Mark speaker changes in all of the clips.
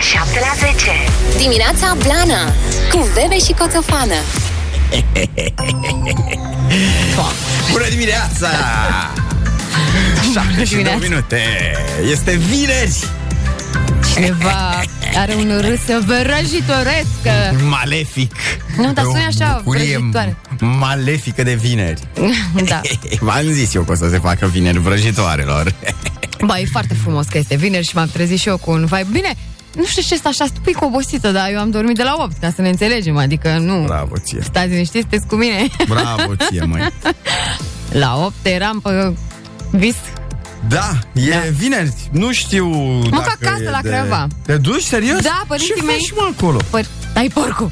Speaker 1: 7 la 10. Dimineața Blana cu Bebe și Coțofană.
Speaker 2: Bună dimineața! 72
Speaker 3: dimineața.
Speaker 2: minute. Este vineri.
Speaker 3: Cineva are un râs vrăjitoresc.
Speaker 2: Malefic.
Speaker 3: Nu, dar
Speaker 2: E o
Speaker 3: sună așa,
Speaker 2: bucurie
Speaker 3: vrăjitoare.
Speaker 2: malefică de vineri.
Speaker 3: da.
Speaker 2: V-am zis eu că o să se facă vineri vrăjitoarelor.
Speaker 3: Ba, e foarte frumos că este vineri și m-am trezit și eu cu un vibe. Bine, nu știu ce este așa, stupid obosită, dar eu am dormit de la 8, ca să ne înțelegem, adică nu...
Speaker 2: Bravo ție.
Speaker 3: Stați liniștiți, sunteți cu mine.
Speaker 2: Bravo ție, măi.
Speaker 3: La 8 eram pe vis.
Speaker 2: Da, e da. vineri. Nu știu
Speaker 3: fac
Speaker 2: dacă
Speaker 3: acasă
Speaker 2: e
Speaker 3: la
Speaker 2: de...
Speaker 3: Craiova.
Speaker 2: Te duci, serios?
Speaker 3: Da, părinții
Speaker 2: Ce
Speaker 3: mei-
Speaker 2: faci, mă, acolo?
Speaker 3: Păi, dai porcul.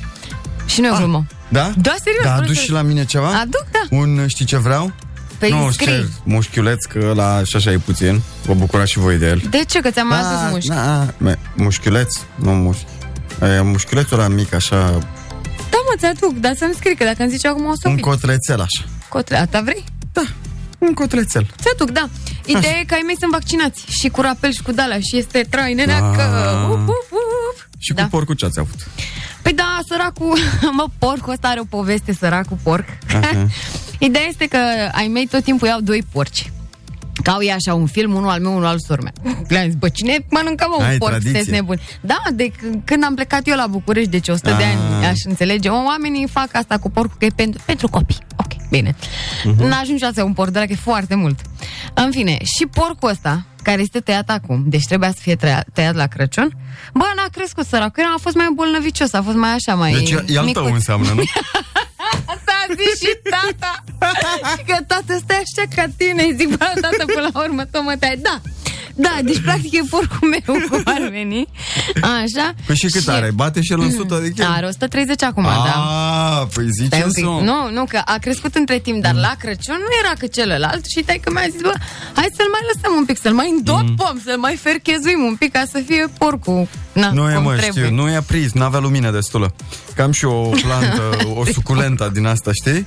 Speaker 3: Și nu e o glumă.
Speaker 2: Da?
Speaker 3: Da, serios,
Speaker 2: Da,
Speaker 3: vreau
Speaker 2: aduci
Speaker 3: să-
Speaker 2: și la mine ceva?
Speaker 3: Aduc, da.
Speaker 2: Un, știi ce vreau?
Speaker 3: Păi
Speaker 2: nu,
Speaker 3: scrii.
Speaker 2: cer mușchiuleț, că la și așa e puțin. Vă bucurați și voi de el.
Speaker 3: De ce? Că ți-am mai adus mușchi.
Speaker 2: Da, me- mușchiuleț, nu muș. E, mușchiulețul ăla mic, așa,
Speaker 3: Da, mă, ți-aduc, dar să-mi scrii, că dacă îmi zici acum o să
Speaker 2: un
Speaker 3: opri.
Speaker 2: cotrețel așa.
Speaker 3: Cotre, asta vrei?
Speaker 2: Da, un cotrețel.
Speaker 3: Ți-aduc, da. Ideea e că ai mei sunt vaccinați și cu rapel și cu dala și este trai neneacă.
Speaker 2: Ah.
Speaker 3: Up, up, up.
Speaker 2: Și
Speaker 3: da.
Speaker 2: cu porcul ce ați avut?
Speaker 3: Păi da, săracul, mă, porcul ăsta are o poveste, săracul porc.
Speaker 2: Aha.
Speaker 3: Ideea este că ai mei tot timpul iau doi porci. Că au ei așa un film, unul al meu, unul al sormea. Le-am zis, bă, cine mănâncă mă, un
Speaker 2: Ai
Speaker 3: porc,
Speaker 2: tradiție.
Speaker 3: sunteți nebuni. Da, de c- când am plecat eu la București, deci 100 de
Speaker 2: Ah.
Speaker 3: ani, aș înțelege, o, oamenii fac asta cu porcul, că e pentru, pentru copii. Ok, bine.
Speaker 2: Mhm.
Speaker 3: Uh-huh. N-ajungi la să un porc, dar că e foarte mult. În fine, și porcul ăsta, care este tăiat acum, deci trebuia să fie tăiat, tăiat la Crăciun, bă, n-a crescut săracul, a fost mai bolnăvicios, a fost mai așa, mai
Speaker 2: Deci e al tău
Speaker 3: Păi, micuț.
Speaker 2: înseamnă, nu?
Speaker 3: Asta a zis și tata Și Că tata stai așa ca tine Îi Zic, bă, tata, până la urmă tot mă tai Da, da, deci practic e porcul meu Cum ar veni Așa
Speaker 2: Păi și cât are? Bate și el în 100 de chestii?
Speaker 3: Are 130 acum, da
Speaker 2: Ah, păi
Speaker 3: Stai
Speaker 2: zice
Speaker 3: un pic. Nu, nu, că a crescut între timp, dar la Crăciun nu era că celălalt și tai că mi-a zis, bă, hai să-l mai lăsăm un pic, să-l mai
Speaker 2: Mm.
Speaker 3: îndopăm, să-l mai ferchezuim un pic ca să fie porcul. Na,
Speaker 2: Nu e,
Speaker 3: cum
Speaker 2: mă,
Speaker 3: trebuie.
Speaker 2: știu, nu e prins, n-avea lumină destulă. Cam și o plantă, o suculentă din asta, știi?
Speaker 3: Aia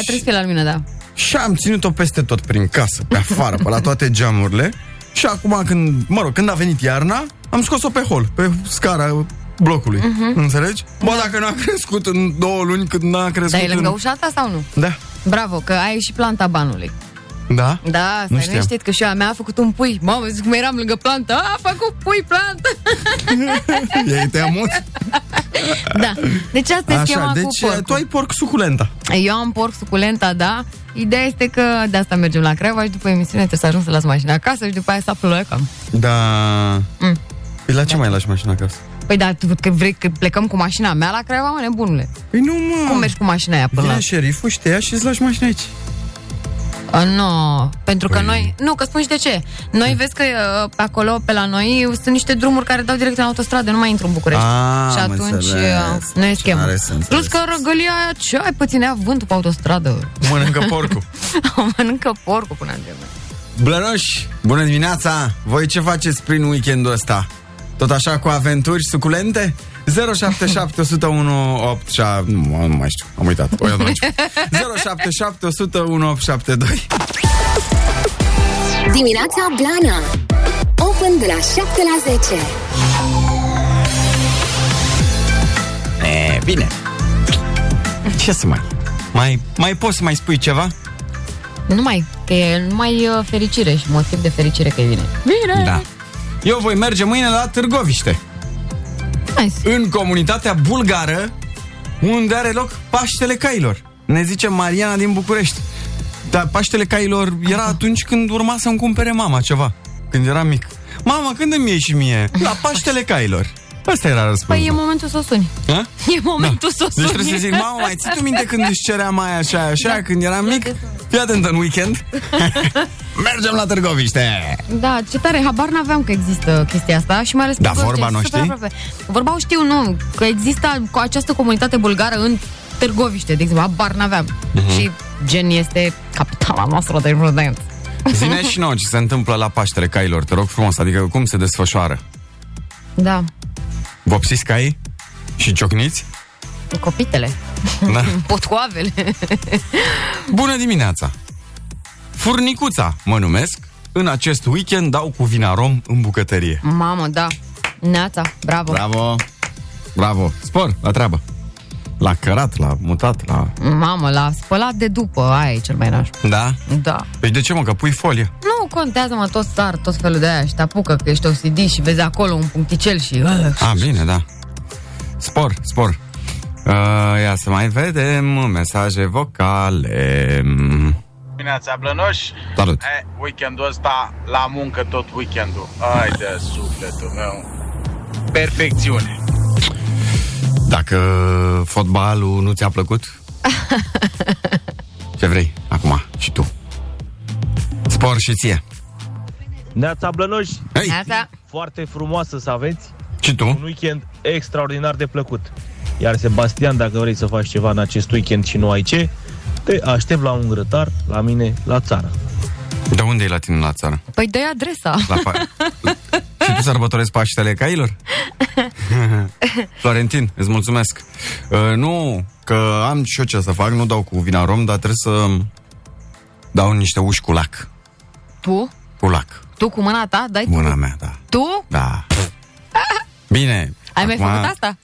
Speaker 3: trebuie să fie la lumină, da.
Speaker 2: Și am ținut-o peste tot prin casă, pe afară, pe la toate geamurile. Și acum când, mă rog, când a venit iarna, am scos-o pe hol, pe scara blocului. Uh-huh.
Speaker 3: Mhm.
Speaker 2: Înțelegi? Bă, dacă n-a crescut în două luni, când n-a crescut
Speaker 3: Dar e lângă
Speaker 2: în...
Speaker 3: ușa ta sau nu?
Speaker 2: Da.
Speaker 3: Bravo, că ai și planta banului.
Speaker 2: Da? Nu
Speaker 3: Da, nu stai
Speaker 2: știam.
Speaker 3: liniștit, că și eu a mea a făcut un pui. Mamă, zic cum eram lângă plantă. A, a făcut pui plantă.
Speaker 2: Ei te amut?
Speaker 3: Da. Deci asta e schema
Speaker 2: Așa,
Speaker 3: cu
Speaker 2: deci
Speaker 3: porcul.
Speaker 2: tu ai porc suculenta.
Speaker 3: Eu am porc suculenta, da. Ideea este că de asta mergem la Craiova și după emisiune trebuie să ajung să las mașina acasă și după aia să plecăm.
Speaker 2: Da... Mm. Păi la ce
Speaker 3: Da.
Speaker 2: mai lași mașina acasă?
Speaker 3: Păi da, tu că vrei că plecăm cu mașina mea la Craiova, mă, nebunule.
Speaker 2: Păi nu, mă.
Speaker 3: Cum mergi cu mașina aia până la...
Speaker 2: Vine șeriful și te ia și îți lași mașina aici.
Speaker 3: A, nu, pentru că
Speaker 2: Păi-
Speaker 3: noi... Nu, că spun și de ce. Noi vezi că uh, pe acolo, pe la noi, sunt niște drumuri care dau direct în autostradă, nu mai intru în București.
Speaker 2: Ah,
Speaker 3: și
Speaker 2: am
Speaker 3: atunci
Speaker 2: înțeles.
Speaker 3: uh, nu e
Speaker 2: Ce
Speaker 3: schemă.
Speaker 2: n-are sens,
Speaker 3: Plus că
Speaker 2: n-are sens.
Speaker 3: răgălia aia, ce ai puțin, ea vântul pe autostradă.
Speaker 2: Mănâncă porcul.
Speaker 3: Mănâncă porcul până în gemă.
Speaker 2: Blănoși, bună dimineața! Voi ce faceți prin weekendul ăsta? Tot așa cu aventuri suculente? 077 8 nu, nu mai știu, am uitat. O, eu nu mai știu. 077 1872.
Speaker 1: Dimineața Blana Open de la 7 la 10.
Speaker 2: E, bine. Ce să mai... Mai, mai poți să mai spui ceva?
Speaker 3: Numai, că e numai uh, fericire și motiv de fericire că e bine. Bine!
Speaker 2: Da. Eu voi merge mâine la Târgoviște,
Speaker 3: Nice.
Speaker 2: în comunitatea bulgară, unde are loc Paștele Cailor. Ne zice Mariana din București. Dar Paștele Cailor era atunci când urma să-mi cumpere mama ceva, când eram mic. Mama, când îmi iei și mie? La Paștele Cailor. Asta era
Speaker 3: Păi e
Speaker 2: răspunsul.
Speaker 3: momentul să o suni.
Speaker 2: Ha?
Speaker 3: E momentul să o
Speaker 2: Deci
Speaker 3: suni.
Speaker 2: trebuie să zic, mamă, mai ții tu minte când își cerea mai așa, așa,
Speaker 3: Da.
Speaker 2: când eram mic? Fii atent în weekend. Mergem la Târgoviște!
Speaker 3: Da, ce tare, habar n-aveam că există chestia asta și mai ales
Speaker 2: Da,
Speaker 3: pe Gorgea,
Speaker 2: vorba nu
Speaker 3: super
Speaker 2: știi?
Speaker 3: aproape. Vorba o știu, nu, că există cu această comunitate bulgară în Târgoviște, de exemplu, habar n-aveam.
Speaker 2: Mhm.
Speaker 3: Și gen este capitala noastră de imprudență.
Speaker 2: Zine și nouă ce se întâmplă la Paștele Cailor, te rog frumos, adică cum se desfășoară?
Speaker 3: Da,
Speaker 2: Vopsiți cai? Și ciocniți?
Speaker 3: copitele,
Speaker 2: Da.
Speaker 3: potcoavele.
Speaker 2: Bună dimineața! Furnicuța mă numesc. În acest weekend dau cu vina rom în bucătărie.
Speaker 3: Mamă, da. Neața, bravo.
Speaker 2: Bravo! Bravo! Spor, la treabă! La cărat, la mutat, la...
Speaker 3: Mamă, la spălat de după, aia e cel mai naș.
Speaker 2: Da?
Speaker 3: Da.
Speaker 2: Păi de ce mă, că pui folie?
Speaker 3: Nu contează, mă, tot sar, tot felul de aia și te apucă că ești OCD și vezi acolo un puncticel și... ă.
Speaker 2: A, bine, da. Spor, spor. Uh, ia să mai vedem mesaje vocale.
Speaker 4: Dimineața, Blănoș.
Speaker 2: Salut.
Speaker 4: E, weekendul ăsta la muncă tot weekendul. Ai de sufletul meu. Perfecțiune.
Speaker 2: Dacă fotbalul nu ți-a plăcut, ce vrei acum și tu? Spor și ție.
Speaker 5: Neața Blănoș,
Speaker 2: Hei,
Speaker 3: Neața.
Speaker 5: foarte frumoasă să aveți,
Speaker 2: și tu?
Speaker 5: un weekend extraordinar de plăcut. Iar Sebastian, dacă vrei să faci ceva în acest weekend și nu ai ce, te aștept la un grătar, la mine, la țară.
Speaker 2: De unde e la tine la țară?
Speaker 3: Păi dă adresa.
Speaker 2: La pa- și tu sărbătorezi Paștele Cailor? Florentin, îți mulțumesc. Uh, nu, că am și eu ce să fac, nu dau cu vina rom, dar trebuie să dau niște uși cu lac.
Speaker 3: Tu?
Speaker 2: Cu lac.
Speaker 3: Tu cu mâna ta? Dai
Speaker 2: Bună mea, da.
Speaker 3: tu?
Speaker 2: Da. Bine.
Speaker 3: Ai mai
Speaker 2: acum-
Speaker 3: făcut asta?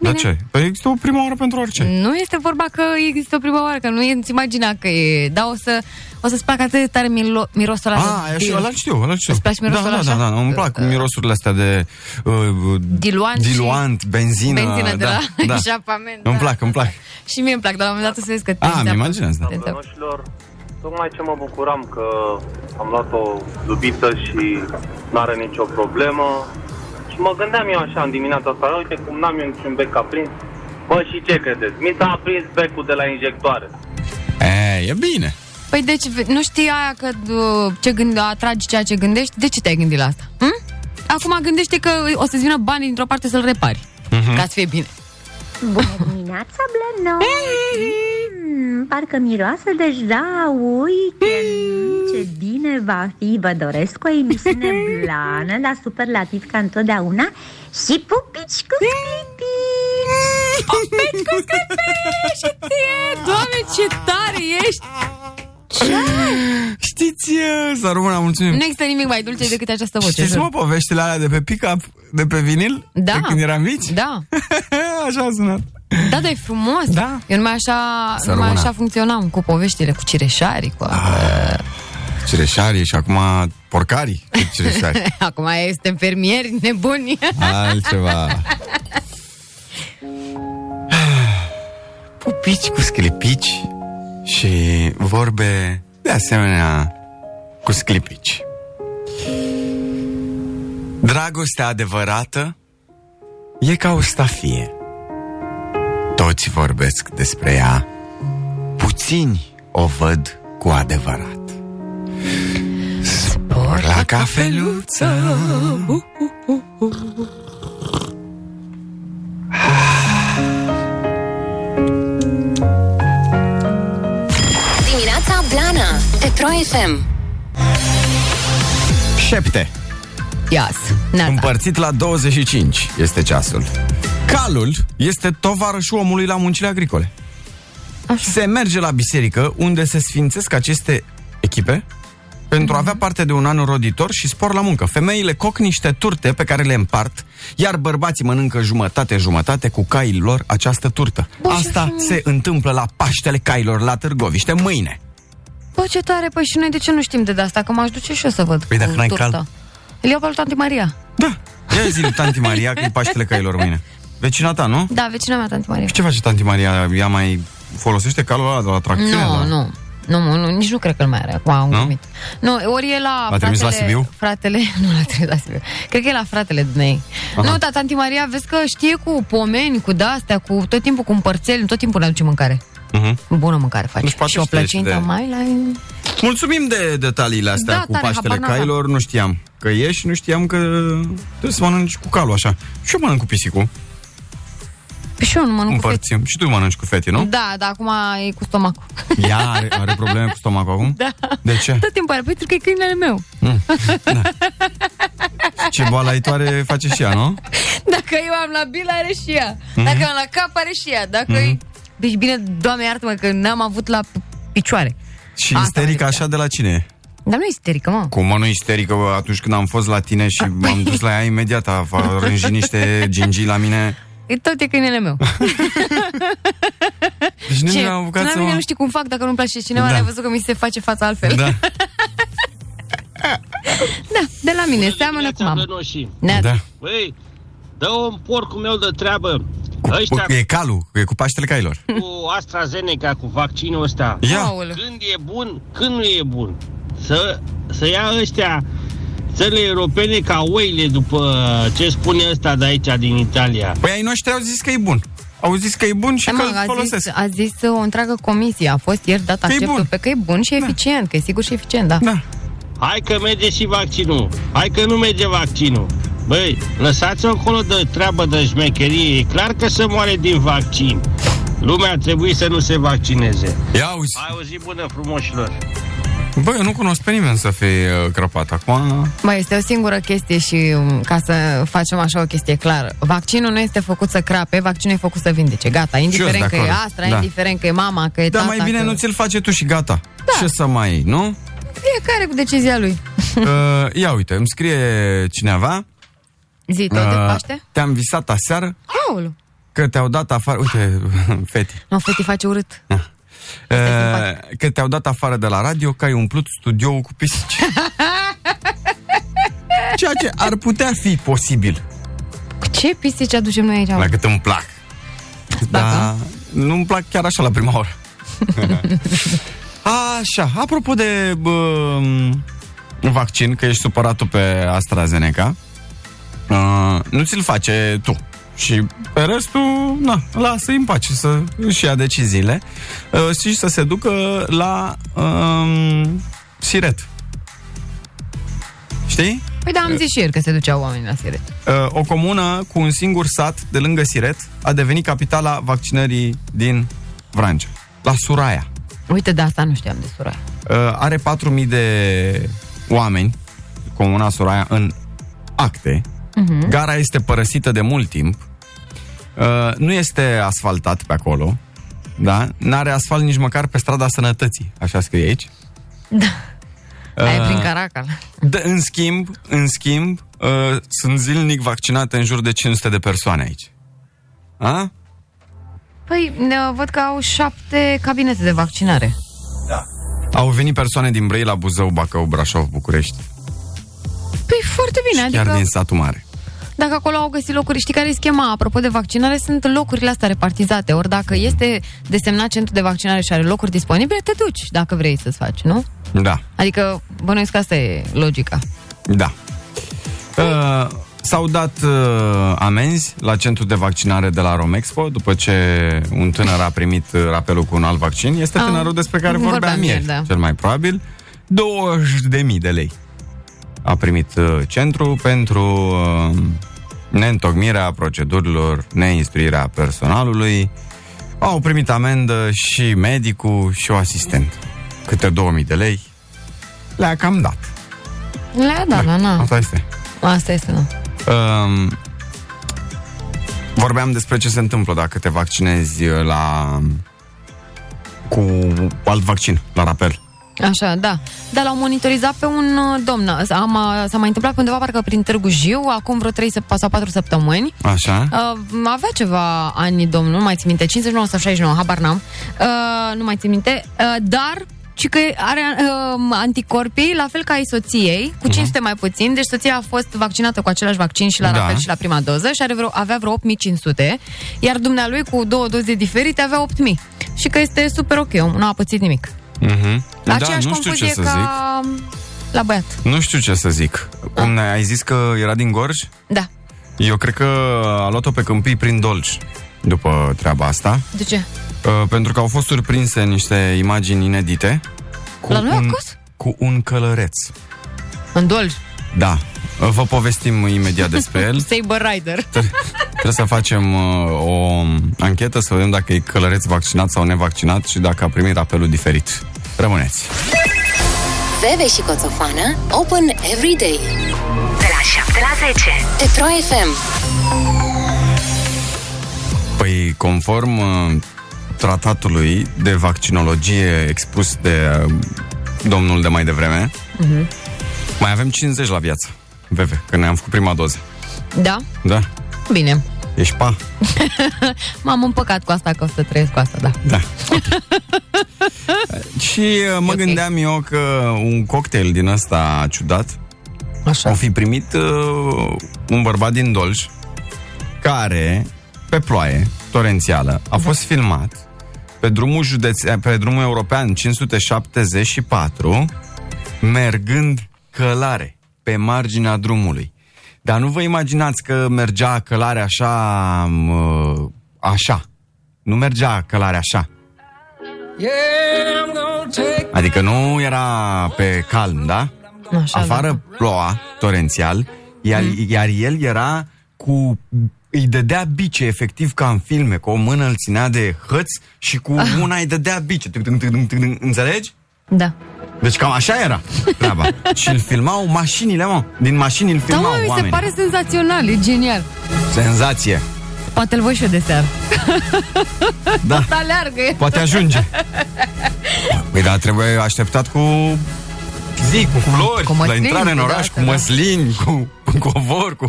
Speaker 2: Da ce? Păi există o prima oară pentru orice.
Speaker 3: Nu este vorba că există o prima oară, că nu e, îți imagina că e, dar o să, o să-ți placă atât de tare milo- mirosul ăla.
Speaker 2: Ah,
Speaker 3: de
Speaker 2: așa, ăla știu, ăla știu.
Speaker 3: Îți place mirosul
Speaker 2: da, da,
Speaker 3: așa?
Speaker 2: da, da, îmi plac
Speaker 3: Uh, uh,
Speaker 2: mirosurile astea de uh, uh,
Speaker 3: Diluant și-
Speaker 2: diluant benzină,
Speaker 3: benzină de
Speaker 2: da,
Speaker 3: la
Speaker 2: da.
Speaker 3: eșapament.
Speaker 2: Îmi
Speaker 3: da.
Speaker 2: plac, îmi plac.
Speaker 3: Și mie îmi plac, dar la un moment dat o să vezi că te
Speaker 2: Ah, mi
Speaker 3: înțeapă.
Speaker 2: imaginez, da.
Speaker 3: Te înțeapă.
Speaker 6: Domnilor, tocmai ce mă bucuram că am luat o dubiță și n-are nicio problemă. Și mă gândeam eu așa în dimineața asta, uite cum n-am eu niciun bec aprins. Bă, și ce credeți? Mi s-a aprins becul de la injectoare.
Speaker 2: E, e bine.
Speaker 3: Păi deci v- nu știi aia că uh, ce gând, atragi ceea ce gândești? De ce te-ai gândit la asta? Hm? Acum gândește că o să-ți vină banii dintr-o parte să-l repari. Ca să fie bine.
Speaker 7: Bună dimineața, Blănoș! Mm, parcă miroase deja weekend. Ce bine va fi! Vă doresc o emisiune blană, la superlativ ca întotdeauna și pupici cu sclipi!
Speaker 3: Doamne, ce tare ești!
Speaker 2: Știți, să rămână, mulțumim.
Speaker 3: Nu există nimic mai dulce decât această voce.
Speaker 2: Știți, mă, poveștile alea de pe pick-up, de pe vinil?
Speaker 3: Da.
Speaker 2: De când eram mici?
Speaker 3: Da,
Speaker 2: Așa a sunat.
Speaker 3: da, dar e frumos.
Speaker 2: Da.
Speaker 3: Eu numai așa,
Speaker 2: Să
Speaker 3: numai
Speaker 2: rămână. Ah.
Speaker 3: așa funcționam cu poveștile, cu cireșarii, cu...
Speaker 2: Cireșarii și acum porcarii cu cireșari.
Speaker 3: Acum este fermieri nebuni.
Speaker 2: Altceva. Pupici cu sclipici și vorbe de asemenea cu sclipici. Dragostea adevărată e ca o stafie. Toți vorbesc despre ea, puțini o văd cu adevărat. Spor la cafeluță
Speaker 1: Dimineața Blana Pe Pro FM
Speaker 2: Șepte,
Speaker 3: Ias, neața.
Speaker 2: împărțit la 25 este ceasul. Calul este tovarășul omului la muncile agricole.
Speaker 3: Așa.
Speaker 2: Se merge la biserică unde se sfințesc aceste echipe pentru a avea parte de un an roditor și spor la muncă. Femeile coc niște turte pe care le împart, iar bărbații mănâncă jumătate-jumătate cu caii lor această turtă. Asta se întâmplă la Paștele Cailor la Târgoviște mâine.
Speaker 3: Bă, ce tare, păi și noi de ce nu știm de asta? Că m-aș duce și eu să văd
Speaker 2: Păi
Speaker 3: cu
Speaker 2: dacă n-ai
Speaker 3: turta.
Speaker 2: cal.
Speaker 3: Îl iau pe al tantei Maria.
Speaker 2: Da, ia zi lui tanti Maria că e Paștele Cailor mâine. Vecina ta, nu?
Speaker 3: Da, vecina mea, tante Maria.
Speaker 2: Ce face tanti Maria? Ea mai folosește calul ăla de la tracțiune? Da. la...
Speaker 3: Nu, nu. Nu, mă, nu, nici nu cred că îl mai are acum, am
Speaker 2: Nu?
Speaker 3: glumit. Nu, ori e la
Speaker 2: L-a trimis la Sibiu?
Speaker 3: Fratele, nu l-a trimis la Sibiu. Cred că e la fratele dumnei.
Speaker 2: Aha.
Speaker 3: Nu, dar tanti Maria, vezi că știe cu pomeni, cu de-astea, cu tot timpul cu împărțeli, tot timpul ne aduce mâncare.
Speaker 2: Mhm.
Speaker 3: Bună mâncare face.
Speaker 2: Deci poate
Speaker 3: și o
Speaker 2: știe și
Speaker 3: plăcintă
Speaker 2: de-
Speaker 3: mai la...
Speaker 2: Mulțumim de detaliile astea
Speaker 3: Da,
Speaker 2: cu
Speaker 3: tare,
Speaker 2: Paștele
Speaker 3: habar n-aveam.
Speaker 2: Cailor. Nu știam că e și nu știam că trebuie să mănânci cu calul așa. Și eu mănânc cu pisicul.
Speaker 3: Păi și eu nu mănânc cu
Speaker 2: Împărțim. Și tu mănânci cu fete,
Speaker 3: fete.
Speaker 2: nu?
Speaker 3: Da, dar acum e cu stomacul.
Speaker 2: Ea are, are probleme cu stomacul acum?
Speaker 3: Da.
Speaker 2: De ce?
Speaker 3: Tot timpul are, pentru că e câinele meu.
Speaker 2: Ce boală aitoare face și ea, nu?
Speaker 3: Dacă eu am la bil, are și ea.
Speaker 2: Mhm.
Speaker 3: Dacă am la cap, are și ea. Dacă e... Deci bine, doamne iartă-mă că n-am avut la p- picioare.
Speaker 2: Și
Speaker 3: Asta adică.
Speaker 2: isterică
Speaker 3: mai
Speaker 2: așa de la cine e?
Speaker 3: Dar nu e isterică, mă.
Speaker 2: Cum mă, nu isterică, bă, atunci când am fost la tine și m-am dus la ea imediat, a a rânjit niște gingii la mine.
Speaker 3: E tot e câinele meu.
Speaker 2: Deci nu
Speaker 3: Ce?
Speaker 2: mi-am apucat
Speaker 3: La
Speaker 2: să
Speaker 3: mine
Speaker 2: mă...
Speaker 3: nu știi cum fac dacă nu-mi place cineva,
Speaker 2: Da.
Speaker 3: dar ai văzut că mi se face fața altfel.
Speaker 2: Da,
Speaker 3: Da, de la mine, seamănă cu mama. Ne-a-
Speaker 2: da.
Speaker 6: Băi, dă un porcul meu de treabă.
Speaker 2: Cu,
Speaker 6: Ăștia
Speaker 2: cu, e calul, e cu paștele cailor.
Speaker 6: cu AstraZeneca, cu vaccinul ăsta.
Speaker 2: Ia,
Speaker 3: Aoleu.
Speaker 6: Când e bun, când nu e bun. Să, să ia ăștia țările europene ca oile după ce spune ăsta de aici din Italia.
Speaker 2: păi ai noștri au zis că e bun. Au zis că e bun și
Speaker 3: Da,
Speaker 2: că îl
Speaker 3: mă, a
Speaker 2: folosesc.
Speaker 3: zis, a zis o întreagă comisie, a fost ieri dat
Speaker 2: e
Speaker 3: acceptul
Speaker 2: bun.
Speaker 3: pe că e bun și eficient, că e sigur și eficient, da.
Speaker 2: Da.
Speaker 6: Hai că merge și vaccinul. Hai că nu merge vaccinul. Băi, lăsați-o acolo de treabă de șmecherie. E clar că se moare din vaccin. Lumea ar trebui să nu se vaccineze.
Speaker 2: Ia uzi.
Speaker 6: Ai o zi bună, frumoșilor!
Speaker 2: Bă, eu nu cunosc pe nimeni să fie uh, crăpat acum.
Speaker 3: Mai este o singură chestie și um, ca să facem așa o chestie clară. Vaccinul nu este făcut să crape, vaccinul e făcut să vindece. Gata, indiferent
Speaker 2: de
Speaker 3: că e
Speaker 2: acord.
Speaker 3: Astra,
Speaker 2: Da.
Speaker 3: indiferent că e mama, că e
Speaker 2: Da,
Speaker 3: tata,
Speaker 2: mai bine
Speaker 3: că...
Speaker 2: nu ți-l face tu și gata.
Speaker 3: Da.
Speaker 2: Ce să mai, nu?
Speaker 3: Fiecare cu decizia lui.
Speaker 2: Uh, ia uite, îmi scrie cineva.
Speaker 3: Zi tot de
Speaker 2: uh,
Speaker 3: Paște?
Speaker 2: Te-am visat aseară
Speaker 3: Aoleu!
Speaker 2: că te-au dat afară. Uite, feti.
Speaker 3: Nu, feti face urât.
Speaker 2: Uh, că te-au dat afară de la radio, că ai umplut studioul cu pisici. Ceea ce ar putea fi posibil,
Speaker 3: Ce pisici aducem noi aici?
Speaker 2: la
Speaker 3: Like.
Speaker 2: cât îmi plac. Dar nu-mi plac chiar așa la prima oră. așa, apropo de bă, vaccin, că ești supărat tu pe AstraZeneca, uh, nu ți-l face tu. Și pe restul, na, lasă-i în pace să își ia deciziile uh, și să se ducă la uh, siret. Știi?
Speaker 3: Păi da, am zis și ieri că se duceau oamenii la siret.
Speaker 2: Uh, o comună cu un singur sat de lângă Siret a devenit capitala vaccinării din Vrancea, la Suraia.
Speaker 3: Uite, de asta nu știam de sura.
Speaker 2: Uh, Are 4.000 de oameni, comuna Suraia, în acte. Uh-huh. Gara este părăsită de mult timp. Uh, Nu este asfaltat pe acolo. Da? N-are asfalt nici măcar pe strada sănătății, așa scrie aici. Da.
Speaker 3: Aia prin Caracal.
Speaker 2: Da, în schimb, în schimb, uh, sunt zilnic vaccinate în jur de 500 de persoane aici. A?
Speaker 3: Păi, ne, văd că au șapte cabinete de vaccinare.
Speaker 2: Au venit persoane din Brăila, Buzău, Bacău, Brașov, București,
Speaker 3: Păi foarte bine,
Speaker 2: chiar
Speaker 3: adică
Speaker 2: din satul mare.
Speaker 3: dacă acolo au găsit locuri, știi care e schema? Apropo de vaccinare, sunt locurile astea repartizate. Ori dacă este desemnat centru de vaccinare și are locuri disponibile, te duci dacă vrei să-ți faci, nu?
Speaker 2: Da,
Speaker 3: Adică bănuiesc că asta e logica.
Speaker 2: da. Uh, s-au dat uh, amenzi la centrul de vaccinare de la Romexpo după ce un tânăr a primit uh, rapelul cu un alt vaccin. Este
Speaker 3: Ah,
Speaker 2: tânărul despre care
Speaker 3: vorbeam
Speaker 2: vorbeam,
Speaker 3: ieri,
Speaker 2: ieri,
Speaker 3: da.
Speaker 2: cel mai probabil. 20.000 de lei a primit uh, centru pentru uh, neîntocmirea procedurilor, neinstruirea personalului. Au primit amendă și medicul și o asistent. Câte 2000 de lei le-a cam dat.
Speaker 3: Le-a dat, da, na.
Speaker 2: Asta este.
Speaker 3: Asta este, nu.
Speaker 2: Um, vorbeam despre ce se întâmplă dacă te vaccinezi uh, la cu alt vaccin, la rapel.
Speaker 3: Așa, da. Dar l-au monitorizat pe un uh, domn. S-a, ma- s-a mai întâmplat pe undeva, parcă prin Târgu Jiu, acum vreo 3 săp- sau 4 săptămâni.
Speaker 2: Așa?
Speaker 3: Uh, avea ceva ani domnul, nu mai țin minte, 59 sau 69, habar n-am. Uh, nu mai țin minte, uh, dar și că are uh, anticorpii, la fel ca ai soției, cu 500 mai puțin, deci soția a fost vaccinată cu același vaccin și la
Speaker 2: Da.
Speaker 3: da. rapel și la prima doză și are vreo, avea vreo 8500, iar dumnealui cu două doze diferite avea 8000. Și că este super ok, omul nu a pățit nimic.
Speaker 2: Mhm.
Speaker 3: Aceeași
Speaker 2: nu știu
Speaker 3: confuzie
Speaker 2: ce să zic.
Speaker 3: ca la băiat.
Speaker 2: Nu știu ce să zic. Cum ne- ai zis că era din Gorj?
Speaker 3: Da.
Speaker 2: Eu cred că a luat-o pe câmpii prin Dolj după treaba asta,
Speaker 3: De ce?
Speaker 2: uh, pentru că au fost surprinse niște imagini inedite cu,
Speaker 3: La noi
Speaker 2: un,
Speaker 3: acasă?
Speaker 2: cu un călăreț.
Speaker 3: În dolj.
Speaker 2: Da, uh, vă povestim imediat despre el.
Speaker 3: Saber Rider.
Speaker 2: Trebuie să facem uh, o anchetă să vedem dacă e călăreț vaccinat sau nevaccinat și dacă a primit apelul diferit. Rămâneți!
Speaker 1: Bebe și Coțofană Open every day
Speaker 8: De la 7 la 10.
Speaker 1: Pe Pro FM
Speaker 2: Păi, conform uh, tratatului de vaccinologie expus de uh, domnul de mai devreme. Uh-huh. Mai avem 50 la viață, Veve, că ne-am făcut prima doză.
Speaker 3: Da?
Speaker 2: Da,
Speaker 3: Bine.
Speaker 2: ești pa.
Speaker 3: M-am împăcat cu asta că o să trăiesc cu asta, da.
Speaker 2: Da. și uh, mă
Speaker 3: ok.
Speaker 2: gândeam eu că un cocktail din ăsta ciudat
Speaker 3: Așa.
Speaker 2: o fi primit uh, un bărbat din Dolj care, pe ploaie torențială, a fost filmat pe drumul, județe- pe drumul european 574 mergând călare pe marginea drumului. Dar nu vă imaginați că mergea călare așa, mă, așa. Nu mergea călare așa. Adică nu era pe calm, da?
Speaker 3: Așa,
Speaker 2: Afară ploua, torențial, iar, mm. iar el era cu... Îi dădea bice, efectiv, ca în filme, cu o mână îl ținea de hăț și cu
Speaker 3: Ah.
Speaker 2: una îi dădea bice. Tâng, tâng, tâng, tâng, tâng. Înțelegi?
Speaker 3: Da. da.
Speaker 2: Deci cam așa era treaba. și îl filmau mașinile, mă. Din mașini îl
Speaker 3: Da,
Speaker 2: filmau
Speaker 3: mă, mi se
Speaker 2: oamenii.
Speaker 3: pare senzațional, e genial.
Speaker 2: Senzație.
Speaker 3: Poate îl voi și eu de seară.
Speaker 2: Da.
Speaker 3: Asta leargă e.
Speaker 2: Poate ajunge. Păi da, trebuie așteptat cu zi, cu flori,
Speaker 3: cu
Speaker 2: cu la
Speaker 3: măslini,
Speaker 2: intrare în
Speaker 3: cu
Speaker 2: oraș, cu
Speaker 3: de-astea, da.
Speaker 2: măslini, cu, cu covor, cu...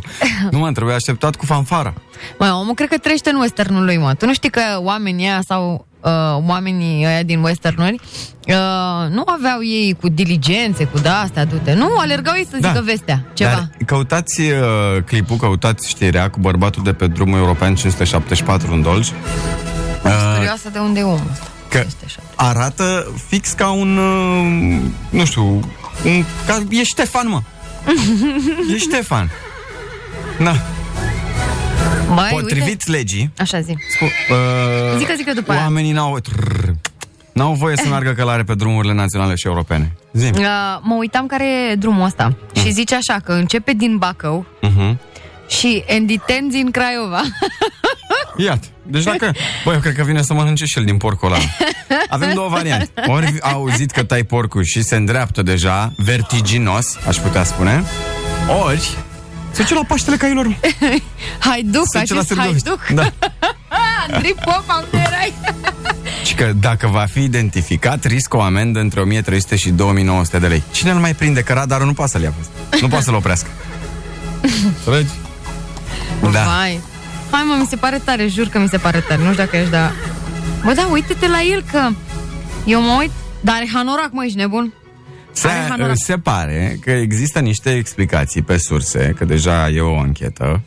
Speaker 2: Nu mă, trebuie așteptat cu fanfara.
Speaker 3: Mă, omul cred că trăiește în westernul lui, mă. Tu nu știi că oamenii ăia sau uh, oamenii ăia din westernuri uh, nu aveau ei cu diligențe, cu de-astea, du-te. Nu, alergau ei să
Speaker 2: Da.
Speaker 3: zică vestea, ceva.
Speaker 2: Dar căutați uh, clipul, căutați știrea cu bărbatul de pe drumul european 574 în Dolj, uh,
Speaker 3: Sunt Curioasă de unde e omul ăsta.
Speaker 2: că
Speaker 3: Este așa.
Speaker 2: arată fix ca un, uh, nu știu, un, ca, e Ștefan, mă. E Ștefan. Na,
Speaker 3: Băi, Uite,
Speaker 2: potrivit legii,
Speaker 3: așa zi.
Speaker 2: Scu- uh,
Speaker 3: Zică, zică după aia.
Speaker 2: Oamenii n-au... trrr, N-au voie să meargă călare pe drumurile naționale și europene. Zim.
Speaker 3: Uh, mă uitam care e drumul ăsta mm. și zice așa că începe din Bacău
Speaker 2: Uh-huh.
Speaker 3: și enditeni din Craiova.
Speaker 2: Iată. Deci dacă... Băi, eu cred că vine să mănânce și el din porcul ăla. Avem două variante. Ori a auzit că tai porcul și se îndreaptă deja, vertiginos, aș putea spune. Ori... Se duce la paștele cailor.
Speaker 3: Haiduc,
Speaker 2: Se duce la
Speaker 3: acest
Speaker 2: Sârgoviște.
Speaker 3: haiduc.
Speaker 2: Da.
Speaker 3: Andrei Popa, unde erai?
Speaker 2: Și că dacă va fi identificat, riscă o amendă între 1300 și 2900 de lei. Cine îl mai prinde? Că radarul nu poate să-l ia. Nu poate să-l oprească. Înțelegi? Da.
Speaker 3: Vai. Hai mă, mi se pare tare, jur că mi se pare tare. Nu știu dacă ești, da. Bă, da, uite-te la el că eu mă uit, dar are hanorac, mă, ești nebun.
Speaker 2: Se,
Speaker 3: Are hanorac.
Speaker 2: se pare că există niște explicații pe surse, că deja e o anchetă.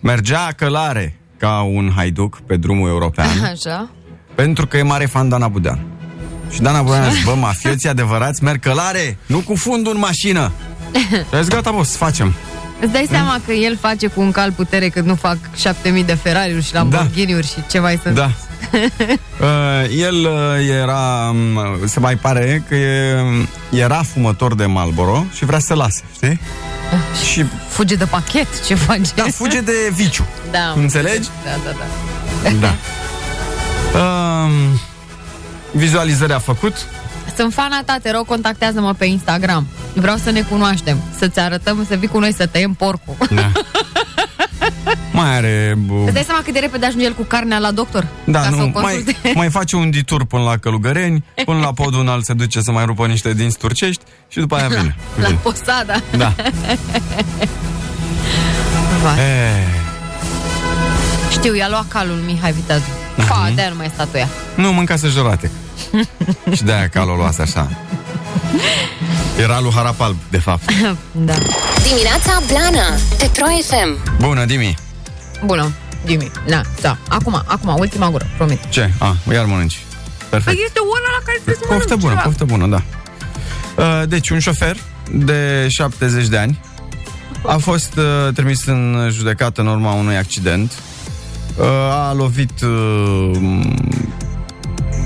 Speaker 2: Mergea călare ca un haiduc pe drumul european,
Speaker 3: Așa.
Speaker 2: pentru că e mare fan Dana Budean. Și Dana Budean a zis, bă, mafioții adevărați merg călare, nu cu fundul în mașină. Și a zis, gata, boss, facem.
Speaker 3: Îți dai seama că el face cu un cal putere cât nu fac 7000 de Ferrari-uri și Lamborghini-uri și ce mai sunt.
Speaker 2: Da. Uh, el uh, era, um, se mai pare că e, um, era fumător de Marlboro și vrea să lase, știi? Și,
Speaker 3: Fuge de pachet, ce faci?
Speaker 2: da, fuge de viciu.
Speaker 3: da.
Speaker 2: Înțelegi?
Speaker 3: Da, da, da.
Speaker 2: Da. Um, vizualizări a făcut.
Speaker 3: Sunt fana ta, te rog, contactează-mă pe Instagram. Vreau să ne cunoaștem, să-ți arătăm, să vii cu noi să tăiem porcul.
Speaker 2: Da. Mai are... bu-
Speaker 3: Îți dai seama cât de repede ajunge el cu carnea la doctor?
Speaker 2: Da,
Speaker 3: ca să o
Speaker 2: nu, mai,
Speaker 3: consulte.
Speaker 2: mai face un ditur până la Călugăreni, până la podul înalt se duce să mai rupă niște dinți turcești și după aia vine.
Speaker 3: La
Speaker 2: Vine.
Speaker 3: posada.
Speaker 2: Da.
Speaker 3: Vai.
Speaker 2: E,
Speaker 3: Știu, i-a luat calul Mihai Viteazu.
Speaker 2: Mhm.
Speaker 3: Fa, de nu mai e statuia.
Speaker 2: nu, mâncase jurate. și de-aia calul o luase așa. Era lui Harapalb, de fapt.
Speaker 3: Da.
Speaker 1: Dimineața Blana Pe Pro FM
Speaker 2: Bună, Dimi.
Speaker 3: Bună, Jimmy. Na, da. Acum, acum, ultima gură, promit.
Speaker 2: Ce? Ah, iar mănânci. Perfect.
Speaker 3: Păi este ora la care trebuie să
Speaker 2: Poftă
Speaker 3: mănânci
Speaker 2: bună,
Speaker 3: ceva.
Speaker 2: poftă bună, da. Uh, Deci, un șofer de 70 de ani a fost uh, trimis în judecată în urma unui accident. Uh, A lovit uh, m-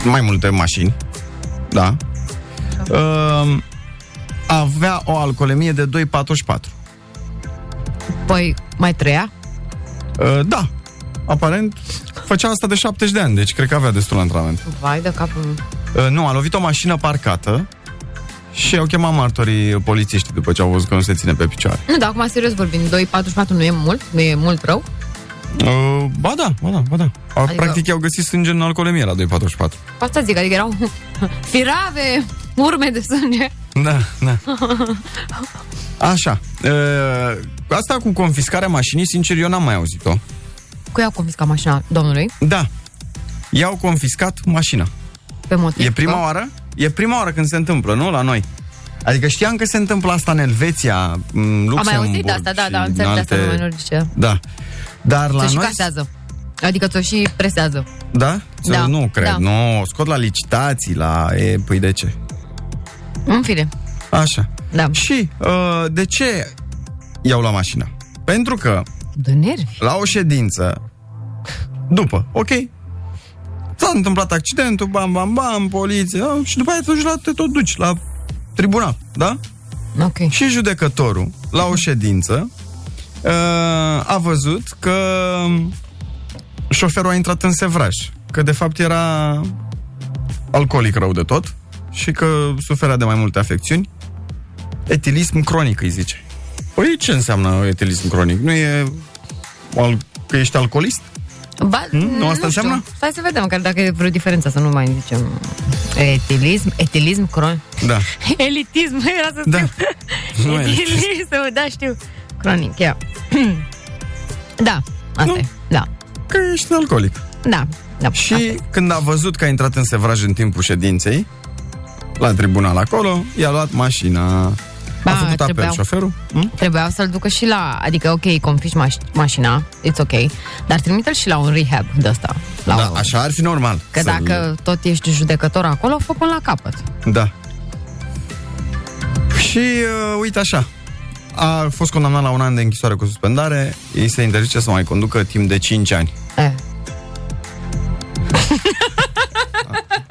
Speaker 2: mai multe mașini, da. Uh, Avea o alcoolemie de 2,44.
Speaker 3: Păi, mai trăia?
Speaker 2: Uh, Da, aparent făcea asta de 70 de ani, deci cred că avea destul antrenament.
Speaker 3: Vai de capul meu.
Speaker 2: Uh, Nu, a lovit o mașină parcată și au chemat martorii polițiști după ce au văzut că nu se ține pe picioare.
Speaker 3: Nu, dar acum, serios vorbim, 2,44 nu e mult? Nu e mult rău?
Speaker 2: Uh, ba da, ba da, ba da. Adică...
Speaker 3: Adică-
Speaker 2: Practic i-au găsit sânge în alcoolemie la 244.
Speaker 3: Asta zic, adică erau firave, urme de sânge.
Speaker 2: Da, da. Așa. E, asta cu confiscarea mașinii, sincer, eu n-am mai auzit-o.
Speaker 3: Cu ea a confiscat mașina domnului,
Speaker 2: Da. I-au confiscat mașina.
Speaker 3: pe motiv. da?
Speaker 2: E prima oară? E prima oară când se întâmplă, nu? La noi. Adică știam că se întâmplă asta în Elveția, în
Speaker 3: Am
Speaker 2: Luxemburg
Speaker 3: mai auzit de asta, da,
Speaker 2: și
Speaker 3: da, am
Speaker 2: în
Speaker 3: de asta,
Speaker 2: alte-
Speaker 3: nu mai zice.
Speaker 2: Da. Dar la
Speaker 3: Ți-o și
Speaker 2: noi...
Speaker 3: casează. Adică ți-o și presează.
Speaker 2: Da? Sau
Speaker 3: Da,
Speaker 2: Nu, cred.
Speaker 3: da.
Speaker 2: Nu, o scot la licitații, la... E, păi de ce?
Speaker 3: În fine,
Speaker 2: Așa.
Speaker 3: da.
Speaker 2: Și uh, de ce iau la mașina? Pentru că
Speaker 3: De nervi.
Speaker 2: la o ședință, după, ok, s-a întâmplat accidentul, bam, bam, bam, poliție, da? și după aia te duci la, te tot duci la tribunal, da?
Speaker 3: Ok.
Speaker 2: Și judecătorul, la o ședință, uh, a văzut că șoferul a intrat în sevraj, că de fapt era alcoolic rău de tot și că suferea de mai multe afecțiuni. Etilism cronic îi zice. Păi ce înseamnă etilism cronic? Nu e al- că ești alcoolist?
Speaker 3: Ba,
Speaker 2: Hmm? Nu asta
Speaker 3: știu.
Speaker 2: înseamnă?
Speaker 3: Stai să vedem, că dacă e vreo diferență, să nu mai zicem etilism, etilism, cron...
Speaker 2: Da.
Speaker 3: Elitism, era să
Speaker 2: Da.
Speaker 3: știu.
Speaker 2: Nu e elitism.
Speaker 3: Etilism, da, știu. Cronic, ia. da, asta
Speaker 2: Nu.
Speaker 3: e. Da,
Speaker 2: Că ești alcoolic.
Speaker 3: da. da.
Speaker 2: Și
Speaker 3: asta e.
Speaker 2: când a văzut că a intrat în sevraj în timpul ședinței, la tribunal acolo, i-a luat mașina.
Speaker 3: Ba,
Speaker 2: a făcut apel
Speaker 3: trebuiau.
Speaker 2: șoferul. Hm?
Speaker 3: Trebuiau să-l ducă și la... Adică, ok, confiși maș- mașina, it's ok, dar trimite-l și la un rehab de ăsta. La
Speaker 2: Da,
Speaker 3: un-
Speaker 2: așa ar fi normal.
Speaker 3: Că
Speaker 2: să-l-
Speaker 3: dacă tot ești judecător acolo, fă până la capăt.
Speaker 2: Da. Și uh, uite așa. A fost condamnat la un an de închisoare cu suspendare. Ei se interzice să mai conducă timp de 5 ani.
Speaker 3: Eh.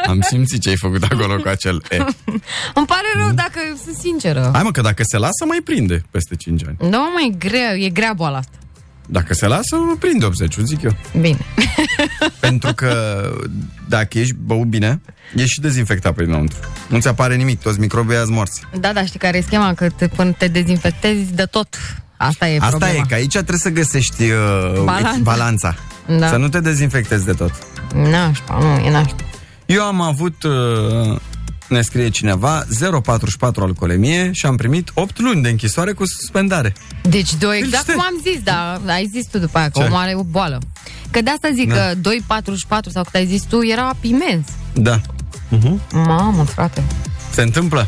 Speaker 2: Am simțit ce ai făcut acolo cu acel E.
Speaker 3: Îmi pare
Speaker 2: Mm.
Speaker 3: rău dacă sunt sinceră.
Speaker 2: Hai mă, că dacă se lasă, mai prinde peste 5 ani.
Speaker 3: Nu, mă, e greu, e grea boala asta.
Speaker 2: Dacă se lasă, prinde 80, zic eu.
Speaker 3: Bine.
Speaker 2: Pentru că dacă ești băut bine, ești și dezinfectat pe dinăuntru. Nu ți apare nimic, toți microbii azi morți.
Speaker 3: Da, da, știi care e schema? Că te, până te dezinfectezi de tot. Asta e
Speaker 2: Asta
Speaker 3: problema.
Speaker 2: e, că aici trebuie să găsești uh,
Speaker 3: Balanța.
Speaker 2: echi- balanța.
Speaker 3: Da.
Speaker 2: Să nu te dezinfectezi de tot.
Speaker 3: Nașpa, nu, e nașpa.
Speaker 2: Eu am avut, uh, ne scrie cineva, 0,44 alcoolemie și am primit 8 luni de închisoare cu suspendare.
Speaker 3: Deci, doi, exact
Speaker 2: știi.
Speaker 3: cum am zis, da, ai zis tu după aia, că
Speaker 2: Păi Ce?
Speaker 3: omul are o boală. Că de asta zic
Speaker 2: Da.
Speaker 3: că 2,44 sau cât ai zis tu, era imens.
Speaker 2: Da.
Speaker 3: Mamă, frate.
Speaker 2: Se întâmplă.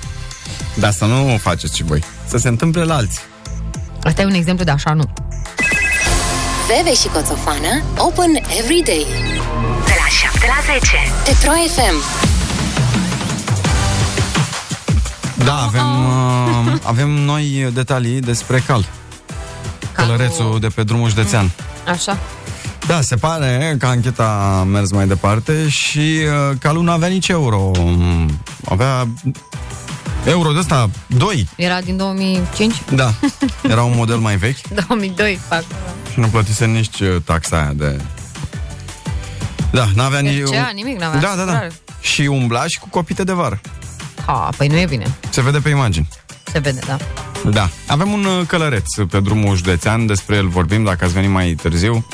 Speaker 2: Dar să nu o faceți și voi. Să se întâmple la alții.
Speaker 3: Asta e un exemplu de așa, nu.
Speaker 1: Veve și Coțofană Open every day
Speaker 8: De la 7 la 10.
Speaker 1: Pe Pro FM
Speaker 2: Da, avem,
Speaker 3: Oh,
Speaker 2: uh, avem noi detalii despre cal. Călărețul de pe drumul județean.
Speaker 3: Așa.
Speaker 2: Da, se pare că ancheta a mers mai departe și uh, calul n-avea nici euro. Mm, Avea euro de ăsta, 2.
Speaker 3: Era din 2005?
Speaker 2: Da, era un model mai vechi
Speaker 3: 2002, fac.
Speaker 2: și nu plătise nici uh, taxa aia de... Da, n-avea nici...
Speaker 3: Deci, a, nimic n-avea,
Speaker 2: Da, da, da.
Speaker 3: clar.
Speaker 2: Și umbla și cu copite de vară.
Speaker 3: Ha, păi nu e bine.
Speaker 2: Se vede pe imagini.
Speaker 3: Se vede, da.
Speaker 2: Da. Avem un uh, călăreț pe drumul județean, despre el vorbim dacă ați venit mai târziu.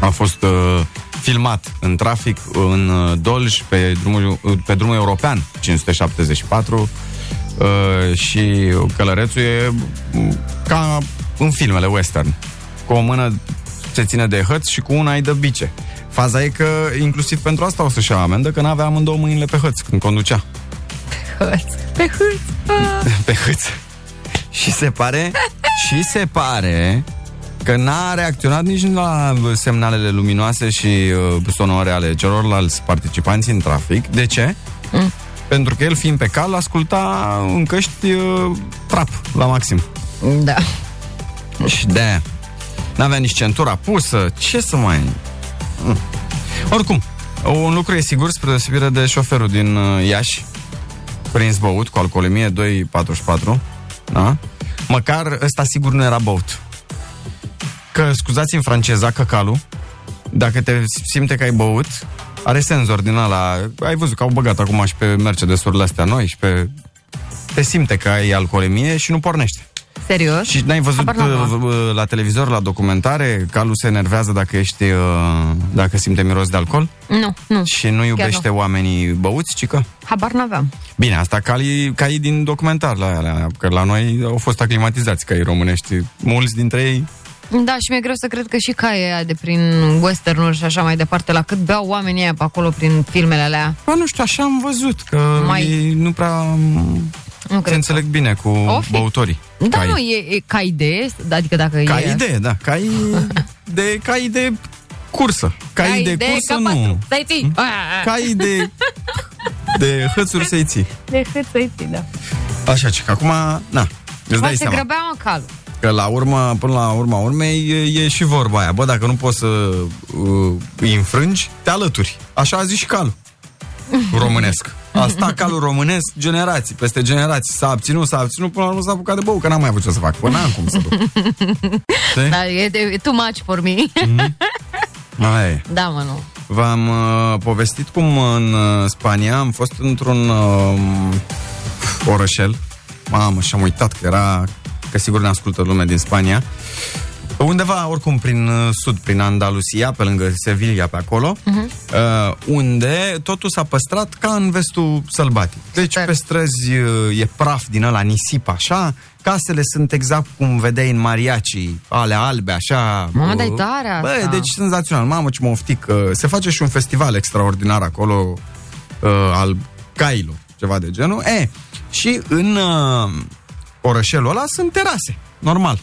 Speaker 2: A fost uh, filmat în trafic în uh, Dolj pe drumul, uh, pe drumul european 574 uh, și călărețul e mm, ca în filmele western. Cu o mână se ține de hăț și cu una îi dă bice. Faza e că inclusiv pentru asta o să-și ia amendă că n-avea amândouă mâinile pe hăț când conducea
Speaker 3: Hârț. Pe hârț. Ah.
Speaker 2: pe hâț. Și se pare, și se pare că n-a reacționat nici la semnalele luminoase și uh, sonore ale celorlalți participanți în trafic. De ce?
Speaker 3: Mm.
Speaker 2: Pentru că el, fiind pe cal, asculta în căști uh, trap la maxim.
Speaker 3: Da.
Speaker 2: Și de N-avea nici centura pusă. Ce să mai... Mm. Oricum, un lucru e sigur spre deosebire de șoferul din uh, Iași, prins băut cu alcoolemie 2,44. Da? Măcar ăsta sigur nu era băut. Că, scuzați în franceza, căcalul, dacă te simte că ai băut, are senzor din ala. Ai văzut că au băgat acum și pe Mercedes-urile astea noi și pe... Te simte că ai alcoolemie și nu pornește.
Speaker 3: Serios?
Speaker 2: Și n-ai văzut
Speaker 3: Habar n-am,
Speaker 2: uh, v- la televizor, la documentare, calul se enervează dacă ești, uh, dacă simte miros de alcool
Speaker 3: Nu, nu.
Speaker 2: și nu iubește
Speaker 3: nu.
Speaker 2: oamenii băuți, ci că...
Speaker 3: Habar n-aveam.
Speaker 2: Bine, asta calii, calii din documentar la alea, că la noi au fost aclimatizați caii românești. Mulți dintre ei
Speaker 3: Da, și mi-e greu să cred că și caii aia de prin westernuri și așa mai departe, la cât beau oamenii aia pe acolo prin filmele alea,
Speaker 2: Bă, nu știu, așa am văzut că
Speaker 3: Mai-
Speaker 2: Mai... ei nu prea
Speaker 3: nu
Speaker 2: se
Speaker 3: cred.
Speaker 2: înțeleg bine cu
Speaker 3: O fi.
Speaker 2: băutorii.
Speaker 3: Da,
Speaker 2: Cai.
Speaker 3: nu, e, e ca idee, adică dacă
Speaker 2: Ca
Speaker 3: e...
Speaker 2: idee, da, ca de, ca de cursă. Ca,
Speaker 3: Ca
Speaker 2: de
Speaker 3: idee,
Speaker 2: cursă,
Speaker 3: ca patru.
Speaker 2: nu. Hm?
Speaker 3: Să-i ții. Ah,
Speaker 2: Ca de, de hățuri să-i ții.
Speaker 3: De cât să-i ții, da.
Speaker 2: Așa, ce, că acum, na, îți
Speaker 3: Mă,
Speaker 2: dai
Speaker 3: se
Speaker 2: seama. Eh?
Speaker 3: grăbea mă calul.
Speaker 2: Că la urmă, până la urma urmei, e, e și vorba aia. Bă, dacă nu poți să uh, îi înfrângi, te alături. Așa a zis și calul românesc. Asta calul românesc, generații, peste generații. S-a abținut, s-a abținut, până la urmă s-a apucat de bău, că n-am mai avut ce să fac. Până n-am cum să duc. Știi?
Speaker 3: Da, e, e too much for me.
Speaker 2: Aia e.
Speaker 3: da, mă, nu.
Speaker 2: V-am uh, povestit cum în uh, Spania am fost într-un uh, orășel. Mamă, și-am uitat că era... Că sigur ne ascultă lumea din Spania. Undeva, oricum, prin uh, sud, prin Andalusia, pe lângă Sevilla, pe acolo, uh-huh. uh, unde totul s-a păstrat ca în vestul sălbatic. Deci
Speaker 3: Super.
Speaker 2: pe străzi uh, e praf din ăla, nisip, așa, casele sunt exact cum vedeai în mariacii, alea albe, așa.
Speaker 3: Mamă,
Speaker 2: uh,
Speaker 3: dar e tare asta.
Speaker 2: Bă, deci senzațional. Mamă, ce mă oftic. uh, Se face și un festival extraordinar acolo uh, al cailor, ceva de genul. E, și în uh, orășelul ăla sunt terase, normal.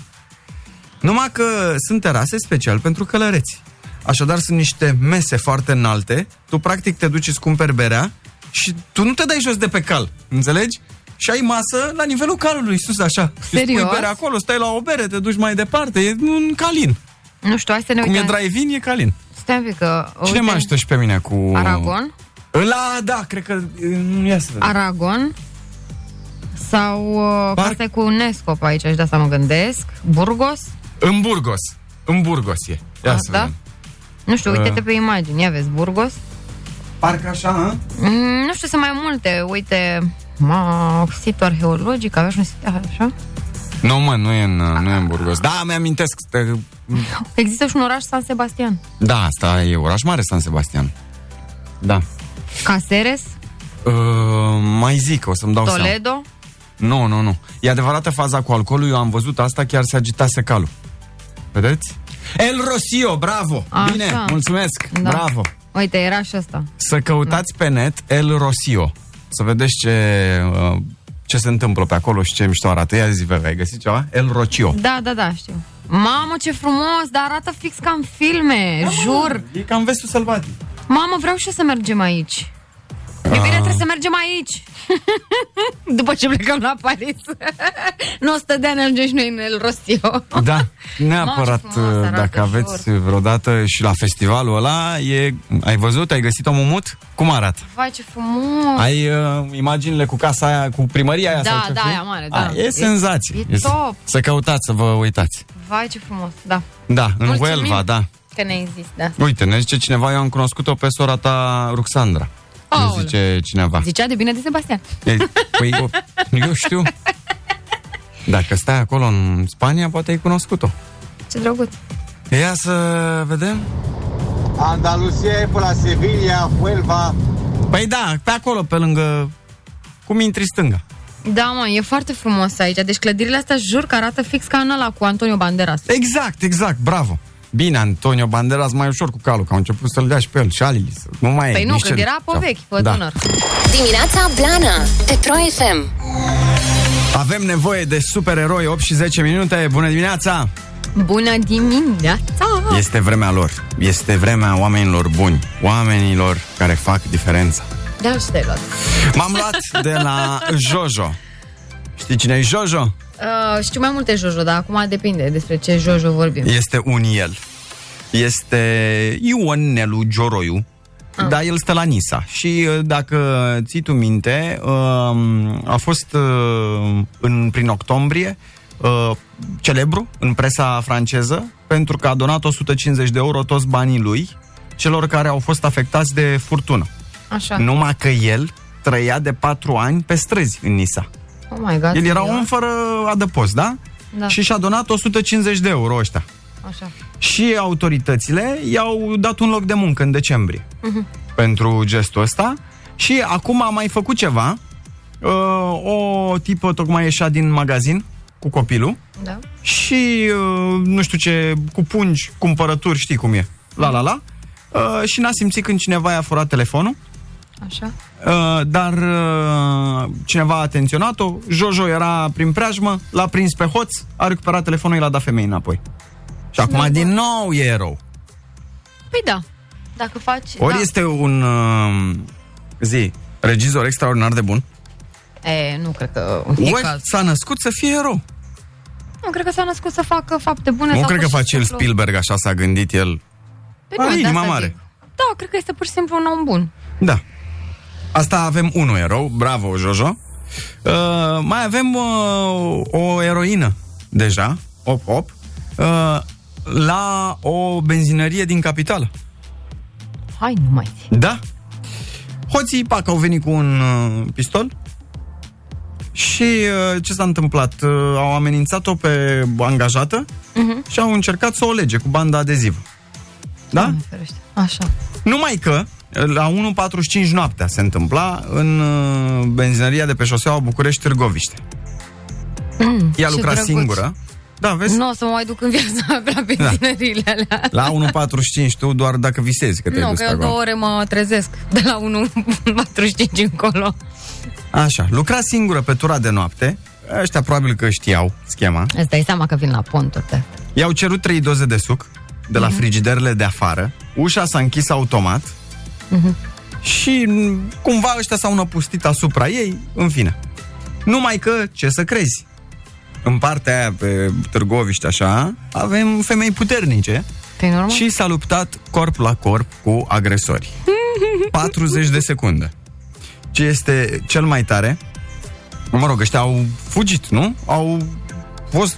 Speaker 2: Numai că sunt terase special pentru călăreți. Așadar sunt niște mese foarte înalte, tu practic te duci, îți cumperi berea și tu nu te dai jos de pe cal, înțelegi? Și ai masă la nivelul calului, sus așa. Și
Speaker 3: Serios?
Speaker 2: Pui berea acolo, stai la o bere, te duci mai departe, e un calin.
Speaker 3: Nu știu, hai să ne
Speaker 2: Cum e
Speaker 3: uităm.
Speaker 2: drive-in, e calin.
Speaker 3: Stai un pic că...
Speaker 2: Cine
Speaker 3: uite,
Speaker 2: mă ajută și pe mine cu...
Speaker 3: Aragon?
Speaker 2: La, da, cred că... mm, Ia să vedem.
Speaker 3: Aragon sau uh,
Speaker 2: Parc-
Speaker 3: asta e cu UNESCO pe aici, și de asta mă gândesc. Burgos?
Speaker 2: În Burgos. În Burgos e. Ia
Speaker 3: A,
Speaker 2: să
Speaker 3: da?
Speaker 2: vedem.
Speaker 3: Nu știu,
Speaker 2: Uh.
Speaker 3: uite-te pe imagini, ia vezi, Burgos.
Speaker 2: Parcă așa, hă?
Speaker 3: Mm, nu știu, sunt mai multe, uite, ma, sit arheologic, avea și un sit, așa.
Speaker 2: Nu, mă, nu e în, nu e în Burgos. Da, mi-amintesc. Te-
Speaker 3: Există și un oraș San Sebastian.
Speaker 2: Da, asta e oraș mare, San Sebastian. Da.
Speaker 3: Caseres,
Speaker 2: Uh, mai zic, o să-mi dau seama.
Speaker 3: Toledo.
Speaker 2: Nu, nu, nu. E adevărată faza cu alcoolul, eu am văzut asta, chiar se agitase calul. Vedeți? El Rosio, bravo!
Speaker 3: Așa.
Speaker 2: Bine, mulțumesc!
Speaker 3: Da.
Speaker 2: Bravo!
Speaker 3: Uite, era și asta.
Speaker 2: Să căutați pe net El Rosio. Să vedeți ce, uh, ce se întâmplă pe acolo și ce mișto arată. Ia zi, vei găsit ceva? El Rocio.
Speaker 3: Da, da, da, știu. Mamă, ce frumos, dar arată fix ca în filme,
Speaker 2: Da,
Speaker 3: jur.
Speaker 2: E ca în vestul sălbatic.
Speaker 3: Mamă, vreau și eu să mergem aici. Iubire, trebuie să mergem aici. După ce plecăm la Paris. nu 100 de ani ajungem și noi în El Rosio.
Speaker 2: Da, neapărat uh,
Speaker 3: Mamă, ce frumos arată,
Speaker 2: dacă aveți vreodată și la festivalul ăla, e, ai văzut, ai găsit omul mut? Cum arată?
Speaker 3: Vai, ce frumos.
Speaker 2: Ai uh, imaginile cu casa aia, cu primăria aia?
Speaker 3: Da,
Speaker 2: sau ce
Speaker 3: da,
Speaker 2: fi?
Speaker 3: aia mare, da.
Speaker 2: A, e senzație.
Speaker 3: e top.
Speaker 2: Să căutați, să vă uitați.
Speaker 3: Vai, ce frumos, da.
Speaker 2: Da, în
Speaker 3: Mulțumim.
Speaker 2: Huelva, da.
Speaker 3: Că ne-ai zis de asta.
Speaker 2: Uite, ne zice cineva, eu am cunoscut-o pe sora ta, Ruxandra. Ne
Speaker 3: Aoleu.
Speaker 2: zice cineva.
Speaker 3: Zicea de bine de Sebastian.
Speaker 2: E- Păi, eu, eu știu. Dacă stai acolo în Spania, poate ai cunoscut-o.
Speaker 3: Ce drăguț.
Speaker 2: Ia să vedem.
Speaker 9: Andalusia e pe la Sevilla, Huelva.
Speaker 2: Păi da, pe acolo, pe lângă... Cum intri stânga?
Speaker 3: Da, mă, e foarte frumos aici. Deci clădirile astea jur că arată fix ca în ăla cu Antonio Banderas.
Speaker 2: Exact, exact, bravo. Bine, Antonio Banderas mai ușor cu calul, că au început să-l dea și pe el și alii. să- Nu mai
Speaker 3: Păi
Speaker 2: e,
Speaker 3: nu,
Speaker 2: nici
Speaker 3: că
Speaker 2: el.
Speaker 3: era pe vechi, pe
Speaker 2: da.
Speaker 3: tânăr.
Speaker 1: Dimineața Blana Petro FM
Speaker 2: Avem nevoie de supereroi, 8 și 10 minute, bună dimineața!
Speaker 3: Bună dimineața!
Speaker 2: Este vremea lor, este vremea oamenilor buni, oamenilor care fac diferența.
Speaker 3: Da, și te-ai luat.
Speaker 2: M-am luat de la Jojo. Știi cine e Jojo?
Speaker 3: Uh, știu mai multe Jojo, dar acum depinde despre ce Jojo vorbim.
Speaker 2: Este un el. Este Ion Nelu Gioroiu, ah. dar el stă la Nisa. Și uh, dacă ții tu minte, um, a fost uh, în, prin octombrie uh, celebru în presa franceză pentru că a donat 150 de euro toți banii lui celor care au fost afectați de furtună.
Speaker 3: Așa.
Speaker 2: Numai că el trăia de patru ani pe străzi în Nisa.
Speaker 3: Oh my god.
Speaker 2: El era
Speaker 3: serios?
Speaker 2: om fără adăpost, da?
Speaker 3: Da.
Speaker 2: și și-a donat 150 de euro ăștia.
Speaker 3: Așa.
Speaker 2: Și autoritățile i-au dat un loc de muncă în decembrie
Speaker 3: Mhm.
Speaker 2: pentru gestul ăsta și acum a mai făcut ceva. Uh, o tipă tocmai ieșea din magazin cu copilul
Speaker 3: Da.
Speaker 2: și uh, nu știu ce, cu pungi, cumpărături, știi cum e. La la la. Uh, și n-a simțit când cineva i-a furat telefonul,
Speaker 3: Așa.
Speaker 2: uh, dar uh, cineva a atenționat-o, Jojo era prin preajmă, l-a prins pe hoț, a recuperat telefonul, i l-a dat femeii înapoi. Și acum din nou e erou.
Speaker 3: Păi da. Dacă faci...
Speaker 2: Ori
Speaker 3: da.
Speaker 2: este un uh, zi, regizor extraordinar de bun,
Speaker 3: E, nu cred că... e
Speaker 2: ori
Speaker 3: caz.
Speaker 2: s-a născut să fie erou.
Speaker 3: Nu, cred că s-a născut să facă fapte bune.
Speaker 2: Nu
Speaker 3: sau
Speaker 2: cred
Speaker 3: pur
Speaker 2: că
Speaker 3: Da, și
Speaker 2: face el
Speaker 3: simplu-
Speaker 2: Spielberg, așa s-a gândit el.
Speaker 3: Păi
Speaker 2: Are
Speaker 3: nu, de
Speaker 2: inima
Speaker 3: asta
Speaker 2: mare.
Speaker 3: zic. Da, cred că este pur și simplu un om bun.
Speaker 2: Da. Asta avem unul erou, bravo Jojo. Uh, mai avem uh, o eroină deja, op, op, uh, la o benzinărie din capitală.
Speaker 3: Hai, nu mai zi.
Speaker 2: Da. Hoții, pac, au venit cu un uh, pistol și uh, ce s-a întâmplat? Uh, au amenințat-o pe angajată
Speaker 3: Mhm.
Speaker 2: și au încercat să o lege cu banda adezivă. Da?
Speaker 3: Doamne ferește. Așa.
Speaker 2: Numai că uh, la 1.45 noaptea se întâmpla în uh, benzinăria de pe șoseaua București-Târgoviște.
Speaker 3: Mm,
Speaker 2: Ea
Speaker 3: ce
Speaker 2: lucra
Speaker 3: drăguț.
Speaker 2: singură. Da, vezi?
Speaker 3: Nu o să mă mai duc în viața mea prea pe
Speaker 2: Da.
Speaker 3: tinerile alea.
Speaker 2: La 1.45 tu doar dacă visezi că te-ai
Speaker 3: Nu,
Speaker 2: dus
Speaker 3: că
Speaker 2: pe
Speaker 3: eu
Speaker 2: acolo.
Speaker 3: două ore mă trezesc de la 1.45 încolo.
Speaker 2: Așa, lucra singură pe tura de noapte. Ăștia probabil că știau schema.
Speaker 3: Îți dai seama că vin la ponturi de
Speaker 2: I-au cerut 3 doze de suc de la frigiderele de afară. Ușa s-a închis automat. Și m, cumva ăștia s-au năpustit asupra ei, în fine. Numai că, ce să crezi, în partea aia pe Târgoviște, așa, avem femei puternice
Speaker 3: Păi normal?
Speaker 2: și s-a luptat corp la corp cu agresori. 40 de secunde. Ce este cel mai tare, mă rog, ăștia au fugit, nu? Au fost...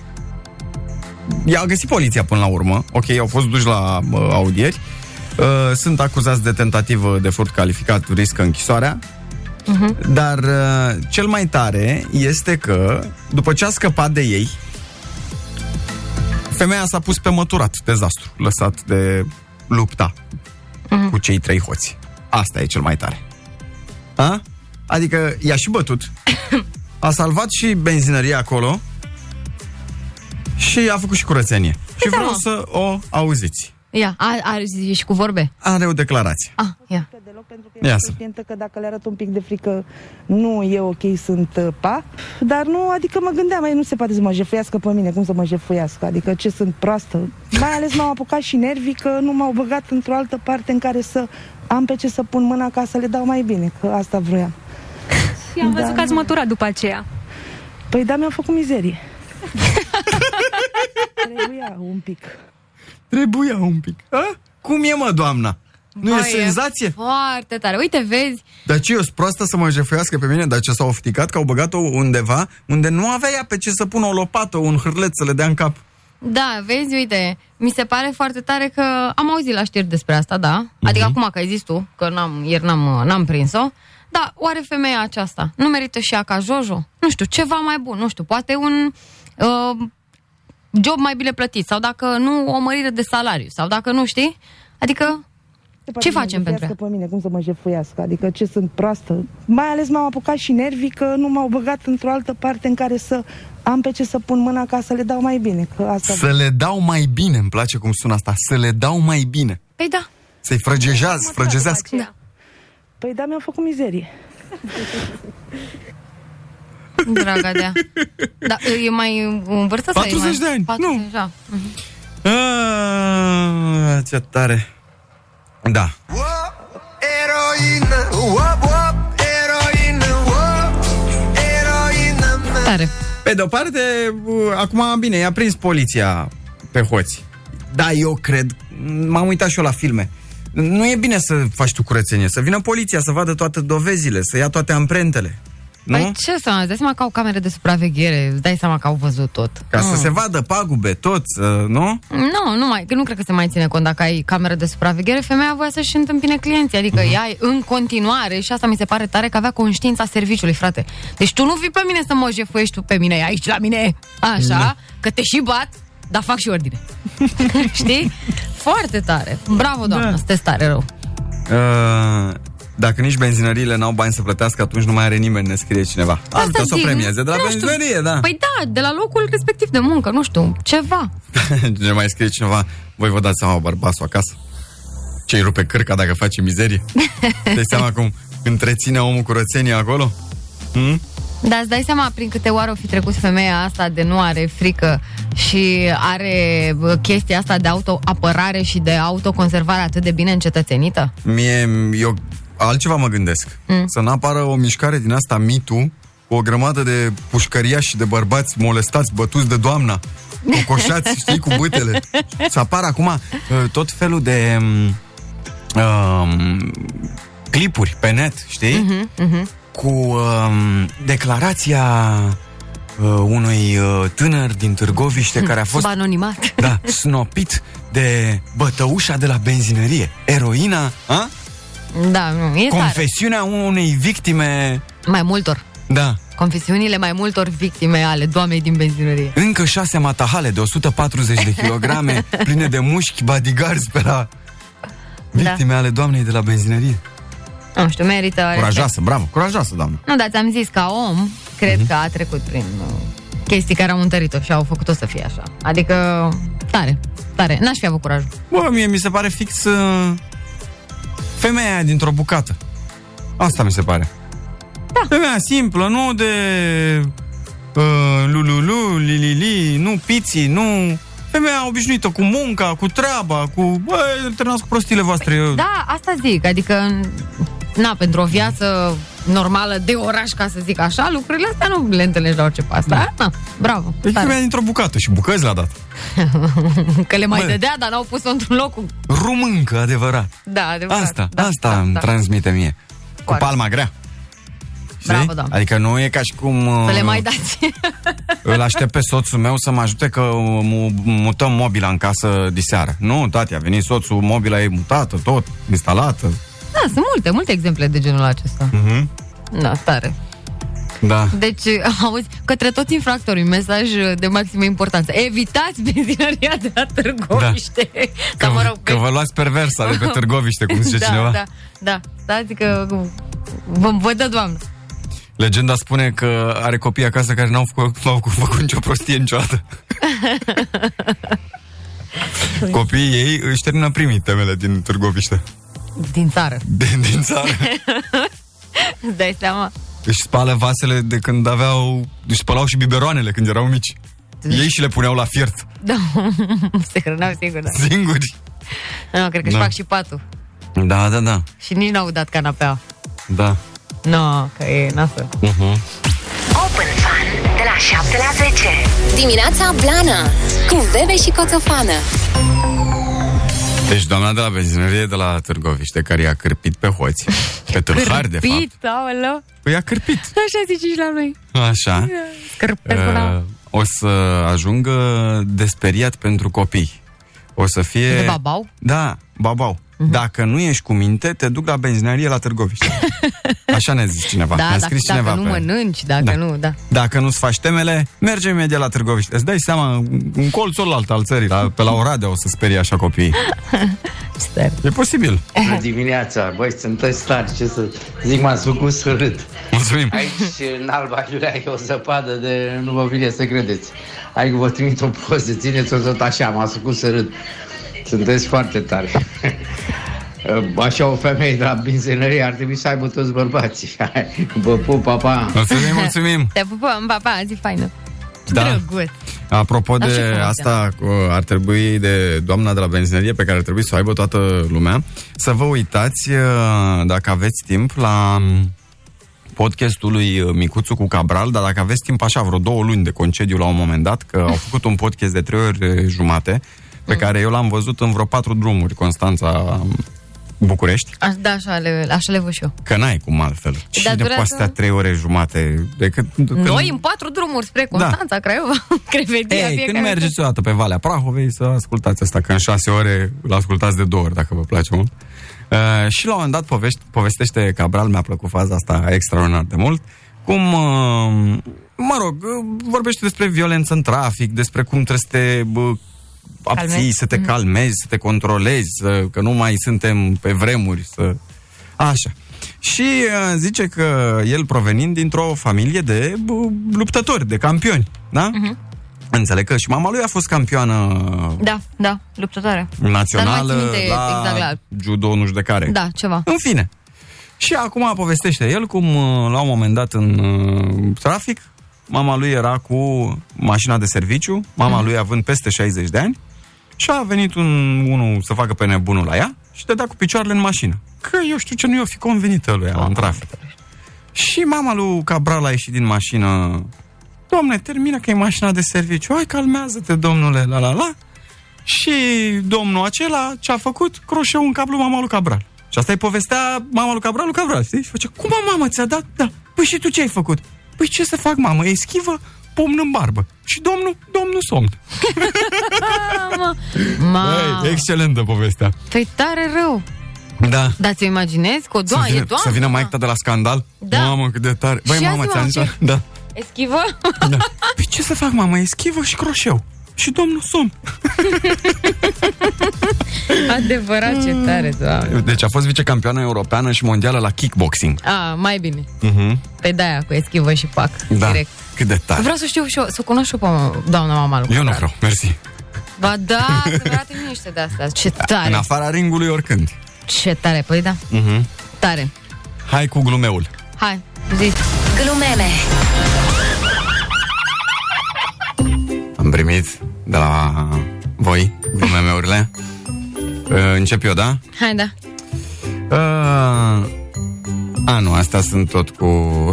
Speaker 2: I-a găsit poliția până la urmă, ok, au fost duși la uh, audieri, uh, sunt acuzați de tentativă de furt calificat, riscă închisoarea, dar uh, cel mai tare este că, după ce a scăpat de ei, femeia s-a pus pe măturat dezastru lăsat de lupta cu cei trei hoți. Asta e cel mai tare. A? Adică i-a și bătut, a salvat și benzinăria acolo și a făcut și curățenie. și
Speaker 3: da,
Speaker 2: vreau
Speaker 3: mă.
Speaker 2: să o auziți.
Speaker 3: Ia, a, a, ești cu vorbe?
Speaker 2: Are o declarație.
Speaker 3: Ah, ia.
Speaker 7: deloc pentru că
Speaker 2: Ia
Speaker 7: ești
Speaker 2: să-
Speaker 7: conștientă că dacă le arăt un pic de frică nu e ok, sunt uh, pa. Dar nu, adică mă gândeam, ei nu se poate să mă jefuiască pe mine, cum să mă jefuiască? Adică ce sunt proastă? Mai ales m-au apucat și nervii că nu m-au băgat într-o altă parte în care să am pe ce să pun mâna ca să le dau mai bine, că asta vroiam.
Speaker 10: Și am văzut
Speaker 7: Da.
Speaker 10: că ați măturat după aceea.
Speaker 7: Păi da, mi-au făcut mizerie. Trebuia un pic.
Speaker 2: Trebuia un pic. A? Cum e, mă, doamna? Nu
Speaker 3: Băi,
Speaker 2: e senzație?
Speaker 3: Foarte tare. Uite, vezi?
Speaker 2: Dar ce, eu sunt proastă să mă jefuiască pe mine? Dar ce s-a ofticat că au băgat-o undeva unde nu avea ea pe ce să pună o lopată, un hârlet să le dea în cap.
Speaker 3: Da, vezi, uite, mi se pare foarte tare că am auzit la știri despre asta, da?
Speaker 2: Mhm.
Speaker 3: Adică acum că ai zis tu, că n-am, ieri n-am, uh, n-am prins-o, da, oare femeia aceasta nu merită și ea ca Jojo? Nu știu, ceva mai bun, nu știu, poate un uh, job mai bine plătit sau dacă nu, o mărire de salariu sau dacă nu, știi? Adică, ce facem pentru ea?
Speaker 7: ea? pe mine, cum să mă jefuiască? Adică ce sunt proastă? Mai ales m-au apucat și nervii că nu m-au băgat într-o altă parte în care să am pe ce să pun mâna ca să le dau mai bine. Că asta...
Speaker 2: Să le dau mai bine, îmi place cum sună asta, să le dau mai bine.
Speaker 3: Păi da,
Speaker 2: Să-i frăgejaz, frăgezească.
Speaker 10: Da.
Speaker 7: Păi da, mi-au făcut mizerie.
Speaker 3: draga de Da, e mai în vârstă? sau e
Speaker 2: 40
Speaker 3: mai...
Speaker 2: de ani, nu.
Speaker 3: 40, da.
Speaker 2: Aaa, Ah, ce tare. Da.
Speaker 9: Eroină, uop, uop, eroină, uop, eroină mea.
Speaker 3: Tare.
Speaker 2: Pe de-o parte, uh, acum, bine, i-a prins poliția pe hoți. Da, eu cred, m-am uitat și eu la filme. Nu e bine să faci tu curățenie, să vină poliția, să vadă toate dovezile, să ia toate amprentele. nu?
Speaker 3: Păi ce să îți dai seama că au camere de supraveghere, îți dai seama că au văzut tot.
Speaker 2: Ca să
Speaker 3: Mm.
Speaker 2: se vadă pagube toți, uh, nu?
Speaker 3: Nu, nu mai, că nu cred că se mai ține cont dacă ai cameră de supraveghere, femeia voia să-și întâmpine clienții, adică
Speaker 2: Mhm.
Speaker 3: uh-huh. ea în continuare și asta mi se pare tare că avea conștiința serviciului, frate. Deci tu nu vii pe mine să mă jefuiești tu pe mine aici la mine, așa,
Speaker 5: Da.
Speaker 3: că te și bat, dar fac și ordine. Știi? Foarte tare. Bravo, doamnă, da. sunteți tare rău.
Speaker 2: Uh, dacă nici benzinăriile n-au bani să plătească, atunci nu mai are nimeni, ne scrie cineva. Asta să o
Speaker 3: zic,
Speaker 2: premieze de la
Speaker 3: nu știu.
Speaker 2: benzinărie, da.
Speaker 3: Păi da, de la locul respectiv de muncă, nu știu, ceva.
Speaker 2: ne mai scrie cineva, voi vă dați seama bărbatul acasă? Ce-i rupe cârca dacă face mizerie? Dai seama cum întreține omul curățenia acolo? Hmm?
Speaker 3: Dar îți dai seama prin câte oare o fi trecut femeia asta de nu are frică și are bă, chestia asta de autoapărare și de autoconservare atât de bine încetățenită?
Speaker 2: Mie, eu altceva mă gândesc. Mm. Să n-apară o mișcare din asta mitu cu o grămadă de pușcăriași și de bărbați molestați, bătuți de doamna, cocoșați, știi, cu bâtele. Să apară acum uh, tot felul de um, um, clipuri pe net, știi?
Speaker 5: Mhm, mhm.
Speaker 2: Cu um, declarația uh, unui uh, tânăr din Târgoviște
Speaker 5: Hmm.
Speaker 2: care a fost
Speaker 3: Sub anonimat.
Speaker 2: da, snopit de bătăușa de la benzinărie. Eroina, a?
Speaker 3: Da, nu, e tare.
Speaker 2: Confesiunea unei victime...
Speaker 3: Mai multor.
Speaker 2: Da.
Speaker 3: Confesiunile mai multor victime ale doamnei din benzinărie.
Speaker 2: Încă șase matahale de 140 de kilograme, pline de mușchi, bodyguards pe la victime
Speaker 3: Da.
Speaker 2: ale doamnei de la benzinărie.
Speaker 3: Nu știu, merită...
Speaker 2: Curajoasă, Mhm. bravo, curajoasă, doamnă.
Speaker 3: Nu, dar ți-am zis, ca om, cred că a trecut prin uh, chestii care au întărit-o și au făcut-o să fie așa. Adică, tare, tare. N-aș fi avut curajul.
Speaker 2: Bă, mie mi se pare fix uh, femeia aia dintr-o bucată. Asta mi se pare. Da. Femeia simplă, nu de uh, lululu, lilili, nu piții, nu... Femeia obișnuită cu munca, cu treaba, cu... Bă, terminați cu prostiile voastre. eu-
Speaker 3: Da, asta zic, adică na, pentru o viață normală de oraș, ca să zic așa, lucrurile astea nu le întâlnești la orice pas, da? Na, bravo,
Speaker 2: E femeia
Speaker 3: tare.
Speaker 2: Deci dintr-o bucată și bucăți la dat.
Speaker 3: Că le mai
Speaker 2: Bă.
Speaker 3: dădea, dar n-au pus-o într-un loc. cu-
Speaker 2: Rumâncă, adevărat.
Speaker 3: Da, adevărat.
Speaker 2: Asta, da, asta da, îmi da. transmite mie. Cu palma grea.
Speaker 3: Bravo, doamnă.
Speaker 2: Adică nu e ca și cum...
Speaker 3: Să le
Speaker 2: uh,
Speaker 3: mai da. dați.
Speaker 2: Îl aștept pe soțul meu să mă ajute că uh, mu- mutăm mobila în casă diseară. Nu, tati, a venit soțul, mobila e mutată, tot, instalată.
Speaker 3: Da, sunt multe, multe exemple de genul acesta.
Speaker 2: Mm-hmm.
Speaker 3: Da, tare.
Speaker 2: Da.
Speaker 3: Deci, auzi, către toți infractorii, mesaj de maximă importanță. Evitați benzinăria de la Târgoviște. Da.
Speaker 2: Că, mă rog, că vă luați perversa de pe Târgoviște, cum zice
Speaker 3: da,
Speaker 2: cineva.
Speaker 3: Da, da, da, adică vă, vă dă doamnă.
Speaker 2: Legenda spune că are copii acasă care n-au făcut, n-au făcut, făcut nicio prostie niciodată. Copiii ei își termină primii temele din Târgoviște.
Speaker 3: Din țară.
Speaker 2: Din, din țară.
Speaker 3: Îți dai seama?
Speaker 2: Își spală vasele de când aveau... Își spălau și biberoanele când erau mici. Ei și le puneau la fiert,
Speaker 3: Da, se hrăneau singur, da.
Speaker 2: singuri.
Speaker 3: Nu, cred că își
Speaker 2: Da.
Speaker 3: fac și patul.
Speaker 2: Da, da, da,
Speaker 3: Și nici n-au dat canapea.
Speaker 2: da.
Speaker 3: Nu, no, că e nasă.
Speaker 2: Uh-huh.
Speaker 8: Open Fun de la 7 la 10.
Speaker 1: Dimineața Blana Cu Bebe și Coțofană
Speaker 2: Deci doamna de la benzinărie de la Târgoviște, care i-a cârpit pe hoți, pe tâlhari, de fapt,
Speaker 3: Cârpit, aoleu.
Speaker 2: păi i-a cârpit.
Speaker 3: Așa zici și la noi.
Speaker 2: Așa.
Speaker 3: Scârpesc la...
Speaker 2: Uh, o să ajungă desperiat pentru copii. O să fie...
Speaker 3: De babau? Mhm.
Speaker 2: Da, babau. Uh-huh. Dacă nu ești cu minte, te duc la benzinărie la Târgoviște. Așa ne-a zis cineva.
Speaker 3: Da,
Speaker 2: ne-a
Speaker 3: dacă,
Speaker 2: scris cineva
Speaker 3: dacă nu
Speaker 2: pe...
Speaker 3: mănânci, dacă
Speaker 2: Da.
Speaker 3: nu, da.
Speaker 2: Dacă nu-ți faci temele, mergem imediat la Târgoviște. Îți dai seama, un colț oricalt al țării, la, pe la Oradea o să sperie așa copiii. E posibil.
Speaker 11: Bună dimineața, băi, sunteți tari, ce să zic, m-ați făcut să râd.
Speaker 2: Mulțumim.
Speaker 11: Aici, în Alba Iulia, e o zăpadă de nu vă vine să credeți. Hai că vă trimit o poză, țineți-o tot așa, m-ați făcut să râd. Sunteți foarte tari. Așa o femeie de la benzinărie ar trebui să aibă toți bărbații. Hai, Vă pup, pa, pa.
Speaker 2: Mulțumim, mulțumim.
Speaker 3: Te pupăm, pa, pa, zi faină.
Speaker 2: Da.
Speaker 3: Drăguț.
Speaker 2: Apropo
Speaker 3: Dar ce
Speaker 2: de
Speaker 3: frumos,
Speaker 2: asta, cu- ar trebui de doamna de la benzinărie pe care ar trebui să o aibă toată lumea, să vă uitați, uh, dacă aveți timp, la um, podcastul lui uh, Micuțu cu Cabral, dar dacă aveți timp așa vreo două luni de concediu la un moment dat, că au făcut un podcast
Speaker 3: Mm.
Speaker 2: de trei ori uh, jumate, pe care eu l-am văzut în vreo patru drumuri, Constanța um, București,
Speaker 3: Aș, da, așa le, așa le văd și eu.
Speaker 2: că n-ai cum altfel. Cine
Speaker 3: durează-
Speaker 2: poate sta trei ore jumate? Decât,
Speaker 3: Noi în patru drumuri spre Constanța, Craiova, Crevedia,
Speaker 2: Da. Ei,
Speaker 3: fiecare
Speaker 2: când mergeți o dată pe Valea Prahovei să ascultați asta, că în șase ore îl ascultați de două ori, dacă vă place mult. Uh, și la un moment dat povești, povestește Cabral, mi-a plăcut faza asta extraordinar de mult, cum, uh, mă rog, uh, vorbește despre violență în trafic, despre cum trebuie să te bă, abții,
Speaker 5: Calmezi.
Speaker 2: să te
Speaker 5: Mhm.
Speaker 2: calmezi, să te controlezi, să, că nu mai suntem pe vremuri, să... Așa. Și uh, zice că el provenind dintr-o familie de bă, luptători, de campioni, da?
Speaker 3: Mhm.
Speaker 2: Înțeleg că și mama lui a fost campioană
Speaker 3: Da, da, luptătoare.
Speaker 2: națională
Speaker 3: Dar nu mai țin minte
Speaker 2: la,
Speaker 3: exact la-
Speaker 2: judo, nu știu de care.
Speaker 3: Da, ceva.
Speaker 2: În fine. Și acum povestește el cum uh, la un moment dat în uh, trafic mama lui era cu mașina de serviciu, mama lui având peste 60 de ani și a venit un, unul să facă pe nebunul la ea și te da cu picioarele în mașină. Că eu știu ce nu i-o fi convenită lui ea în trafic. Și mama lui Cabral a ieșit din mașină Domne, termină că e mașina de serviciu. Hai, calmează-te, domnule, la la la. Și domnul acela ce a făcut? Croșeu un cablu mama lui Cabral. Și asta e povestea mama lui Cabral, lui Cabral, știi? Și face, cum mă, mamă, ți-a dat? Da. Păi și tu ce ai făcut? Păi ce să fac, mamă? Ei schivă pomn în barbă. Și domnul, domnul somn.
Speaker 3: Ma,
Speaker 2: excelentă povestea.
Speaker 3: păi tare rău.
Speaker 2: Da.
Speaker 3: Dar ți-o imaginezi că o
Speaker 2: Să
Speaker 3: doamnă, e
Speaker 2: vină, să
Speaker 3: doamnă?
Speaker 2: vină maica de la scandal?
Speaker 3: Da.
Speaker 2: Mamă, cât de tare. Băi,
Speaker 3: Și
Speaker 2: mamă,
Speaker 3: azi,
Speaker 2: ți-am
Speaker 3: mamă,
Speaker 2: zis...
Speaker 3: ce-
Speaker 2: Da.
Speaker 3: Eschivă?
Speaker 2: da. Păi ce să fac, mamă? Eschivă și croșeu. Și domnul somn.
Speaker 3: Adevărat,
Speaker 2: Mm.
Speaker 3: ce tare, doamne.
Speaker 2: Deci a fost vicecampioană europeană și mondială la kickboxing.
Speaker 3: A, mai bine.
Speaker 2: Mm-hmm.
Speaker 3: Pe de-aia cu eschivă și pac.
Speaker 2: Da.
Speaker 3: Direct.
Speaker 2: Cât de tare.
Speaker 3: Vreau să știu și eu, să o cunosc și eu pe mama- doamna mama lui.
Speaker 2: Eu nu vreau, mersi.
Speaker 3: Ba da, să vă arate mie niște de astea. Ce
Speaker 2: În
Speaker 3: tare,
Speaker 2: afara ringului oricând.
Speaker 3: ce tare, păi da,
Speaker 2: Mm-hmm.
Speaker 3: tare.
Speaker 2: Hai cu glumeul.
Speaker 3: Hai, zi. Glumeme.
Speaker 2: Am primit de la voi glumemeurile. Uh, Încep eu, da?
Speaker 3: Hai, da.
Speaker 2: Uh, a, nu, astea sunt tot cu...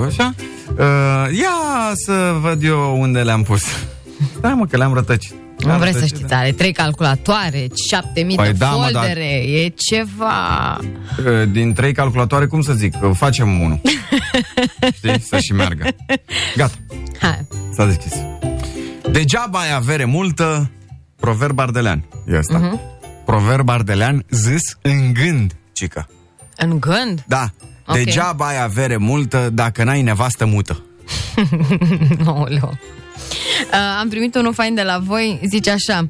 Speaker 2: Așa? Uh, ia să văd eu unde le-am pus. Stai mă, că le-am rătăcit.
Speaker 3: Nu vrei să știți, are trei calculatoare, șapte mii
Speaker 2: da. Păi
Speaker 3: de
Speaker 2: da, mă, dar-
Speaker 3: foldere, e ceva.
Speaker 2: Uh, Din trei calculatoare, cum să zic, uh, facem unul. Știi? Să și meargă. Gata.
Speaker 3: Hai.
Speaker 2: S-a deschis. Degeaba ai avere multă, proverb ardelean. E asta.
Speaker 3: Mhm.
Speaker 2: Proverb ardelean zis în gând, cică.
Speaker 3: În gând?
Speaker 2: Da.
Speaker 3: Ok.
Speaker 2: Degeaba ai avere multă dacă n-ai nevastă mută.
Speaker 3: Aoleu. Uh, am primit unul fain de la voi, zice așa.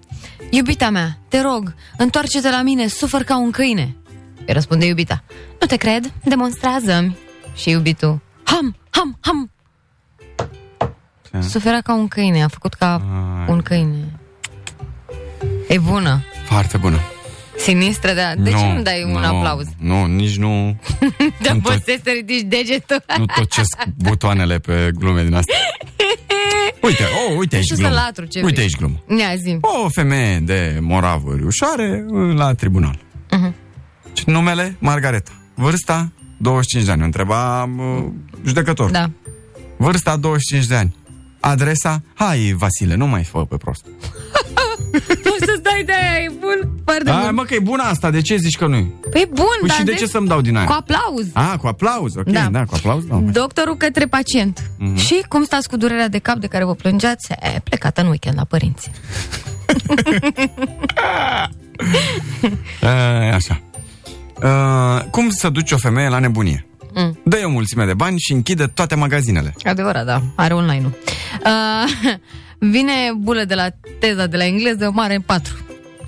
Speaker 3: Iubita mea, te rog, întoarce-te la mine, sufăr ca un câine. Îi răspunde iubita. Nu te cred, demonstrează-mi. Și iubitul. Ham, ham, ham. Sufera ca un câine, a făcut ca un câine. E bună,
Speaker 2: Foarte bună.
Speaker 3: sinistră, dar de ce nu dai un aplauz?
Speaker 2: Nu, nici nu,
Speaker 3: Dar
Speaker 2: Nu
Speaker 3: poți
Speaker 2: tot-
Speaker 3: să te ridici degetul.
Speaker 2: nu tocesc butoanele pe glume din asta. Uite, oh, uite
Speaker 3: Nu
Speaker 2: aici
Speaker 3: știu să
Speaker 2: glumă.
Speaker 3: latru, ce
Speaker 2: uite
Speaker 3: vrei.
Speaker 2: aici glumă.
Speaker 3: Ia zi.
Speaker 2: O femeie de moravuri ușoare la tribunal.
Speaker 3: Mhm.
Speaker 2: Și Numele Margareta. Vârsta 25 de ani. O Întreba uh, judecător.
Speaker 3: Da.
Speaker 2: Vârsta 25 de ani. Adresa? Hai, Vasile, nu mai fă pe prost.
Speaker 3: Poți să-ți dai de aia, e bun. Foarte
Speaker 2: Hai,
Speaker 3: Da, bun.
Speaker 2: mă, că e bună asta. De ce zici că nu e?
Speaker 3: Păi bun,
Speaker 2: Păi
Speaker 3: dar
Speaker 2: și
Speaker 3: am
Speaker 2: de
Speaker 3: zis
Speaker 2: ce să-mi dau din aia?
Speaker 3: Cu aplauz.
Speaker 2: Ah, cu aplauz, ok,
Speaker 3: Da.
Speaker 2: da, cu aplauz, da.
Speaker 3: Doctorul către pacient.
Speaker 2: Mhm.
Speaker 3: Și cum stați cu durerea de cap de care vă plângeați? E, plecată în weekend la părinți.
Speaker 2: E, așa. E, cum să duci o femeie la nebunie?
Speaker 3: Mm.
Speaker 2: Dă o mulțime de bani și închide toate magazinele.
Speaker 3: Adevărat, da. Are online-ul. Uh, vine bulă de la teza de la engleză, mare în patru.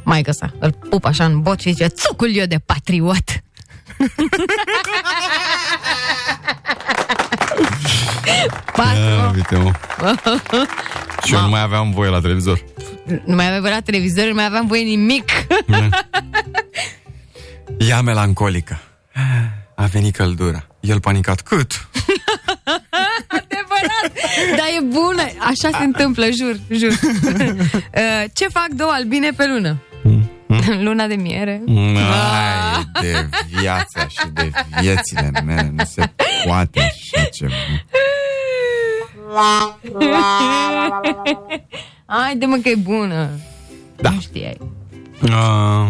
Speaker 3: Maică sa, îl pup așa în bot și zice, țucul eu de patriot.
Speaker 2: Ia,
Speaker 3: patru.
Speaker 2: uite, mă. Și eu nu mai aveam voie la televizor.
Speaker 3: nu mai aveam voie la televizor, nu mai aveam voie nimic.
Speaker 2: Ea melancolică. A venit căldura. El panicat. Cât?
Speaker 3: Adevărat! Dar e bună! Așa se întâmplă, jur, jur. Uh, Ce fac două albine pe lună?
Speaker 2: Mm,
Speaker 3: În Luna de miere.
Speaker 2: Mai de viața și de viețile mele. Nu se poate așa ceva.
Speaker 3: Haide mă că e bună.
Speaker 2: Da.
Speaker 3: Nu știai.
Speaker 2: Uh,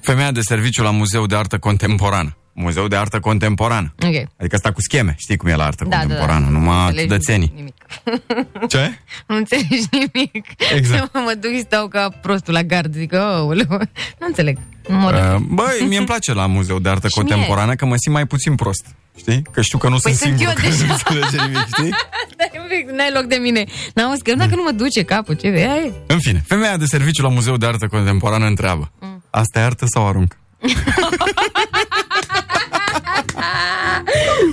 Speaker 2: femeia de serviciu la Muzeu de Artă Contemporană. Muzeu de Artă Contemporană.
Speaker 3: Ok.
Speaker 2: Adică asta cu scheme, știi cum e la artă
Speaker 3: Da, da,
Speaker 2: contemporană,
Speaker 3: da. Nu
Speaker 2: numai
Speaker 3: înțelegi
Speaker 2: ciudățenii.
Speaker 3: nimic.
Speaker 2: Ce?
Speaker 3: Nu înțelegi nimic.
Speaker 2: Exact.
Speaker 3: mă duc și stau ca prostul la gard, zic, oh, nu înțeleg. Mă
Speaker 2: Uh,
Speaker 3: rău.
Speaker 2: Băi, mie îmi place la Muzeu de Artă
Speaker 3: Și mie.
Speaker 2: Contemporană că mă simt mai puțin prost. Știi? Că știu că nu
Speaker 3: Păi
Speaker 2: sunt
Speaker 3: sunt eu
Speaker 2: singur care nu
Speaker 3: deja.
Speaker 2: înțelege nimic, știi?
Speaker 3: Stai un pic, N-ai loc de mine. N-auzi că dacă nu mă duce capul, ce vei? Ai?
Speaker 2: În fine, femeia de serviciu la Muzeul de Artă Contemporană întreabă.
Speaker 3: Mm.
Speaker 2: Asta e artă sau arunc?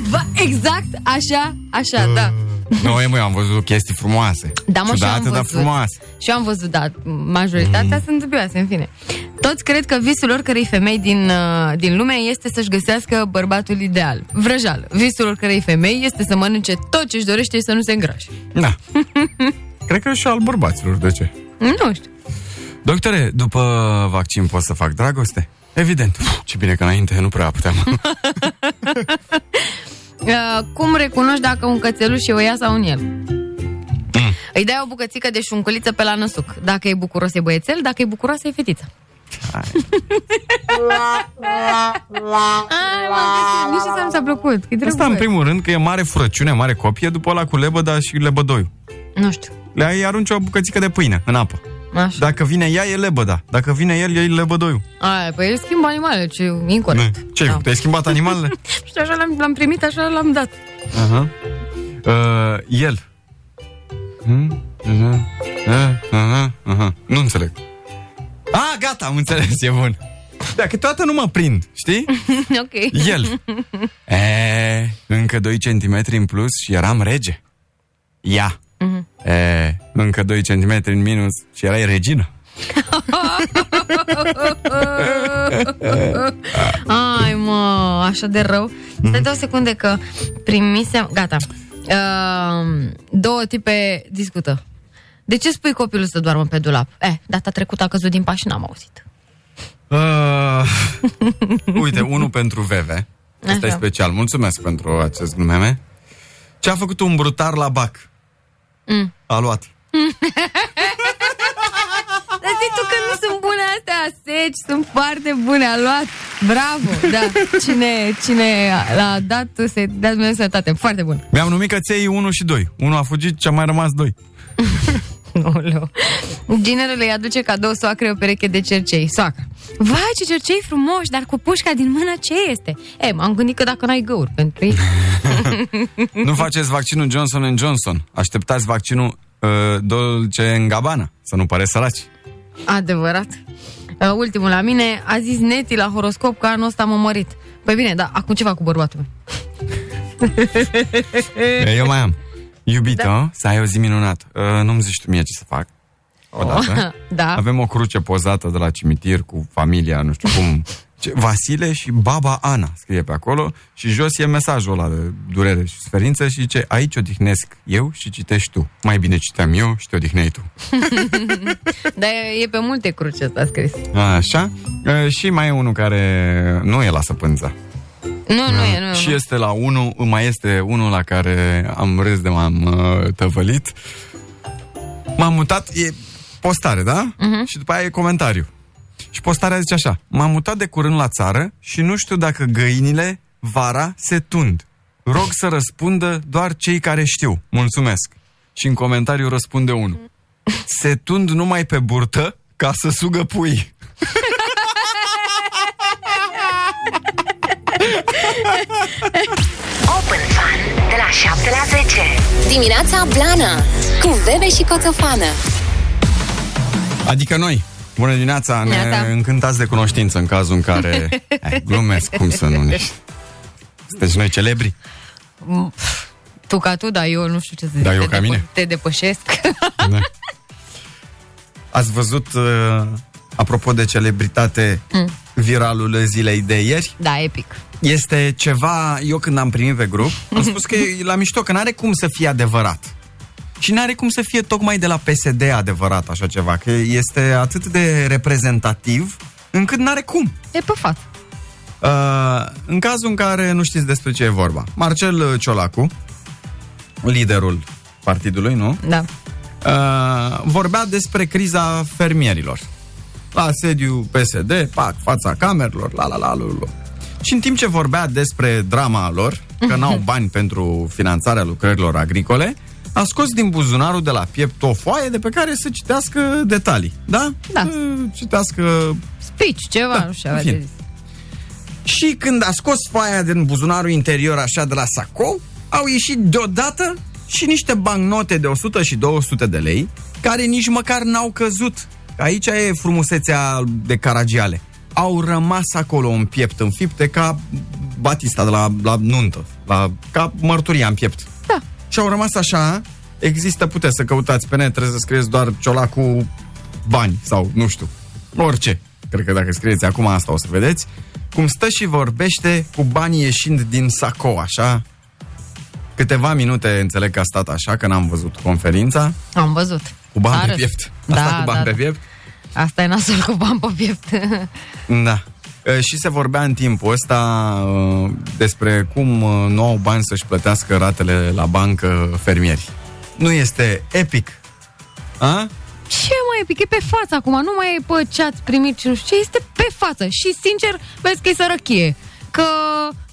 Speaker 3: Va, exact așa, așa, da.
Speaker 2: Nu, e, măi, am văzut chestii frumoase.
Speaker 3: Da, mă, și eu am
Speaker 2: Ciudate, dar Mm.
Speaker 3: văzut.
Speaker 2: frumoase.
Speaker 3: Și eu am văzut, da, majoritatea sunt dubioase, în fine. Toți cred că visul oricărei femei din, uh, din lume este să-și găsească bărbatul ideal. Vrăjal. Visul oricărei femei este să mănânce tot ce-și dorește și să nu se îngrașe.
Speaker 2: Da. Cred că și al bărbaților, de ce?
Speaker 3: Nu știu.
Speaker 2: Doctore, după vaccin pot să fac dragoste? Evident. Uf, ce bine că înainte nu prea puteam.
Speaker 3: Uh, cum recunoști dacă un cățeluș e o ea sau un el?
Speaker 2: Mm.
Speaker 3: Îi dai o bucățică de șunculiță pe la năsuc. Dacă e bucuros, e băiețel. Dacă e bucuroasă, e fetiță. Ai, m-am găsit. Nici asta nu mi s-a plăcut. Că e
Speaker 2: Asta în primul rând că e mare furăciune, mare copie, după la cu lebăda și lebădoiul.
Speaker 3: Nu știu.
Speaker 2: Le ai arunci o bucățică de pâine în apă.
Speaker 3: Așa.
Speaker 2: Dacă vine ea, e lebăda. Dacă vine el, e lebădoiul.
Speaker 3: Ai, păi el schimbă animale, ce e incorrect.
Speaker 2: Ce, da. te-ai schimbat animalele?
Speaker 3: Și așa l-am, l-am primit, așa l-am dat.
Speaker 2: Aha. Uh, el. Hmm? Aha. Aha. Aha. Aha. Nu înțeleg. A, gata, am înțeles, e bun. Da, câteodată nu mă prind, știi?
Speaker 3: ok.
Speaker 2: El. E, încă 2 cm în plus și eram rege. Ea.
Speaker 3: Mhm.
Speaker 2: E, încă 2 cm în minus și erai regină.
Speaker 3: Ai, mă, așa de rău. Stai două secunde că primisem... Gata. Uh, două tipe discută. De ce spui copilul să doarmă pe dulap? Eh, data trecută a căzut din pas și n-am auzit.
Speaker 2: Uh, uite, unul pentru Veve. Asta e
Speaker 3: Așa.
Speaker 2: special. Mulțumesc pentru acest glumeme. Ce a făcut un brutar la bac?
Speaker 3: Mm.
Speaker 2: A luat.
Speaker 3: Dar zici tu că nu sunt bune astea seci, sunt foarte bune, a luat. Bravo, da. Cine, cine l-a dat, se dea Dumnezeu sănătate. Foarte bun.
Speaker 2: Mi-am numit căței 1 și 2. Unul a fugit și a mai rămas 2.
Speaker 3: Oleu. Ginerele îi aduce cadou soacrei o pereche de cercei. Soacra. Vai, ce cercei frumoși, dar cu pușca din mână ce este? E, m-am gândit că dacă n-ai găuri pentru ei...
Speaker 2: nu faceți vaccinul Johnson Johnson. Așteptați vaccinul uh, Dolce în Gabbana, să nu pare săraci.
Speaker 3: Adevărat. Uh, ultimul la mine, a zis Neti la horoscop că anul ăsta m-a mărit. Păi bine, dar acum ce fac cu bărbatul meu?
Speaker 2: Eu mai am. Iubito, da. să ai o zi minunată. Uh, nu-mi zici tu mie ce să fac. Odată.
Speaker 3: Da.
Speaker 2: Avem o cruce pozată de la cimitir cu familia, nu știu cum. Ce, Vasile și baba Ana scrie pe acolo și jos e mesajul ăla de durere și suferință și zice aici odihnesc eu și citești tu. Mai bine citeam eu și te odihneai tu.
Speaker 3: Dar e, e pe multe cruci asta scris.
Speaker 2: Așa. E, Și mai e unul care nu e la săpânza.
Speaker 3: Nu, nu e, nu
Speaker 2: Și
Speaker 3: e.
Speaker 2: este la unul, mai este unul la care am râs de m-am uh, tăvălit. M-am mutat, e postare, da? Uh-huh. Și după aia e comentariu. Și postarea zice așa, m-am mutat de curând la țară și nu știu dacă găinile vara se tund. Rog să răspundă doar cei care știu. Mulțumesc. Și în comentariu răspunde unul. Se tund numai pe burtă ca să sugă pui.
Speaker 8: Open Fun de la 7 la 10.
Speaker 1: Dimineața Blana Cu Bebe și Coțofană
Speaker 2: Adică noi. Bună dimineața, ne
Speaker 1: Neața.
Speaker 2: încântați de cunoștință în cazul în care... Hai, glumesc, cum să nu ne... Sunteți noi celebri?
Speaker 3: Mm, pf, Tu ca tu, dar eu nu știu ce să zic.
Speaker 2: Da, eu
Speaker 3: Te
Speaker 2: ca
Speaker 3: depă-
Speaker 2: mine.
Speaker 3: Te depășesc.
Speaker 2: Ați văzut, uh, apropo de celebritate,
Speaker 3: Mm.
Speaker 2: viralul zilei de ieri?
Speaker 3: Da, epic.
Speaker 2: Este ceva, eu când am primit pe grup, am spus că e la mișto, că n-are cum să fie adevărat. Și n-are cum să fie tocmai de la PSD adevărat așa ceva, că este atât de reprezentativ, încât n-are cum.
Speaker 3: E pe față.
Speaker 2: Uh, în cazul în care nu știți despre ce e vorba, Marcel uh, Ciolacu, liderul partidului, nu?
Speaker 3: Da.
Speaker 2: Uh, vorbea despre criza fermierilor. la sediu PSD, pac, fața camerelor, la la la la la. Și în timp ce vorbea despre drama lor, că n-au bani pentru finanțarea lucrărilor agricole, a scos din buzunarul de la piept o foaie de pe care să citească detalii, da?
Speaker 3: Da.
Speaker 2: Să Citească
Speaker 3: Speech, ceva, nu știu,
Speaker 2: Da, în
Speaker 3: avea de
Speaker 2: fine.
Speaker 3: zis.
Speaker 2: Și când a scos foaia din buzunarul interior așa de la sacou, au ieșit deodată și niște bancnote de 100 și 200 de lei, care nici măcar n-au căzut. Aici e frumusețea de caragiale. Au rămas acolo în piept, în fipte, ca Batista de la, la nuntă, la, ca mărturia în piept. Da. Și au rămas așa, există, puteți să căutați pe net, trebuie să scrieți doar ciolacul bani sau nu știu, orice. Cred că dacă scrieți acum asta o să vedeți. Cum stă și vorbește cu banii ieșind din sacou, așa. Câteva minute înțeleg că a stat așa, că n-am văzut conferința.
Speaker 3: Am văzut.
Speaker 2: Cu bani
Speaker 3: Arăt.
Speaker 2: pe piept.
Speaker 3: Da,
Speaker 2: Asta cu bani
Speaker 3: da,
Speaker 2: pe
Speaker 3: da.
Speaker 2: piept.
Speaker 3: Asta e nasol cu bani pe piept.
Speaker 2: Da. E, Și se vorbea în timpul ăsta uh, despre cum uh, nu au bani să-și plătească ratele la bancă fermieri. Nu este epic? A?
Speaker 3: Ce mai e pic? E pe față acum, nu mai e pe ce ați primit și nu știu ce, este pe față. Și sincer, vezi că e sărăchie. Că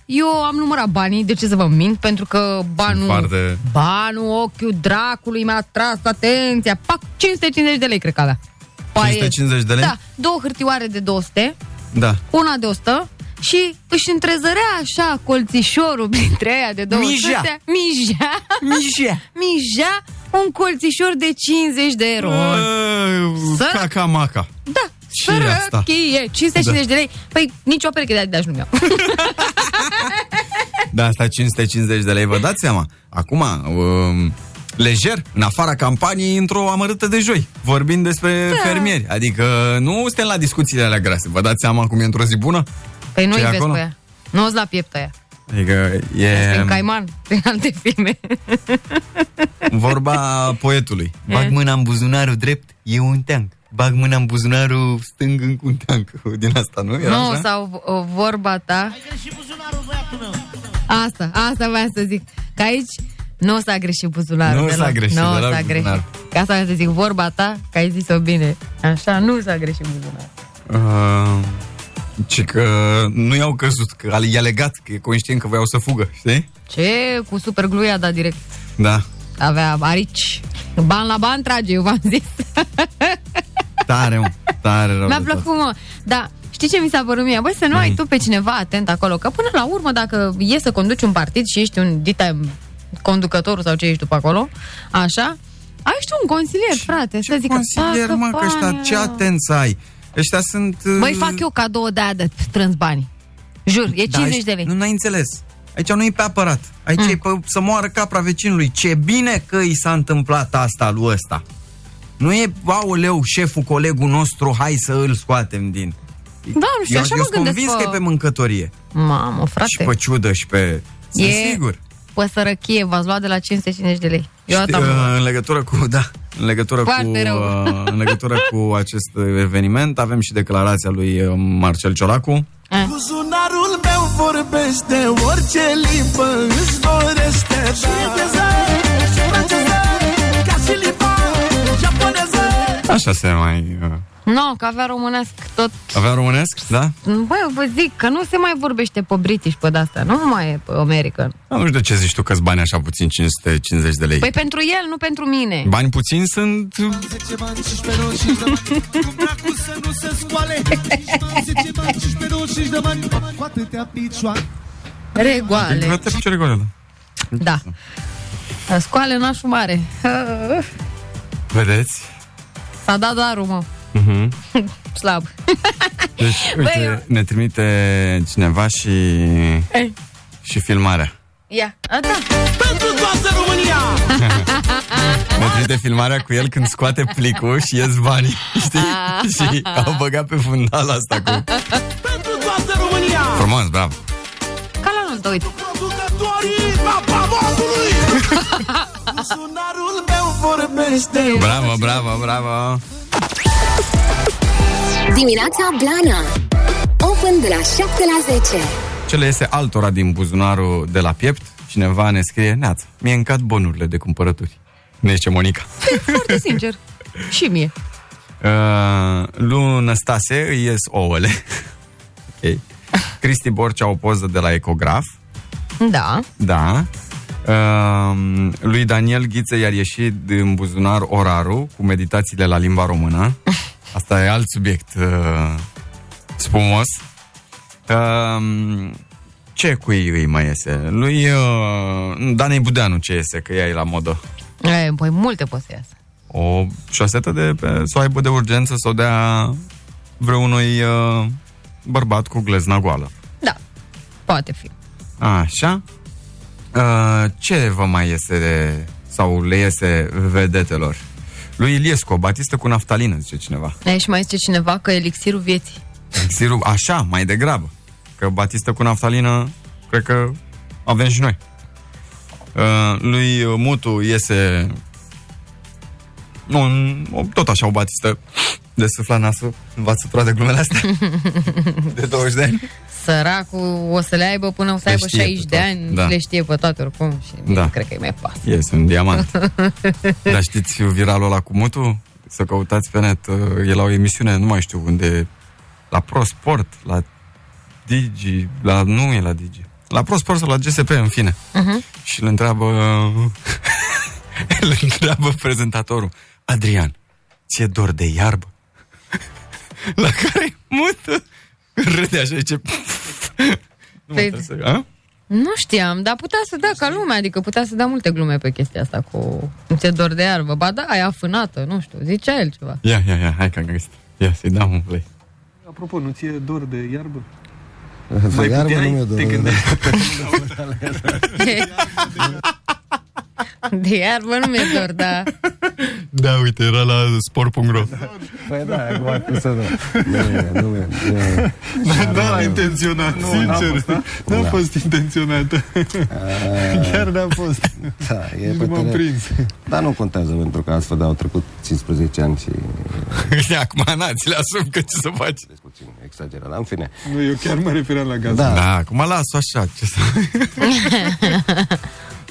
Speaker 3: eu am numărat banii, de ce să vă mint? Pentru că banul...
Speaker 2: Foarte...
Speaker 3: Banul, ochiul dracului mi-a tras atenția. Pac, 550 de lei, cred că avea. Paie.
Speaker 2: 550 de lei?
Speaker 3: Da, două hârtioare de 200,
Speaker 2: Da.
Speaker 3: una de 100 și își întrezărea așa colțișorul printre aia de 200.
Speaker 8: Mijea.
Speaker 3: Mijea.
Speaker 2: Mijea.
Speaker 3: Mijea un colțișor de 50 de euro. Să-
Speaker 2: Caca-maca.
Speaker 3: Da,
Speaker 2: Și asta.
Speaker 3: sărăchie, 550
Speaker 2: Da.
Speaker 3: de lei. Păi nici o pereche de Adidas nu mi-au.
Speaker 2: Da, asta 550 de lei, vă dați seama. Acum, um, lejer, în afara campaniei, într-o amărâtă de joi, vorbind despre da. fermieri. Adică nu suntem la discuțiile alea grase. Vă dați seama cum e într-o zi bună?
Speaker 3: Păi nu-i
Speaker 2: Ce e
Speaker 3: vezi
Speaker 2: acolo?
Speaker 3: pe aia. Nu-ți la piept aia.
Speaker 2: Adică e
Speaker 3: În Caiman, în alte filme.
Speaker 2: vorba poetului. Bag mâna în buzunarul drept, e un teanc. Bag mâna în buzunarul stâng în un teanc. Din asta, nu? Era
Speaker 3: Nu,
Speaker 2: așa?
Speaker 3: sau o, vorba ta. Asta, asta voiam să zic. Că aici nu s-a greșit buzunarul.
Speaker 2: Nu s-a
Speaker 3: deloc.
Speaker 2: greșit
Speaker 3: Nu
Speaker 2: deloc
Speaker 3: s-a greșit.
Speaker 2: buzunarul.
Speaker 3: Că asta voiam să zic, vorba ta, că ai zis-o bine. Așa, nu s-a greșit buzunarul.
Speaker 2: Uh, ci că nu i-au căzut, că i-a legat, că e conștient că voiau să fugă, știi?
Speaker 3: Ce? Cu super glue a dat direct.
Speaker 2: Da.
Speaker 3: Avea arici. Ban la ban trage, eu v-am zis.
Speaker 2: Tare, mă. Tare rău.
Speaker 3: Mi-a
Speaker 2: de
Speaker 3: plăcut, mă. Da, știi ce mi s-a părut mie? Băi, să nu ai tu pe cineva atent acolo, că până la urmă, dacă e să conduci un partid și ești un dita conducătorul sau ce ești tu pe acolo, așa, ai și tu un consilier, frate. să Ah,
Speaker 2: tot.
Speaker 3: zică,
Speaker 2: Consilier,
Speaker 3: "Bagă
Speaker 2: mă, că ăștia
Speaker 3: banii
Speaker 2: ce
Speaker 3: ăla."
Speaker 2: atenți ai. Ăștia sunt... uh,
Speaker 3: Băi, fac eu cadou de aia de strâns bani. Jur, e 50
Speaker 2: da, aici-
Speaker 3: de lei.
Speaker 2: Nu n-ai înțeles. Aici nu e pe apărat. Aici mm. e pe, să moară capra vecinului. Ce bine că i s-a întâmplat asta lui ăsta. Nu e, aoleu, șeful, colegul nostru, hai să îl scoatem din...
Speaker 3: Da, nu știu,
Speaker 2: eu
Speaker 3: așa
Speaker 2: eu
Speaker 3: mă
Speaker 2: sunt
Speaker 3: gândesc.
Speaker 2: convins că e pe mâncătorie.
Speaker 3: Mamă, frate.
Speaker 2: Și pe ciudă și pe... Sunt
Speaker 3: E-
Speaker 2: sigur.
Speaker 3: Pe sărăchie, v-ați luat de la 550 de lei. Eu
Speaker 2: Știi,
Speaker 3: atât am luat.
Speaker 2: uh, în legătură cu, da, în legătură cu,
Speaker 3: Foarte rău.
Speaker 2: uh, în legătură cu acest eveniment avem și declarația lui uh, Marcel Ciolacu.
Speaker 3: Eh.
Speaker 5: Buzunarul meu vorbește Orice limbă îți dorește da. Chineză, franceză, ca și limba japoneză
Speaker 2: Așa se mai... Uh,
Speaker 3: Nu, că avea românesc tot
Speaker 2: avea românesc, da?
Speaker 3: Băi, eu vă zic că nu se mai vorbește pe british pe de-astea, nu mai e pe American.
Speaker 2: Dar nu știu de ce zici tu că bani așa puțin, 550 de lei.
Speaker 3: Păi pentru el, nu pentru mine.
Speaker 2: Bani puțini sunt... uh,
Speaker 5: Zece bani, 15 roșii de bani Cum dracu să nu se scoale Zece bani, 15 roșii de bani Cu atâtea picioare
Speaker 3: Regoale.
Speaker 2: Te picioare goale, da.
Speaker 3: Da. Scoale nașul mare.
Speaker 2: Vedeți?
Speaker 3: S-a dat darul, mă.
Speaker 2: Uh-huh.
Speaker 3: Slab.
Speaker 2: Deci, uite,
Speaker 3: Băi, eu-
Speaker 2: ne trimite cineva și,
Speaker 3: Ei,
Speaker 2: și filmarea.
Speaker 3: Ia, a, da.
Speaker 5: Pentru toată România
Speaker 2: Ne trimite filmarea cu el când scoate plicul și ies banii, știi?
Speaker 5: Ah.
Speaker 2: și au băgat pe fundal asta cu...
Speaker 5: Pentru toată România
Speaker 2: Frumos, bravo!
Speaker 3: Ca la anul uit.
Speaker 5: Producătorii papavocului Buzunarul meu vorbește
Speaker 2: Bravo, bravo, bravo!
Speaker 1: Dimineața Blana Open de la 7 la 10
Speaker 2: Ce le iese altora din buzunarul de la piept? Cineva ne scrie, neața, mi-e încat bonurile de cumpărături. Ne zice Monica.
Speaker 3: Foarte sincer. Și mie.
Speaker 2: Uh, lui Năstase îi ies ouăle. ok. Cristi Borcea o poză de la ecograf.
Speaker 3: Da.
Speaker 2: Da. Uh, lui Daniel Ghiță i-ar ieși din buzunar orarul cu meditațiile la limba română. Asta e alt subiect uh, spumos. Uh, ce cu ei îi mai iese? Lui uh, Danei Budeanu ce iese, că ea e la modă.
Speaker 3: E, păi multe pot să iasă.
Speaker 2: O șosetă de pe, să o aibă de urgență să o dea vreunui uh, bărbat cu glezna goală.
Speaker 3: Da, poate fi.
Speaker 2: Așa. Uh, ce vă mai iese de, sau le iese vedetelor? Lui Iliescu, o batistă cu naftalină, zice cineva.
Speaker 3: E, și mai zice cineva că elixirul vieții.
Speaker 2: Elixirul, așa, mai degrabă. Că batistă cu naftalină, cred că avem și noi. Uh, lui Mutu iese un, o- tot așa o batistă de sufla nasul. V-ați supărat de glumele astea? De 20 de ani?
Speaker 3: Săracul o să le aibă până o să
Speaker 2: Le
Speaker 3: aibă
Speaker 2: știe pe
Speaker 3: 60 de
Speaker 2: toate,
Speaker 3: ani,
Speaker 2: da.
Speaker 3: da. le știe pe toate oricum și
Speaker 2: Da.
Speaker 3: da. cred că e mai pas.
Speaker 2: Iese un diamant. Dar știți viralul ăla cu Mutu? Să căutați pe net. uh, E la o emisiune, nu mai știu unde, la ProSport, la Digi, la, nu e la Digi, la ProSport sau la GSP, în fine.
Speaker 5: Uh-huh.
Speaker 2: Și îl întreabă îl întreabă prezentatorul Adrian, ți-e dor de iarbă? La care mută râde așa zice nu mă
Speaker 3: Păi-
Speaker 2: trebuie să... A?
Speaker 3: Nu știam, dar putea să dea ca lumea, adică putea să dea multe glume pe chestia asta cu nu ți dor de iarbă. Ba da, ai afânată, nu știu, zicea el ceva.
Speaker 2: Ia, ia, ia, hai că am găsit. Ia, să-i dau un play.
Speaker 5: Apropo, nu ți-e dor de iarbă?
Speaker 12: De
Speaker 5: Mai
Speaker 12: iarbă
Speaker 5: puteai?
Speaker 12: nu mi-e dor,
Speaker 5: Te
Speaker 12: da.
Speaker 5: gândeai?
Speaker 3: De iarbă nu mi-e dor, da.
Speaker 2: Da, uite, era la sport.ro
Speaker 12: Păi da, acum ar fi să da. Nu, e, nu, e, nu, e.
Speaker 5: Da, da, a intenționat,
Speaker 12: Nu, n-a
Speaker 5: sincer.
Speaker 12: fost, da?
Speaker 5: N-a
Speaker 12: Da.
Speaker 5: fost intenționată. Chiar n-a fost.
Speaker 12: Da, e
Speaker 5: Nici
Speaker 12: pe
Speaker 5: m-am
Speaker 12: teren.
Speaker 5: prins.
Speaker 12: Dar nu contează, pentru că astfel de au trecut 15 ani și...
Speaker 2: Acum, na, ți le asum că ce să faci.
Speaker 12: Puțin exagerat, dar în fine.
Speaker 5: Nu, eu chiar mă refeream la gaz.
Speaker 12: Da.
Speaker 2: da acum las-o așa. Ce să...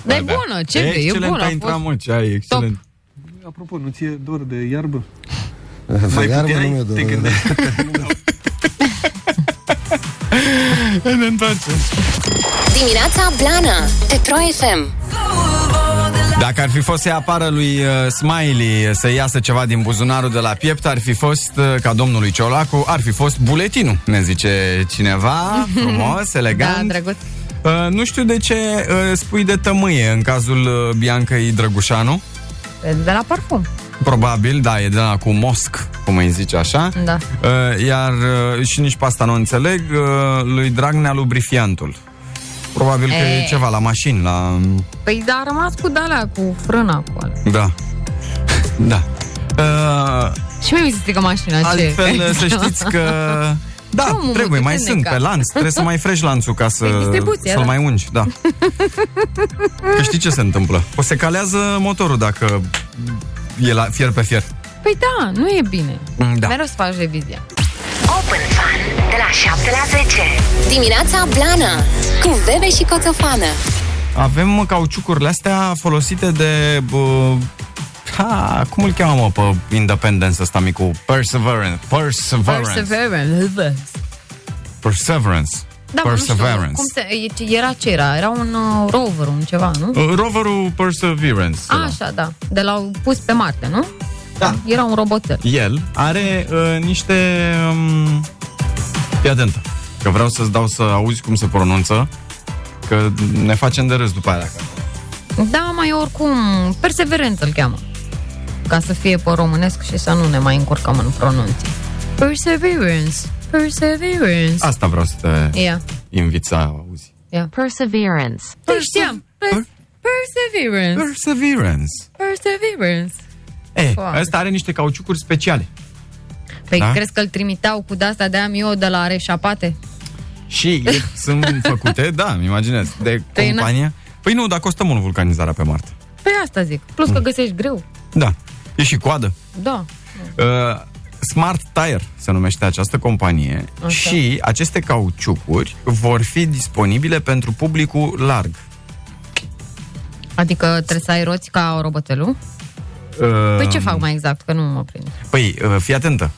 Speaker 3: Dar e bună, ce e, e bună. a
Speaker 2: da. ai intrat,
Speaker 3: fost.
Speaker 2: mă, ce ai, excelent.
Speaker 5: Apropo, nu ți-e dor de iarbă?
Speaker 12: Mai iarbă nu mi-e dor.
Speaker 5: Te gândeai?
Speaker 2: Ne întoarcem.
Speaker 1: Dimineața Blana Petro FM
Speaker 2: Dacă ar fi fost să-i apară lui uh, Smiley să iasă ceva din buzunarul de la piept, ar fi fost, uh, ca domnului Ciolacu, ar fi fost buletinul, ne zice cineva, frumos,
Speaker 3: Da,
Speaker 2: elegant.
Speaker 3: drăguț.
Speaker 2: Uh, nu știu de ce uh, spui de tămâie în cazul uh, Biancăi Drăgușanu.
Speaker 3: De la parfum.
Speaker 2: Probabil, da, e de la cu mosc, cum îi zice așa.
Speaker 3: Da.
Speaker 2: Uh, Iar uh, și nici pe asta nu înțeleg, uh, lui Dragnea lubrifiantul. Probabil că e
Speaker 3: E.
Speaker 2: ceva la mașini, la...
Speaker 3: Păi, dar a rămas cu dalea, cu frâna, cu alea.
Speaker 2: Da. Da. Uh,
Speaker 3: Și mie mi se strică mașina,
Speaker 2: altfel, uh,
Speaker 3: ce? Păi,
Speaker 2: să știți că... Da,
Speaker 3: Nu, mă,
Speaker 2: trebuie,
Speaker 3: mă,
Speaker 2: mai
Speaker 3: te
Speaker 2: sunt
Speaker 3: neca.
Speaker 2: pe lanț. Trebuie să mai freci lanțul ca să,
Speaker 3: Pe distribuție,
Speaker 2: să-l
Speaker 3: da.
Speaker 2: mai ungi. Da. Că știi ce se întâmplă. O se calează motorul dacă e la fier pe fier.
Speaker 3: Păi da, nu e bine.
Speaker 2: Da.
Speaker 3: Mereu să faci revizia.
Speaker 8: Open Fun de la 7 la 10.
Speaker 1: Dimineața Blana Cu Bebe și Coțofană
Speaker 2: Avem mă, cauciucurile astea folosite de... Uh, ha, cum îl cheamă, mă, pe Independence ăsta micu? Perseverance. Perseverance.
Speaker 3: Perseverance.
Speaker 2: Perseverance.
Speaker 3: Da, mă, nu știu,
Speaker 2: Perseverance.
Speaker 3: cum te, e- ce- era ce era? Era un uh, rover, un ceva, nu?
Speaker 2: Uh, Roverul Perseverance.
Speaker 3: A, așa, da. De l-au pus pe Marte, nu? Da. Era un robotel.
Speaker 2: El are uh, niște... Um... Fii atentă, că vreau să-ți dau să auzi cum se pronunță, că ne facem de râs după aia.
Speaker 3: Da, mai oricum, perseverență îl cheamă. Ca să fie pe românesc și să nu ne mai încurcăm în pronunții. Perseverance. Perseverance.
Speaker 2: Asta vreau să te
Speaker 3: Ia,
Speaker 2: invit să auzi.
Speaker 3: ia. Perseverance. Te știam. Per- Perseverance.
Speaker 2: Perseverance.
Speaker 3: Perseverance.
Speaker 2: E,
Speaker 3: Foarte.
Speaker 2: ăsta are niște cauciucuri speciale.
Speaker 3: Păi
Speaker 2: Da?
Speaker 3: crezi că îl trimiteau cu de-asta de am eu de la Reșapate?
Speaker 2: Și e- sunt făcute, da, îmi imaginez, de
Speaker 3: Păi, na.
Speaker 2: compania. Păi nu, dar costă mult vulcanizarea pe Marte.
Speaker 3: Păi asta zic. Plus că găsești greu.
Speaker 2: Da, e și coadă.
Speaker 3: Da.
Speaker 2: Uh, Smart Tire se numește această companie
Speaker 3: Așa.
Speaker 2: și aceste cauciucuri vor fi disponibile pentru publicul larg.
Speaker 3: Adică trebuie să ai roți ca robotelul.
Speaker 2: Uh,
Speaker 3: Păi ce fac mai exact, că nu mă prind.
Speaker 2: Păi, uh, fii atentă.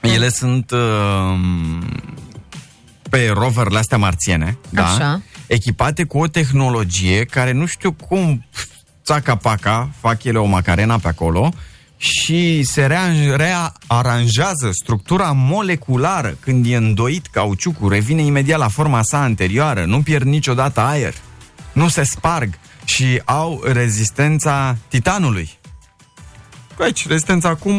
Speaker 2: Ele sunt uh, pe roverele astea marțiene, da?
Speaker 3: Așa.
Speaker 2: Echipate cu o tehnologie care nu știu cum țaca-paca, fac ele o macarena pe acolo și se rean- rearanjează structura moleculară când e îndoit cauciucul, revine imediat la forma sa anterioară, nu pierd niciodată aer, nu se sparg și au rezistența titanului. Aici, rezistența acum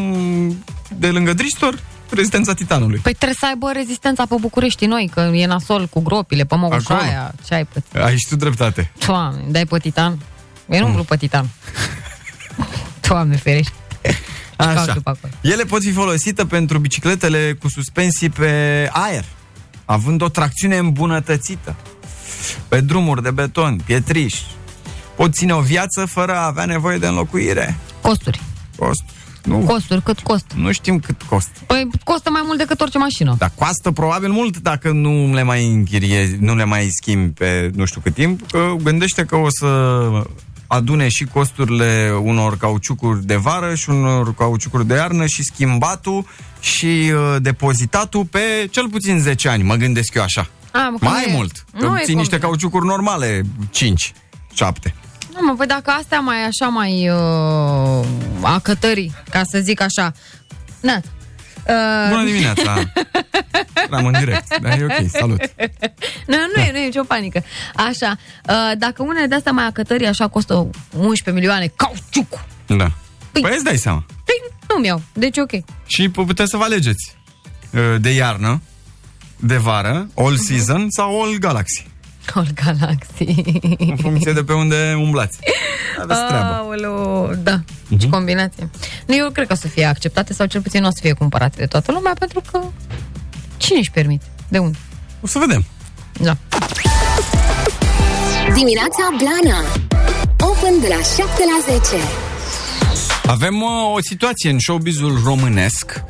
Speaker 2: de lângă Dristor, rezistența titanului.
Speaker 3: Păi trebuie să aibă rezistența pe București noi, că e nasol cu gropile, pe
Speaker 2: Acolo.
Speaker 3: mogoșaia, ce ai pățit.
Speaker 2: Ai și tu dreptate.
Speaker 3: Doamne, dai pe Titan? Eu nu umblu pe Titan. Doamne, ferești.
Speaker 2: Așa. Ele pot fi folosite pentru bicicletele cu suspensii pe aer, având o tracțiune îmbunătățită. Pe drumuri de beton, pietriș. Pot ține o viață fără a avea nevoie de înlocuire.
Speaker 3: Costuri.
Speaker 2: Cost. Nu,
Speaker 3: Costuri, cât cost?
Speaker 2: nu știm cât costă.
Speaker 3: Păi costă mai mult decât orice mașină.
Speaker 2: Dar costă probabil mult dacă nu le mai închirie, nu le mai schimbi pe nu știu cât timp. Că gândește că o să adune și costurile unor cauciucuri de vară și unor cauciucuri de iarnă și schimbatul și uh, depozitatul pe cel puțin 10 ani, mă gândesc eu așa.
Speaker 3: A, mă, că
Speaker 2: mai
Speaker 3: nu Ah, e-
Speaker 2: mult,
Speaker 3: nu
Speaker 2: că
Speaker 3: e
Speaker 2: ții niște cauciucuri normale, 5, 7.
Speaker 3: Nu, mă, păi dacă astea mai așa mai uh, acătării, ca să zic așa. Na. Uh,
Speaker 2: Bună dimineața! Eram în direct, dar e ok, salut.
Speaker 3: nu, nu e, nu e nicio panică. Așa, uh, dacă unele de astea mai acătării așa costă 11 milioane, cauciuc,
Speaker 2: Da. Păi îți dai seama.
Speaker 3: nu-mi iau. Deci ok.
Speaker 2: Și pu- puteți să vă alegeți uh, de iarnă, de vară, all
Speaker 3: Mhm.
Speaker 2: season sau all galaxy.
Speaker 3: All Galaxy.
Speaker 2: În funcție de pe unde umblați.
Speaker 3: Ah.
Speaker 2: Aveți treabă.
Speaker 3: Aoleu, da, ce combinație. Nu, eu cred că o să fie acceptate sau cel puțin nu o să fie cumpărate de toată lumea pentru că cine își permite? De unde?
Speaker 2: O să vedem.
Speaker 3: Da.
Speaker 1: Dimineața Blana Open de la 7 la 10
Speaker 2: Avem uh, o situație în showbizul românesc.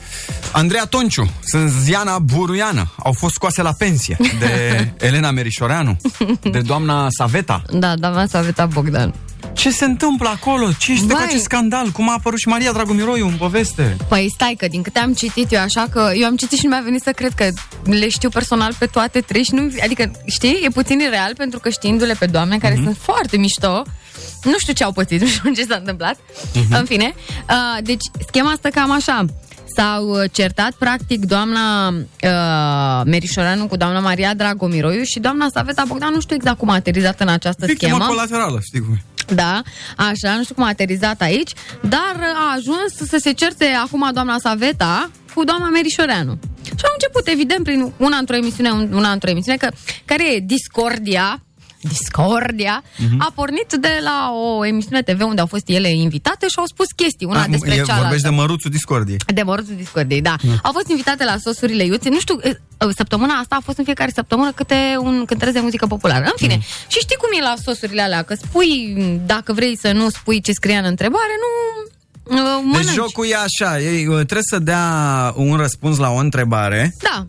Speaker 2: Andreea Tonciu, sunt Ziana Buruiană, au fost scoase la pensie de Elena Merișoreanu, de doamna Saveta.
Speaker 3: Da, doamna Saveta Bogdan.
Speaker 2: Ce se întâmplă acolo? Ce este cu
Speaker 3: Vai.
Speaker 2: acest scandal? Cum a apărut și Maria Dragomiroiu în poveste?
Speaker 3: Păi stai că din câte am citit eu așa că eu am citit și nu mi-a venit să cred că le știu personal pe toate trei și nu, adică știi, e puțin ireal pentru că știindu-le pe doamne care sunt foarte mișto, nu știu ce au pățit, nu știu ce s-a întâmplat. În fine, uh, deci schema asta cam așa. S-au uh, certat practic doamna uh, Merișoreanu cu doamna Maria Dragomiroiu și doamna Saveta Bogdan, nu știu exact cum a aterizat în această
Speaker 2: Victimă
Speaker 3: schemă.
Speaker 2: colaterală, știi cum e.
Speaker 3: Da, așa, nu știu cum a aterizat aici, dar a ajuns să se certe acum doamna Saveta cu doamna Merișoreanu. Și au început, evident, prin una într-o emisiune, un- una într-o emisiune, că, care e discordia, discordia,
Speaker 2: Mhm.
Speaker 3: a pornit de la o emisiune TV unde au fost ele invitate și au spus chestii, una
Speaker 2: Ah,
Speaker 3: despre
Speaker 2: e,
Speaker 3: cealaltă.
Speaker 2: vorbești de măruțul discordiei.
Speaker 3: De morțul discordiei, da. Au fost invitate la sosurile iuții. Nu știu, e, săptămâna asta a fost în fiecare săptămână câte un cântăresc de muzică populară. În
Speaker 2: Mm.
Speaker 3: fine, și știi cum e la sosurile alea, că spui, dacă vrei să nu spui ce scria în întrebare, nu e, mănânci.
Speaker 2: Deci jocul e așa, ei uh, trebuie să dea un răspuns la o întrebare.
Speaker 3: Da,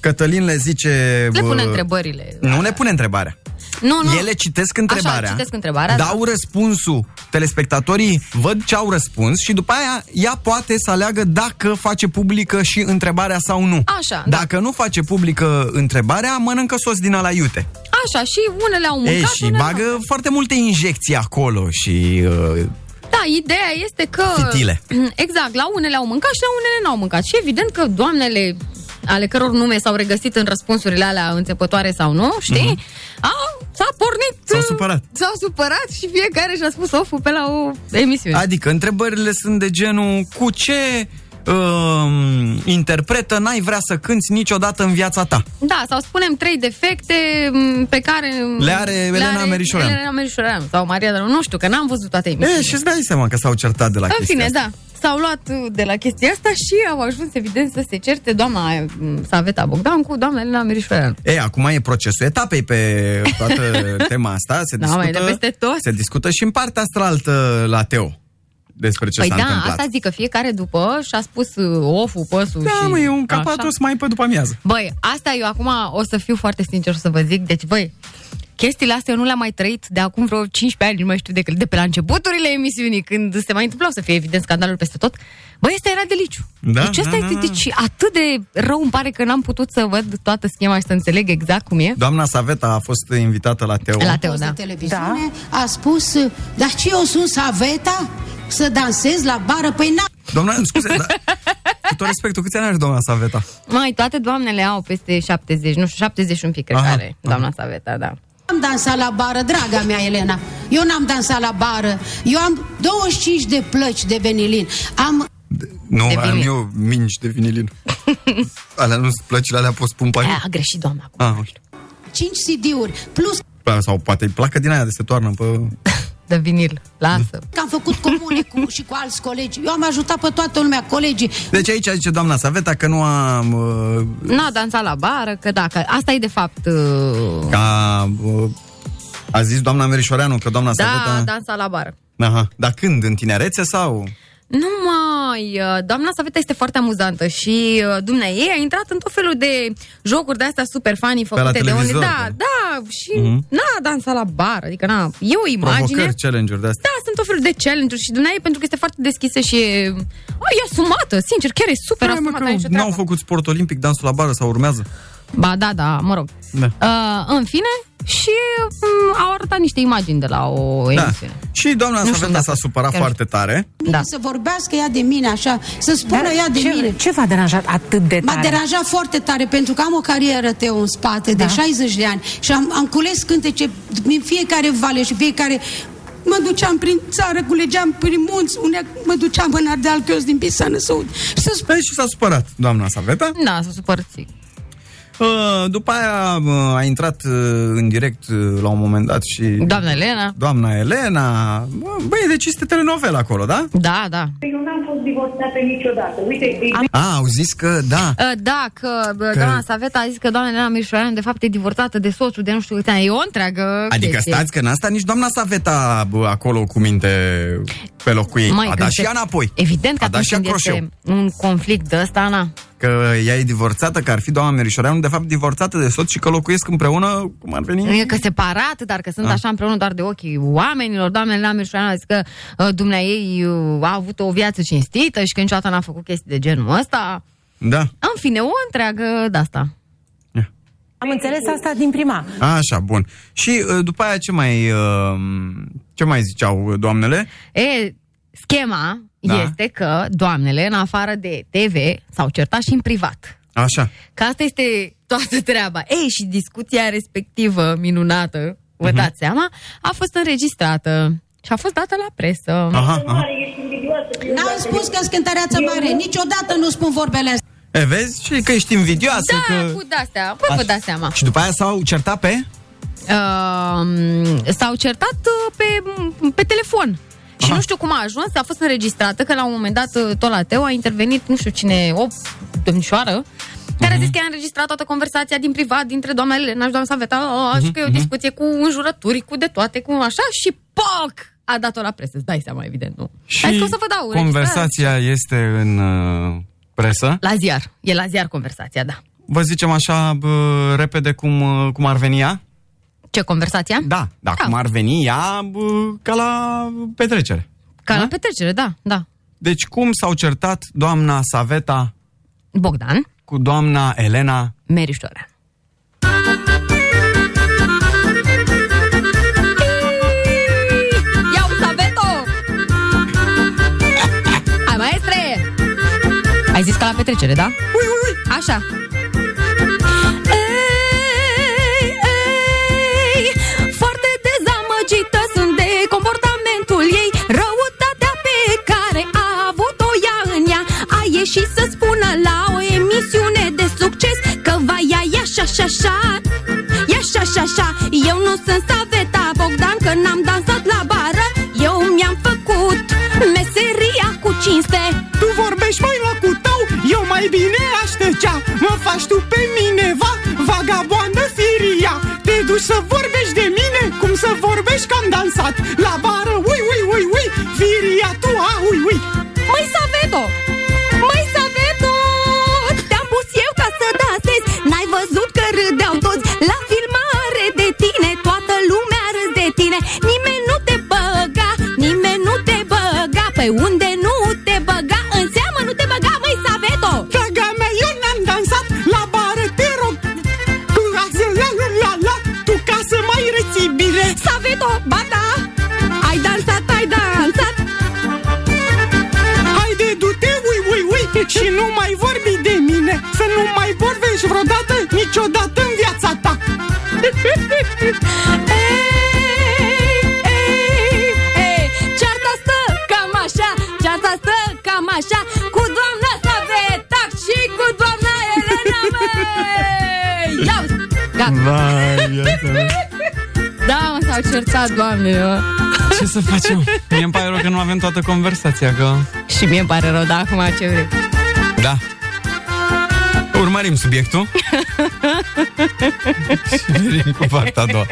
Speaker 2: Cătălin le zice...
Speaker 3: le pune
Speaker 2: uh,
Speaker 3: întrebările.
Speaker 2: Nu ne pune întrebarea.
Speaker 3: Nu, nu.
Speaker 2: Ele citesc întrebarea,
Speaker 3: Așa, citesc întrebarea. da.
Speaker 2: dau răspunsul, telespectatorii văd ce au răspuns și după aia ea poate să aleagă dacă face publică și întrebarea sau nu.
Speaker 3: Așa, da.
Speaker 2: Dacă nu face publică întrebarea, mănâncă sos din ala iute.
Speaker 3: Așa, și unele au
Speaker 2: Ei,
Speaker 3: mâncat,
Speaker 2: și
Speaker 3: unele
Speaker 2: bagă foarte multe injecții acolo și... Uh,
Speaker 3: Da, ideea este că...
Speaker 2: Fitile.
Speaker 3: Exact, la unele au mâncat și la unele n-au mâncat. Și evident că doamnele ale căror nume s-au regăsit în răspunsurile alea înțepătoare sau nu, știi? Mm-hmm. Au, s-a pornit...
Speaker 2: Mhm. S-au supărat.
Speaker 3: S-au supărat și fiecare și-a spus oful pe la o emisiune.
Speaker 2: adică întrebările sunt de genul cu ce uh, interpretă n-ai vrea să cânti niciodată în viața ta.
Speaker 3: Da, sau spunem trei defecte m, pe care... m,
Speaker 2: Le are Elena Merișoreanu.
Speaker 3: Elena Merișoreanu sau Maria Dar nu știu, că n-am văzut toate emisiunile.
Speaker 2: E, și îți dai seama că s-au certat de la
Speaker 3: În
Speaker 2: chestia
Speaker 3: fine,
Speaker 2: asta.
Speaker 3: da. S-au luat uh, de la chestia asta și au ajuns, evident, să se certe doamna um, Saveta Bogdan cu doamna Elena Mirișoreanu.
Speaker 2: E, acum e procesul etapei pe toată tema asta. Se
Speaker 3: Da,
Speaker 2: discută,
Speaker 3: mai de peste tot.
Speaker 2: Se discută și în partea asta la Teo despre ce
Speaker 3: păi
Speaker 2: s-a
Speaker 3: da,
Speaker 2: întâmplat.
Speaker 3: asta zic că fiecare după și-a spus uh, oful, păsul
Speaker 2: Da,
Speaker 3: și...
Speaker 2: mă, e un cap
Speaker 3: așa.
Speaker 2: atos mai pe după amiază.
Speaker 3: Băi, asta eu acum o să fiu foarte sincer o să vă zic. Deci, băi, chestiile astea eu nu le-am mai trăit de acum vreo 15 ani, nu mai știu de când, de pe la începuturile emisiunii, când se mai întâmplau să fie evident scandalul peste tot. Băi, ăsta era deliciu.
Speaker 13: Da,
Speaker 3: deci ăsta
Speaker 13: da,
Speaker 3: este
Speaker 13: da, da.
Speaker 3: deci atât de rău îmi pare că n-am putut să văd toată schema și să înțeleg exact cum e.
Speaker 13: Doamna Saveta a fost invitată la Teo.
Speaker 3: La Teo,
Speaker 14: da.
Speaker 3: da.
Speaker 14: televiziune, da. a spus, dar ce eu sunt Saveta să dansez la bară? Păi n
Speaker 2: Doamna, scuze, da, cu tot respectul, câți ani are doamna Saveta?
Speaker 3: Mai, toate doamnele au peste 70, nu știu, 70 un pic, cred că
Speaker 2: Aha,
Speaker 3: are, doamna Saveta, da.
Speaker 14: am dansat la bară, draga mea Elena. Eu n-am dansat la bară. Eu am 25 de plăci de benilin. Am
Speaker 2: Nu,
Speaker 14: De
Speaker 2: am
Speaker 14: vinil.
Speaker 2: eu mingi de vinilin. alea nu-ți plăci, la alea poți pun pe
Speaker 14: A greșit, doamna.
Speaker 2: Ah, ok.
Speaker 14: 5 CD-uri, plus
Speaker 2: Sau poate îi placă din aia de se toarnă pe...
Speaker 3: De vinil, lasă.
Speaker 14: că am făcut comune cu, și cu alți colegi. Eu am ajutat pe toată lumea, colegii.
Speaker 2: Deci aici zice doamna Saveta că nu am... Uh,
Speaker 3: N-a dansat la bară, că da, că asta e de fapt... Uh,
Speaker 2: ca... Uh, a zis doamna Merișoreanu că doamna
Speaker 3: da,
Speaker 2: Saveta...
Speaker 3: dansa la bară.
Speaker 2: Aha. Dar când? În tinerețe sau...
Speaker 3: Nu mai, uh, doamna Saveta este foarte amuzantă și uh, dumnea ei a intrat în tot felul de jocuri de astea super funny
Speaker 2: la
Speaker 3: făcute de unde.
Speaker 2: televizor,
Speaker 3: Da,
Speaker 2: da.
Speaker 3: da, și
Speaker 2: Mhm.
Speaker 3: n-a dansat la bară, adică n-a, e o imagine.
Speaker 2: Provocări, challenge-uri de astea.
Speaker 3: Da, sunt tot felul de challenge-uri și dumneavoastră pentru că este foarte deschisă și e, a, e asumată, sincer, chiar e super
Speaker 2: Hai, Păi, mă,
Speaker 3: asumată.
Speaker 2: că
Speaker 3: n-ai nicio
Speaker 2: N-au făcut sport olimpic, dansul la bară sau urmează?
Speaker 3: Ba da, da, mă rog.
Speaker 2: Da.
Speaker 3: Uh, în fine, și um, au arătat niște imagini de la o
Speaker 2: da.
Speaker 3: emisiune.
Speaker 2: Și doamna Saveta s-a supărat
Speaker 3: Chiar nu
Speaker 2: foarte tare.
Speaker 14: Da. Să vorbească ea de mine așa, să spună
Speaker 15: Dar
Speaker 14: ea de
Speaker 15: ce-
Speaker 14: mine.
Speaker 15: Ce v-a deranjat atât de
Speaker 14: M-a
Speaker 15: tare?
Speaker 14: deranjat foarte tare pentru că am o carieră teo în spate de
Speaker 15: Da.
Speaker 14: 60 de ani și am, am cules cântece din fiecare vale și fiecare Mă duceam prin țară, culegeam prin munți, unde mă duceam în Ardeal, că eu sunt din Pisană, să ud. Și să
Speaker 2: spun... Păi Și s-a supărat doamna Saveta.
Speaker 3: Da, s-a supărat.
Speaker 2: Uh, După aia uh, a intrat uh, în direct uh, la un moment dat și...
Speaker 3: Doamna Elena.
Speaker 2: Doamna Elena. Bă, Băi, deci este telenovelă acolo, da?
Speaker 3: Da, da.
Speaker 16: Eu n-am fost divorțată niciodată. Uite,
Speaker 2: A, au zis că da.
Speaker 3: Uh, Da, că, bă, doamna Saveta a zis că doamna Elena Mirșoreanu de fapt e divorțată de soțul de nu știu câți ani. E o întreagă
Speaker 2: Adică
Speaker 3: chestie.
Speaker 2: stați că n-a stat nici doamna Saveta bă, acolo cu minte pe loc cu ei.
Speaker 3: Mai,
Speaker 2: a
Speaker 3: când
Speaker 2: dat
Speaker 3: se-
Speaker 2: și ea înapoi.
Speaker 3: Evident că
Speaker 2: A dat
Speaker 3: atunci
Speaker 2: și ea
Speaker 3: când este
Speaker 2: croșeu.
Speaker 3: un conflict de ăsta, Ana,
Speaker 2: Că ea e divorțată, că ar fi doamna Merișoreanu, de fapt divorțată de soț și că locuiesc împreună, cum ar veni?
Speaker 3: E că separat, dar că sunt
Speaker 2: Ah.
Speaker 3: așa împreună doar de ochii oamenilor. Doamna Elena Mirșoara a zis că uh, dumnea ei uh, a avut o viață cinstită și că niciodată n-a făcut chestii de genul ăsta.
Speaker 2: Da.
Speaker 3: În fine, o întreagă de asta.
Speaker 15: Am înțeles asta din prima.
Speaker 2: Așa, bun. Și uh, după aia ce mai uh, ce mai ziceau uh, doamnele?
Speaker 3: E, schema
Speaker 2: Da.
Speaker 3: da. este că doamnele, în afară de TV, s-au certat și în privat.
Speaker 2: Așa.
Speaker 3: Că asta este toată treaba. Ei, și discuția respectivă minunată, vă
Speaker 2: Mhm.
Speaker 3: dați seama, a fost înregistrată și a fost dată la presă. Aha,
Speaker 14: N-am spus că sunt cântăreață mare, niciodată nu spun vorbele astea.
Speaker 2: E, vezi? Și că ești invidioasă.
Speaker 3: Da,
Speaker 2: că...
Speaker 3: cu de-astea, vă, vă
Speaker 2: Așa.
Speaker 3: dați seama.
Speaker 2: Și după aia s-au certat pe?
Speaker 3: Um, s-au certat uh, pe, pe telefon. Și nu știu cum a ajuns, a fost înregistrată că la un moment dat uh, tot la Teo a intervenit, nu știu cine, o domnișoară, care
Speaker 2: Mhm.
Speaker 3: a zis că a înregistrat toată conversația din privat dintre doamna Elena și doamna Saveta, uh, și că e o
Speaker 2: Mhm.
Speaker 3: discuție cu înjurături, cu de toate, cu așa, și poc! A dat-o la presă, îți dai seama, evident, nu.
Speaker 2: Și
Speaker 3: a zis că o să vă dau înregistrarea.
Speaker 14: da.
Speaker 2: Conversația este în uh, presă.
Speaker 3: La ziar, e la ziar conversația, da.
Speaker 2: Vă zicem așa bă, repede cum, uh, cum ar veni ea?
Speaker 3: Ce, conversația?
Speaker 2: Da, da, cum ar veni ea bă, ca la petrecere.
Speaker 3: Ca la petrecere, da, da.
Speaker 2: Deci cum s-au certat doamna Saveta
Speaker 3: Bogdan
Speaker 2: cu doamna Elena?
Speaker 3: Merișoara. Iau, Saveto! Hai, maestre! Ai zis ca la petrecere, da? Ui, ui, ui! Așa. Ei, ei, foarte dezamăgită sunt de comportamentul ei Răutatea pe care a avut-o ea în ea A ieșit să spună la o emisiune de succes Că va ea e așa și așa E așa și așa Eu nu sunt Saveta Bogdan Că n-am dansat la bară Eu mi-am făcut meseria cu cinste
Speaker 17: Tu vorbești mai locul tău, eu mai bine aș tăcea Mă faci tu pe mine, va, vagabondă firia Te duci să vorbești de mine, cum să vorbești că am dansat La bară, ui, ui, ui, ui, firia tu, a, ui, ui
Speaker 3: Măi, Saveto! Măi, Saveto! Te-am pus eu ca să dansezi N-ai văzut că râdeau toți La filmare de tine Toată
Speaker 18: Păi unde nu te băga în seamă, nu te băga, măi, Saveto!
Speaker 17: Draga mea, eu n-am dansat la bară, te rog Cu azi, la, la, la, la, tu ca să mai reții bine
Speaker 18: Saveto, ba da, ai dansat, ai dansat
Speaker 17: Haide, du-te, ui, ui, ui Și nu mai vorbi de mine Să nu mai vorbești vreodată, niciodată în viața ta
Speaker 18: Ei, ei, cearta stă cam așa, cearta stă cam așa Cu doamna Saveta și cu doamna Elena, măi! Ia uzi! Gata!
Speaker 2: Vai, iată.
Speaker 3: Da, mă, s-au certat, doamne, mă.
Speaker 2: Ce să facem? Mie îmi pare rău că nu avem toată conversația, că...
Speaker 3: Și mie îmi pare rău, dar acum ce vrei.
Speaker 2: Da. Urmărim subiectul. și venim cu partea a doua.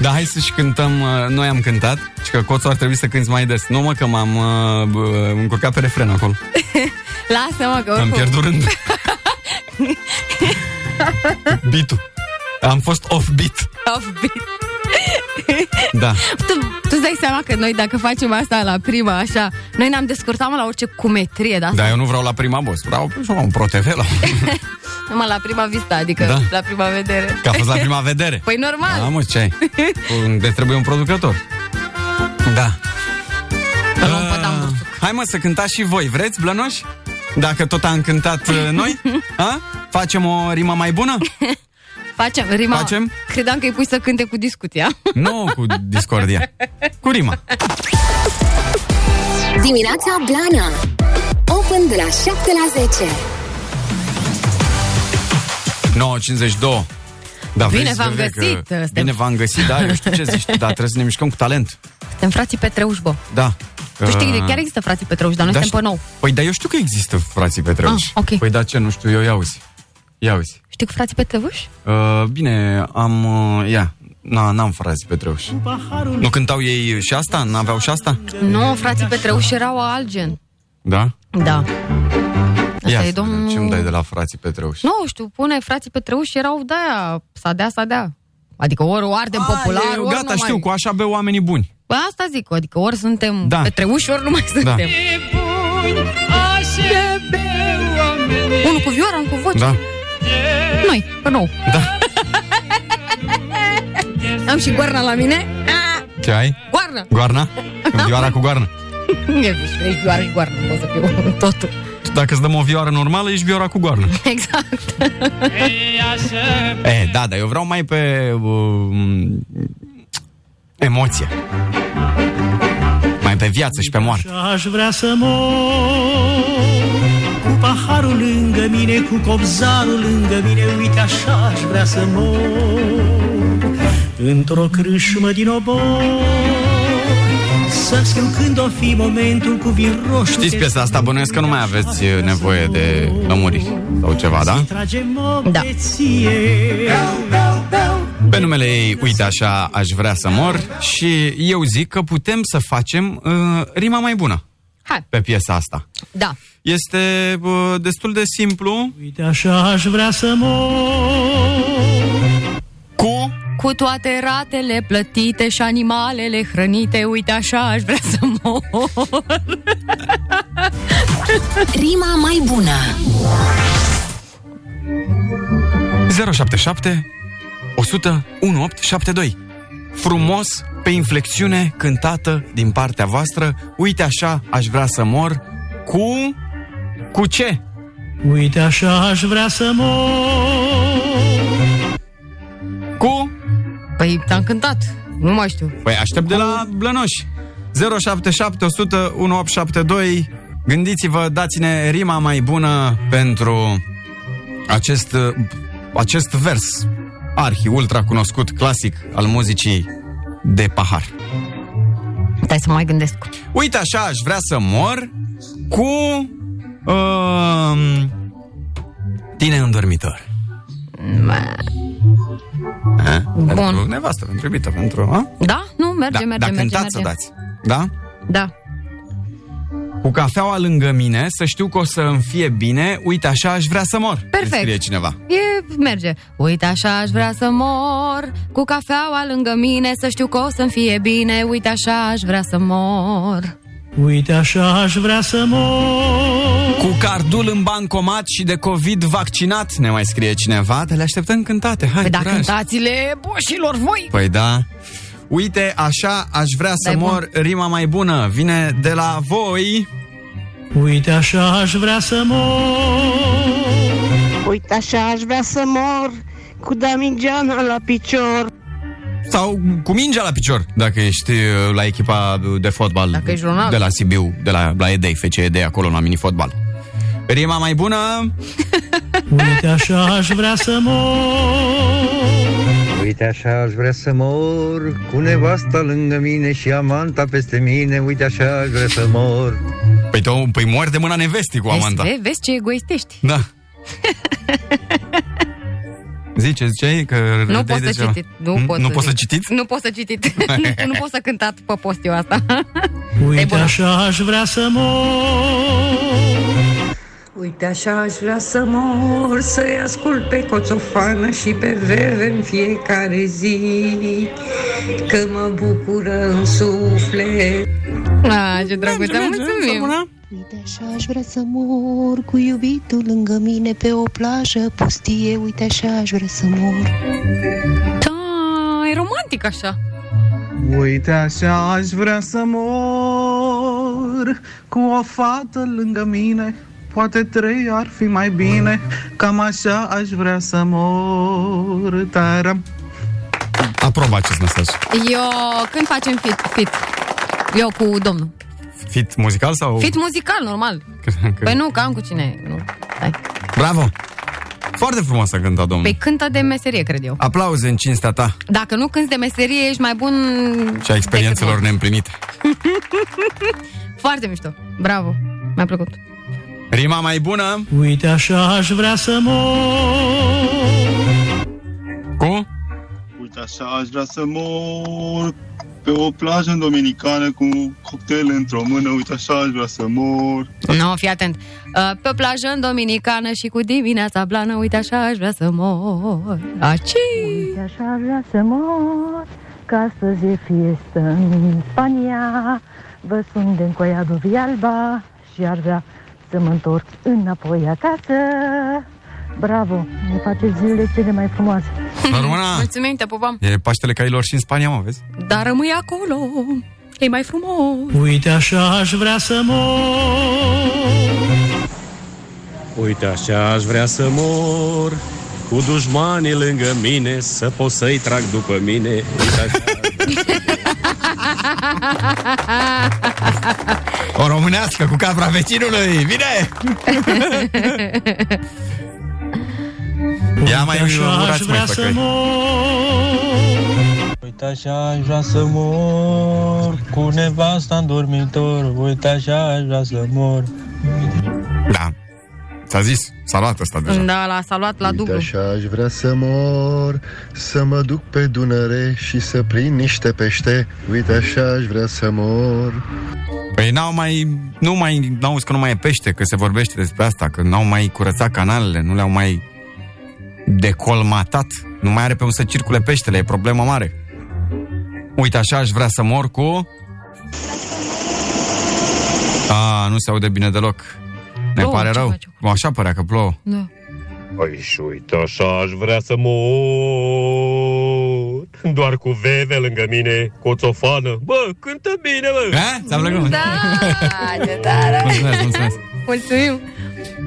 Speaker 2: Da, hai să și cântăm. uh, Noi am cântat și că Coțu ar trebui să cânti mai des. Nu mă, că m-am uh, bă, încurcat pe refren acolo.
Speaker 3: Lasă-mă că
Speaker 2: Am
Speaker 3: oricum...
Speaker 2: pierdut rândul. Bitul. Am fost off-beat.
Speaker 3: Offbeat.
Speaker 2: Da.
Speaker 3: tu, tu îți dai seama că noi dacă facem asta la prima, așa, noi ne-am descurcat mă, la orice cumetrie, da?
Speaker 2: Dar eu nu vreau la prima boss. Vreau la un pro TV. La...
Speaker 3: Numai la prima vista, adică
Speaker 2: Da.
Speaker 3: da. la prima vedere.
Speaker 2: Că a fost la prima vedere.
Speaker 3: Păi normal.
Speaker 2: Da, mă, ce ai? Unde trebuie un producător. Da. Uh, hai mă să cântați și voi, vreți, blănoși? Dacă tot am cântat uh, noi, a? facem o rimă mai bună?
Speaker 3: Facem rima.
Speaker 2: Facem?
Speaker 3: Credeam că îi pui să cânte cu discuția.
Speaker 2: Nu cu discordia, cu rima.
Speaker 1: Dimineața Blana Open de la 7 la 10
Speaker 2: 9.52. Da,
Speaker 3: Bine
Speaker 2: vezi,
Speaker 3: v-am
Speaker 2: Veve, că-
Speaker 3: găsit, ă, suntem-
Speaker 2: Bine v-am găsit, da, eu știu ce zici, dar trebuie să ne mișcăm cu talent.
Speaker 3: Suntem frații Petreuș, bă.
Speaker 2: Da.
Speaker 3: Tu știi
Speaker 2: Uh,
Speaker 3: că chiar există frații Petreuș, dar noi
Speaker 2: da,
Speaker 3: suntem pe
Speaker 2: știu-
Speaker 3: nou.
Speaker 2: Păi, dar eu știu că există frații Petreuși.
Speaker 3: Ah, ok.
Speaker 2: Păi, da, ce, nu știu, eu ia uzi. Ia uzi.
Speaker 3: Știi cu frații Petreuș?
Speaker 2: Uh, bine, am... Uh, ia, Na, n-am frații Petreuși. Nu cântau ei și asta? N-aveau și asta?
Speaker 3: Nu, frații Petreuș erau alt gen.
Speaker 2: Da?
Speaker 3: Da.
Speaker 2: Asta ia,
Speaker 3: e
Speaker 2: să vedem
Speaker 3: domnul-
Speaker 2: ce-mi dai de la frații Petreuși?
Speaker 3: Nu știu, pune frații Petreuș erau de aia, sadea, sadea. Adică ori o ardem popular,
Speaker 2: eu,
Speaker 3: ori
Speaker 2: gata,
Speaker 3: nu
Speaker 2: știu,
Speaker 3: mai...
Speaker 2: cu așa beau oamenii buni.
Speaker 3: Bă, asta zic, adică ori suntem da. Petreuși, ori nu mai suntem. Unul cu vioara, unul cu voce.
Speaker 2: Da.
Speaker 3: Noi, pe nou. Da. Am și goarna la mine. Ah,
Speaker 2: Ce ai?
Speaker 3: Goarna!
Speaker 2: Goarna? Vioara cu goarna.
Speaker 3: Ești ești vioară și goarnă, pot să fiu totul.
Speaker 2: Tu, Dacă îți dăm o vioară normală, ești vioara cu goarnă.
Speaker 3: Exact.
Speaker 2: E, da, dar eu vreau mai pe uh, emoție. Mai pe viață și pe moarte.
Speaker 5: Aș vrea să mor Cu paharul lângă mine, cu copzarul lângă mine Uite așa aș vrea să mor Într-o crâșmă din obor Să scriu când o fi momentul cu vin roșu
Speaker 2: Știți
Speaker 5: Te
Speaker 2: piesa asta, bănuiesc că nu mai aveți uh, nevoie de lămuriri sau ceva, da?
Speaker 5: Tragem o da.
Speaker 2: Pe numele ei, uite așa, aș vrea să mor și eu zic că putem să facem uh, rima mai bună
Speaker 3: Hai.
Speaker 2: pe piesa asta.
Speaker 3: Da.
Speaker 2: Este uh, destul de simplu.
Speaker 5: Uite așa aș vrea să mor
Speaker 2: Cu
Speaker 3: Cu toate ratele plătite și animalele hrănite, uite așa aș vrea să mor.
Speaker 1: Rima mai bună
Speaker 2: 077 100 1872. Frumos, pe inflexiune, cântată din partea voastră. Uite așa, aș vrea să mor cu... Cu ce?
Speaker 5: Uite așa aș vrea să mor
Speaker 2: Cu?
Speaker 3: Păi te-am cântat, nu mai știu.
Speaker 2: Păi aștept de la Blănoși. 077 100 1872. Gândiți-vă, dați-ne rima mai bună pentru acest, uh, acest vers arhi, ultra cunoscut, clasic al muzicii de pahar.
Speaker 3: Stai să mă mai gândesc.
Speaker 2: Uite așa, aș vrea să mor cu uh, tine în dormitor. A?
Speaker 3: Bun.
Speaker 2: Pentru nevastă, pentru iubită, pentru... A?
Speaker 3: Da? Nu? Merge,
Speaker 2: da,
Speaker 3: merge,
Speaker 2: da,
Speaker 3: merge,
Speaker 2: cântați
Speaker 3: merge.
Speaker 2: să dați. Da?
Speaker 3: Da.
Speaker 2: Cu cafeaua lângă mine, să știu că o să îmi fie bine, uite așa aș vrea să mor.
Speaker 3: Perfect.
Speaker 2: ne Scrie cineva.
Speaker 3: E, merge. Uite așa aș vrea să mor, cu cafeaua lângă mine, să știu că o să-mi fie bine, uite așa aș vrea să mor. Păi
Speaker 5: Uite așa aș vrea să mor
Speaker 2: Cu cardul în bancomat și de COVID vaccinat, ne mai scrie cineva, te le așteptăm cântate, hai,
Speaker 3: Păi da,
Speaker 2: curaj.
Speaker 3: cântați-le boșilor voi!
Speaker 2: Păi da. Uite, așa aș vrea să
Speaker 3: Dai bun.
Speaker 2: mor, rima mai bună vine de la voi.
Speaker 5: Uite așa aș vrea să mor
Speaker 19: Uite așa aș vrea să mor Cu Damigeana la picior
Speaker 2: Sau cu mingea la picior, dacă ești uh, la echipa de fotbal
Speaker 19: Dacă ești Ronaldo.
Speaker 2: de la Sibiu, de la, la EDEI, FCED, acolo la minifotbal. Rima mai bună,
Speaker 5: Uite așa aș vrea să mor
Speaker 20: Uite așa aș vrea să mor Cu nevasta lângă mine și amanta peste mine Uite așa aș vrea să mor
Speaker 2: Păi tu, păi mori de mâna nevestii cu
Speaker 3: Vezi,
Speaker 2: amanta.
Speaker 3: vezi, vezi ce egoistești.
Speaker 2: Da. Zice, ziceai că
Speaker 3: Nu
Speaker 2: râdeai
Speaker 3: pot
Speaker 2: de
Speaker 3: să
Speaker 2: ceva.
Speaker 3: citit. Nu,
Speaker 2: N-
Speaker 3: pot
Speaker 2: Hm? nu
Speaker 3: să
Speaker 2: poți să
Speaker 3: zic.
Speaker 2: citiți?
Speaker 3: Nu pot să citit. nu, nu pot să cântat pe post eu asta.
Speaker 2: Păi
Speaker 5: Uite așa aș vrea să mor
Speaker 21: Uite așa aș vrea să mor, să-i ascult pe Coțofană și pe Veve în fiecare zi, că mă bucură în suflet.
Speaker 3: A, ce drăguță, mulțumim.
Speaker 22: Uite așa aș vrea să mor Cu iubitul lângă mine Pe o plajă pustie Uite așa aș vrea să mor
Speaker 3: Da, e romantic așa.
Speaker 20: Uite așa aș vrea să mor Cu o fată lângă mine Poate trei ar fi mai bine Cam așa aș vrea să mor Taram
Speaker 2: Aproba acest mesaj.
Speaker 3: Eu, când facem fit, fit? Eu cu domnul.
Speaker 2: Fit muzical sau?
Speaker 3: Fit muzical, normal.
Speaker 2: Credeam că-
Speaker 3: Păi nu, că am cu cine. Nu.
Speaker 2: Bravo! Foarte frumos a cântat domnul.
Speaker 3: Păi cântă de meserie, cred eu.
Speaker 2: Aplauze în cinstea ta
Speaker 3: Dacă nu cânti de meserie, ești mai bun...
Speaker 2: și a
Speaker 3: Păi,
Speaker 2: experiențelor neîmplinite.
Speaker 3: Foarte mișto. Bravo. Mi-a plăcut.
Speaker 2: Rima mai bună
Speaker 5: Uite așa aș vrea să mor
Speaker 2: cu
Speaker 4: Uite așa, aș vrea să mor pe o plajă în dominicană cu cocktail într-o mână, uite așa aș vrea să mor.
Speaker 3: Nu, no, fii atent. Uh, Pe plajă în Dominicană și cu dimineața blană, uite așa aș vrea să mor. Aci!
Speaker 22: Uite așa aș vrea să mor Că astăzi e fiestă în Spania Vă sunt de Coiado Vialba Și ar vrea să mă întorc înapoi acasă Bravo, ne face zilele cele mai frumoase
Speaker 2: La română.
Speaker 3: Mulțumim, te pupăm.
Speaker 2: E Paștele Cailor și în Spania, mă, vezi?
Speaker 3: Dar rămâi acolo, e mai frumos.
Speaker 5: Uite așa aș vrea să mor
Speaker 23: Uite așa aș vrea să mor Cu dușmanii lângă mine Să pot să-i trag după mine Uite așa
Speaker 2: O românească cu capra vecinului, vine! Ia mai
Speaker 5: Uite așa aș
Speaker 2: urați mai
Speaker 5: vrea să
Speaker 2: făcăi.
Speaker 5: mor
Speaker 24: Uite așa aș vrea să mor Cu nevasta în dormitor Uite așa aș vrea să mor
Speaker 2: Da, s-a zis, s-a luat ăsta deja.
Speaker 3: Da, la, s-a luat la
Speaker 4: Uite
Speaker 3: dublu.
Speaker 4: așa aș vrea să mor, să mă duc pe Dunăre și să prind niște pește. Uite așa aș vrea să mor.
Speaker 2: Păi n-au mai, nu mai, n-au că nu mai e pește, că se vorbește despre asta, că n-au mai curățat canalele, nu le-au mai decolmatat, nu mai are pe unde să circule peștele, e problemă mare. Uite, așa aș vrea să mor cu... A, nu se aude bine deloc. Ne
Speaker 25: Plouă,
Speaker 2: pare
Speaker 25: ce
Speaker 2: rău.
Speaker 25: faci
Speaker 2: Așa părea că plouă.
Speaker 3: Da.
Speaker 25: Păi și uite așa aș vrea să mor Doar cu veve lângă mine Cu o țofană Bă, cântă bine, bă
Speaker 2: A? Ți-a Eh? plăcut?
Speaker 25: da,
Speaker 3: Da, ce tare!
Speaker 2: Mulțumesc, mulțumesc.
Speaker 3: Mulțumim!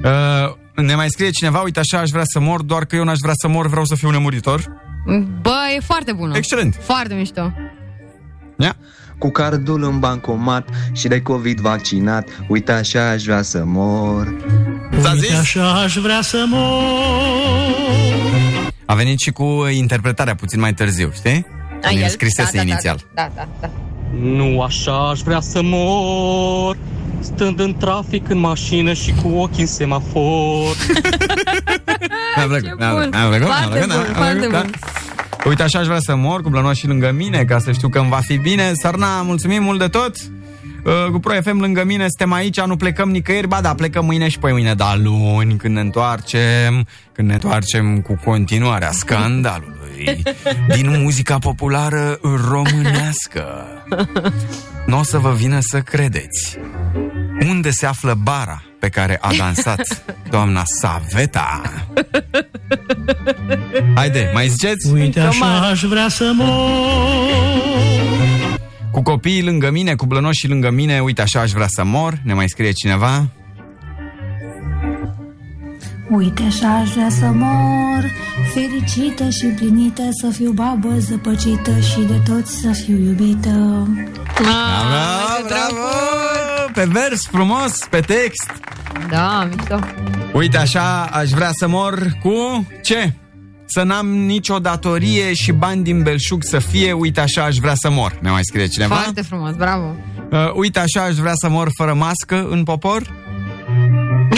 Speaker 2: Uh, ne mai scrie cineva, uite așa aș vrea să mor, doar că eu n-aș vrea să mor, vreau să fiu nemuritor.
Speaker 3: Bă, e foarte bună.
Speaker 2: Excelent.
Speaker 3: Foarte mișto.
Speaker 9: Cu cardul în bancomat și de COVID vaccinat Uite așa aș vrea să mor
Speaker 5: Uite așa aș vrea să mor
Speaker 2: A venit și cu interpretarea puțin mai târziu, știi?
Speaker 25: A,
Speaker 2: El
Speaker 25: el?
Speaker 2: scrisese
Speaker 25: Da, da, da,
Speaker 2: inițial.
Speaker 3: Da, da, da.
Speaker 25: Nu așa aș vrea să mor Stând în trafic în mașină și cu ochii în semafor
Speaker 2: Mi-a plăcut, mi-a plăcut, mi-a plăcut, mi-a
Speaker 25: Foarte
Speaker 2: plăcut, da,
Speaker 25: bun,
Speaker 2: mi-a
Speaker 25: foarte
Speaker 2: plăcut, da.
Speaker 25: bun.
Speaker 2: Uite, așa aș vrea să mor cu blănoa și lângă mine, ca să știu că îmi va fi bine. Sarna, mulțumim mult de tot! Uh, Cu Pro FM lângă mine, suntem aici, nu plecăm nicăieri, ba da, plecăm mâine și poi mâine, dar luni, când ne întoarcem, când ne întoarcem cu continuarea scandalului. noștri din muzica populară românească. Nu o să vă vină să credeți. Unde se află bara pe care a dansat doamna Saveta? Haide, mai ziceți?
Speaker 5: Uite așa aș vrea să mor
Speaker 2: Cu copiii lângă mine, cu blănoșii lângă mine, uite așa aș vrea să mor, ne mai scrie cineva.
Speaker 26: Uite așa aș vrea să mor Fericită și împlinită Să fiu babă zăpăcită Și de toți să fiu iubită
Speaker 3: Ah,
Speaker 2: Bravo, bravo! Pe vers, frumos, pe text.
Speaker 3: Da, mișto.
Speaker 2: Uite așa aș vrea să mor cu ce? Să n-am nicio datorie și bani din belșug să fie, uite așa aș vrea să mor. Ne mai scrie cineva?
Speaker 3: Foarte frumos, bravo.
Speaker 2: Uh, uite așa aș vrea să mor fără mască în popor.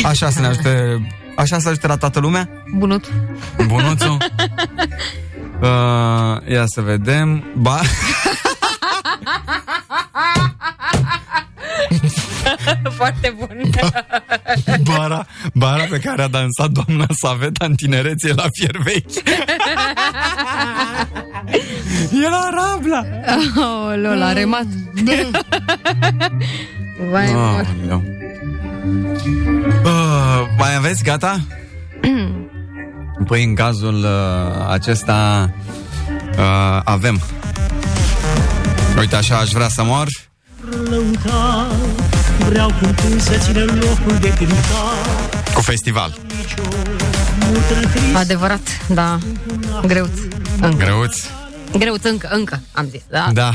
Speaker 2: Așa să ne ajute, așa să ajute la toată lumea.
Speaker 3: Bunut.
Speaker 2: Bunuțu. Uh, ia să vedem. Ba,
Speaker 3: Foarte bun.
Speaker 2: bara, bara pe care a dansat doamna Saveta în tinerețe la fier vechi. Era rabla.
Speaker 3: Oh, l-a remat. Vai,
Speaker 2: Ah.
Speaker 3: mor.
Speaker 2: Aoleu. Uh, mai aveți gata? Păi în cazul uh, acesta uh, avem. Uite așa aș vrea să mor.
Speaker 5: lăuta Vreau cum tu să țină locul de cântat
Speaker 2: Cu festival.
Speaker 3: Adevărat, da. Greuț. Încă.
Speaker 2: Greuț.
Speaker 3: Greuț încă, încă, am zis, da?
Speaker 2: Da.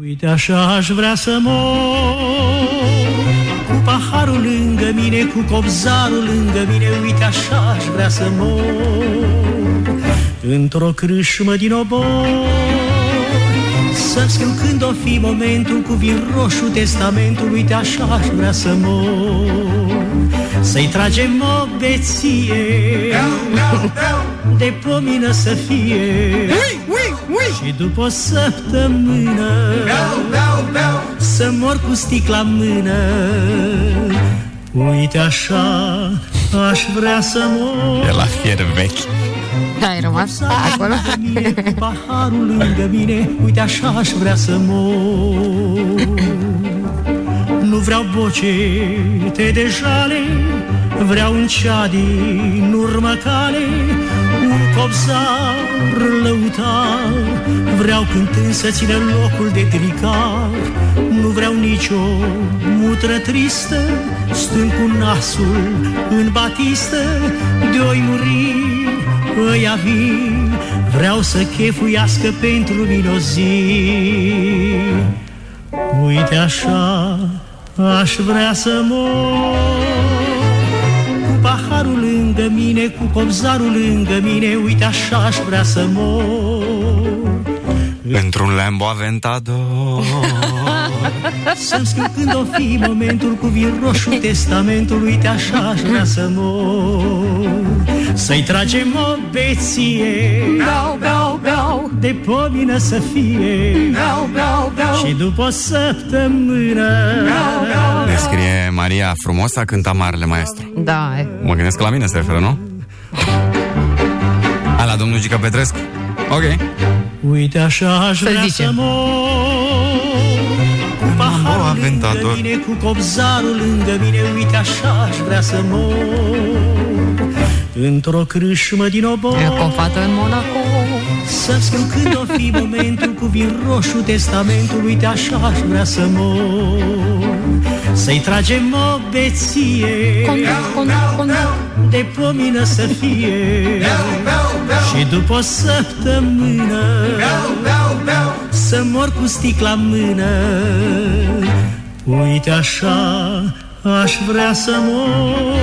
Speaker 5: Uite așa aș vrea să mor Cu paharul lângă mine, cu copzarul lângă mine Uite așa aș vrea să mor Într-o crâșmă din obor Să scriu când o fi momentul cu vin roșu testamentul Uite așa aș vrea să mor Să-i tragem o beție De pomină să fie Și după o săptămână Să mor cu sticla în mână Uite așa aș vrea să mor
Speaker 2: E la fier vechi.
Speaker 3: Da, Ai rămas acolo?
Speaker 5: Paharul lângă mine, uite așa aș vrea să mor Nu vreau bocete de jale Vreau un cea din urmă cale Un copzar lăutar Vreau cântând să țină locul de tricar Nu vreau nicio mutră tristă Stând cu nasul în batistă De-oi muri ăia vin Vreau să chefuiască pentru mine o zi Uite așa aș vrea să mor Cu paharul lângă mine, cu copzarul lângă mine Uite așa aș vrea să mor
Speaker 2: Într-un Lambo Aventador.
Speaker 5: Să-mi scriu când o fi momentul cu vin roșu testamentul Uite așa aș vrea să mor Să-i tragem o beție
Speaker 17: Beau, beau, beau.
Speaker 5: De pomină să fie
Speaker 17: Beau, beau, beau.
Speaker 5: Și după o săptămână beau, beau.
Speaker 2: Ne scrie Maria frumos a cântat Marele Maestru.
Speaker 3: Da, e.
Speaker 2: Mă gândesc că la mine se referă, nu? A, la domnul Gica Petrescu. Ok.
Speaker 5: Uite așa aș
Speaker 2: Să
Speaker 5: vrea
Speaker 2: zicem.
Speaker 5: să mor Cu
Speaker 2: Mambo,
Speaker 5: paharul lângă
Speaker 2: aventator.
Speaker 5: mine, cu copzarul lângă mine Uite așa aș vrea să mor Într-o crâșmă din obor
Speaker 3: E cu o fată în Monaco
Speaker 5: Să scriu când o fi momentul Cu vin roșu testamentul Uite așa aș vrea să mor Să-i tragem o beție De pomină să fie Și după o săptămână Să mor cu sticla în mână Uite așa aș vrea să mor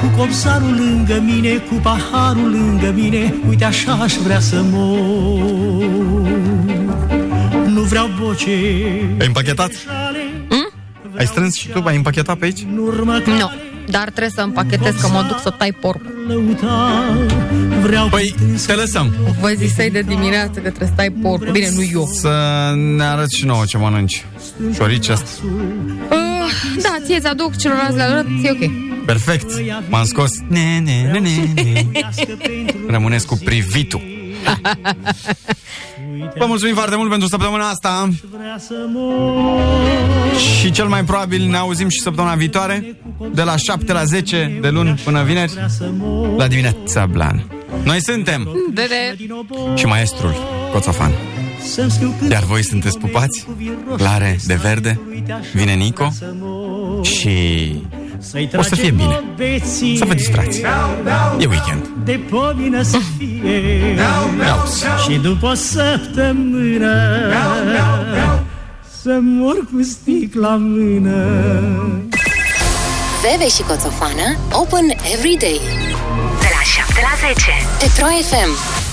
Speaker 5: Cu copsarul lângă mine, cu paharul lângă mine Uite așa aș vrea să mor Nu vreau boce
Speaker 2: Ai împachetat?
Speaker 3: Hmm?
Speaker 2: Ai strâns și tu, ai împachetat pe aici?
Speaker 3: Nu, dar trebuie să împachetez că mă duc să tai porcul
Speaker 5: Vreau
Speaker 2: Păi, te lăsăm.
Speaker 3: Vă zisei de dimineață că trebuie să tai porcul Bine, nu eu
Speaker 2: Să ne arăți și nouă ce mănânci. Șorici asta.
Speaker 3: Ah, Uh, Da, ție ți aduc, celorlalți le arăt, e ok
Speaker 2: Perfect. M-am scos. Ne, ne, ne, ne, ne. Rămânesc cu privitul. Vă mulțumim foarte mult pentru săptămâna asta. Și cel mai probabil ne auzim și săptămâna viitoare, de la 7 la 10, de luni până vineri, la dimineața blan. Noi suntem
Speaker 3: Dele.
Speaker 2: și maestrul Coțofan. Iar voi sunteți pupați, clare de verde, vine Nico și o să fie bine. Să vă distrați. E weekend.
Speaker 5: De povină să fie Și după o săptămână Să mor cu sticla în mână
Speaker 1: Veve și Coțofană, open every day. De la 7 la 10. Petro FM.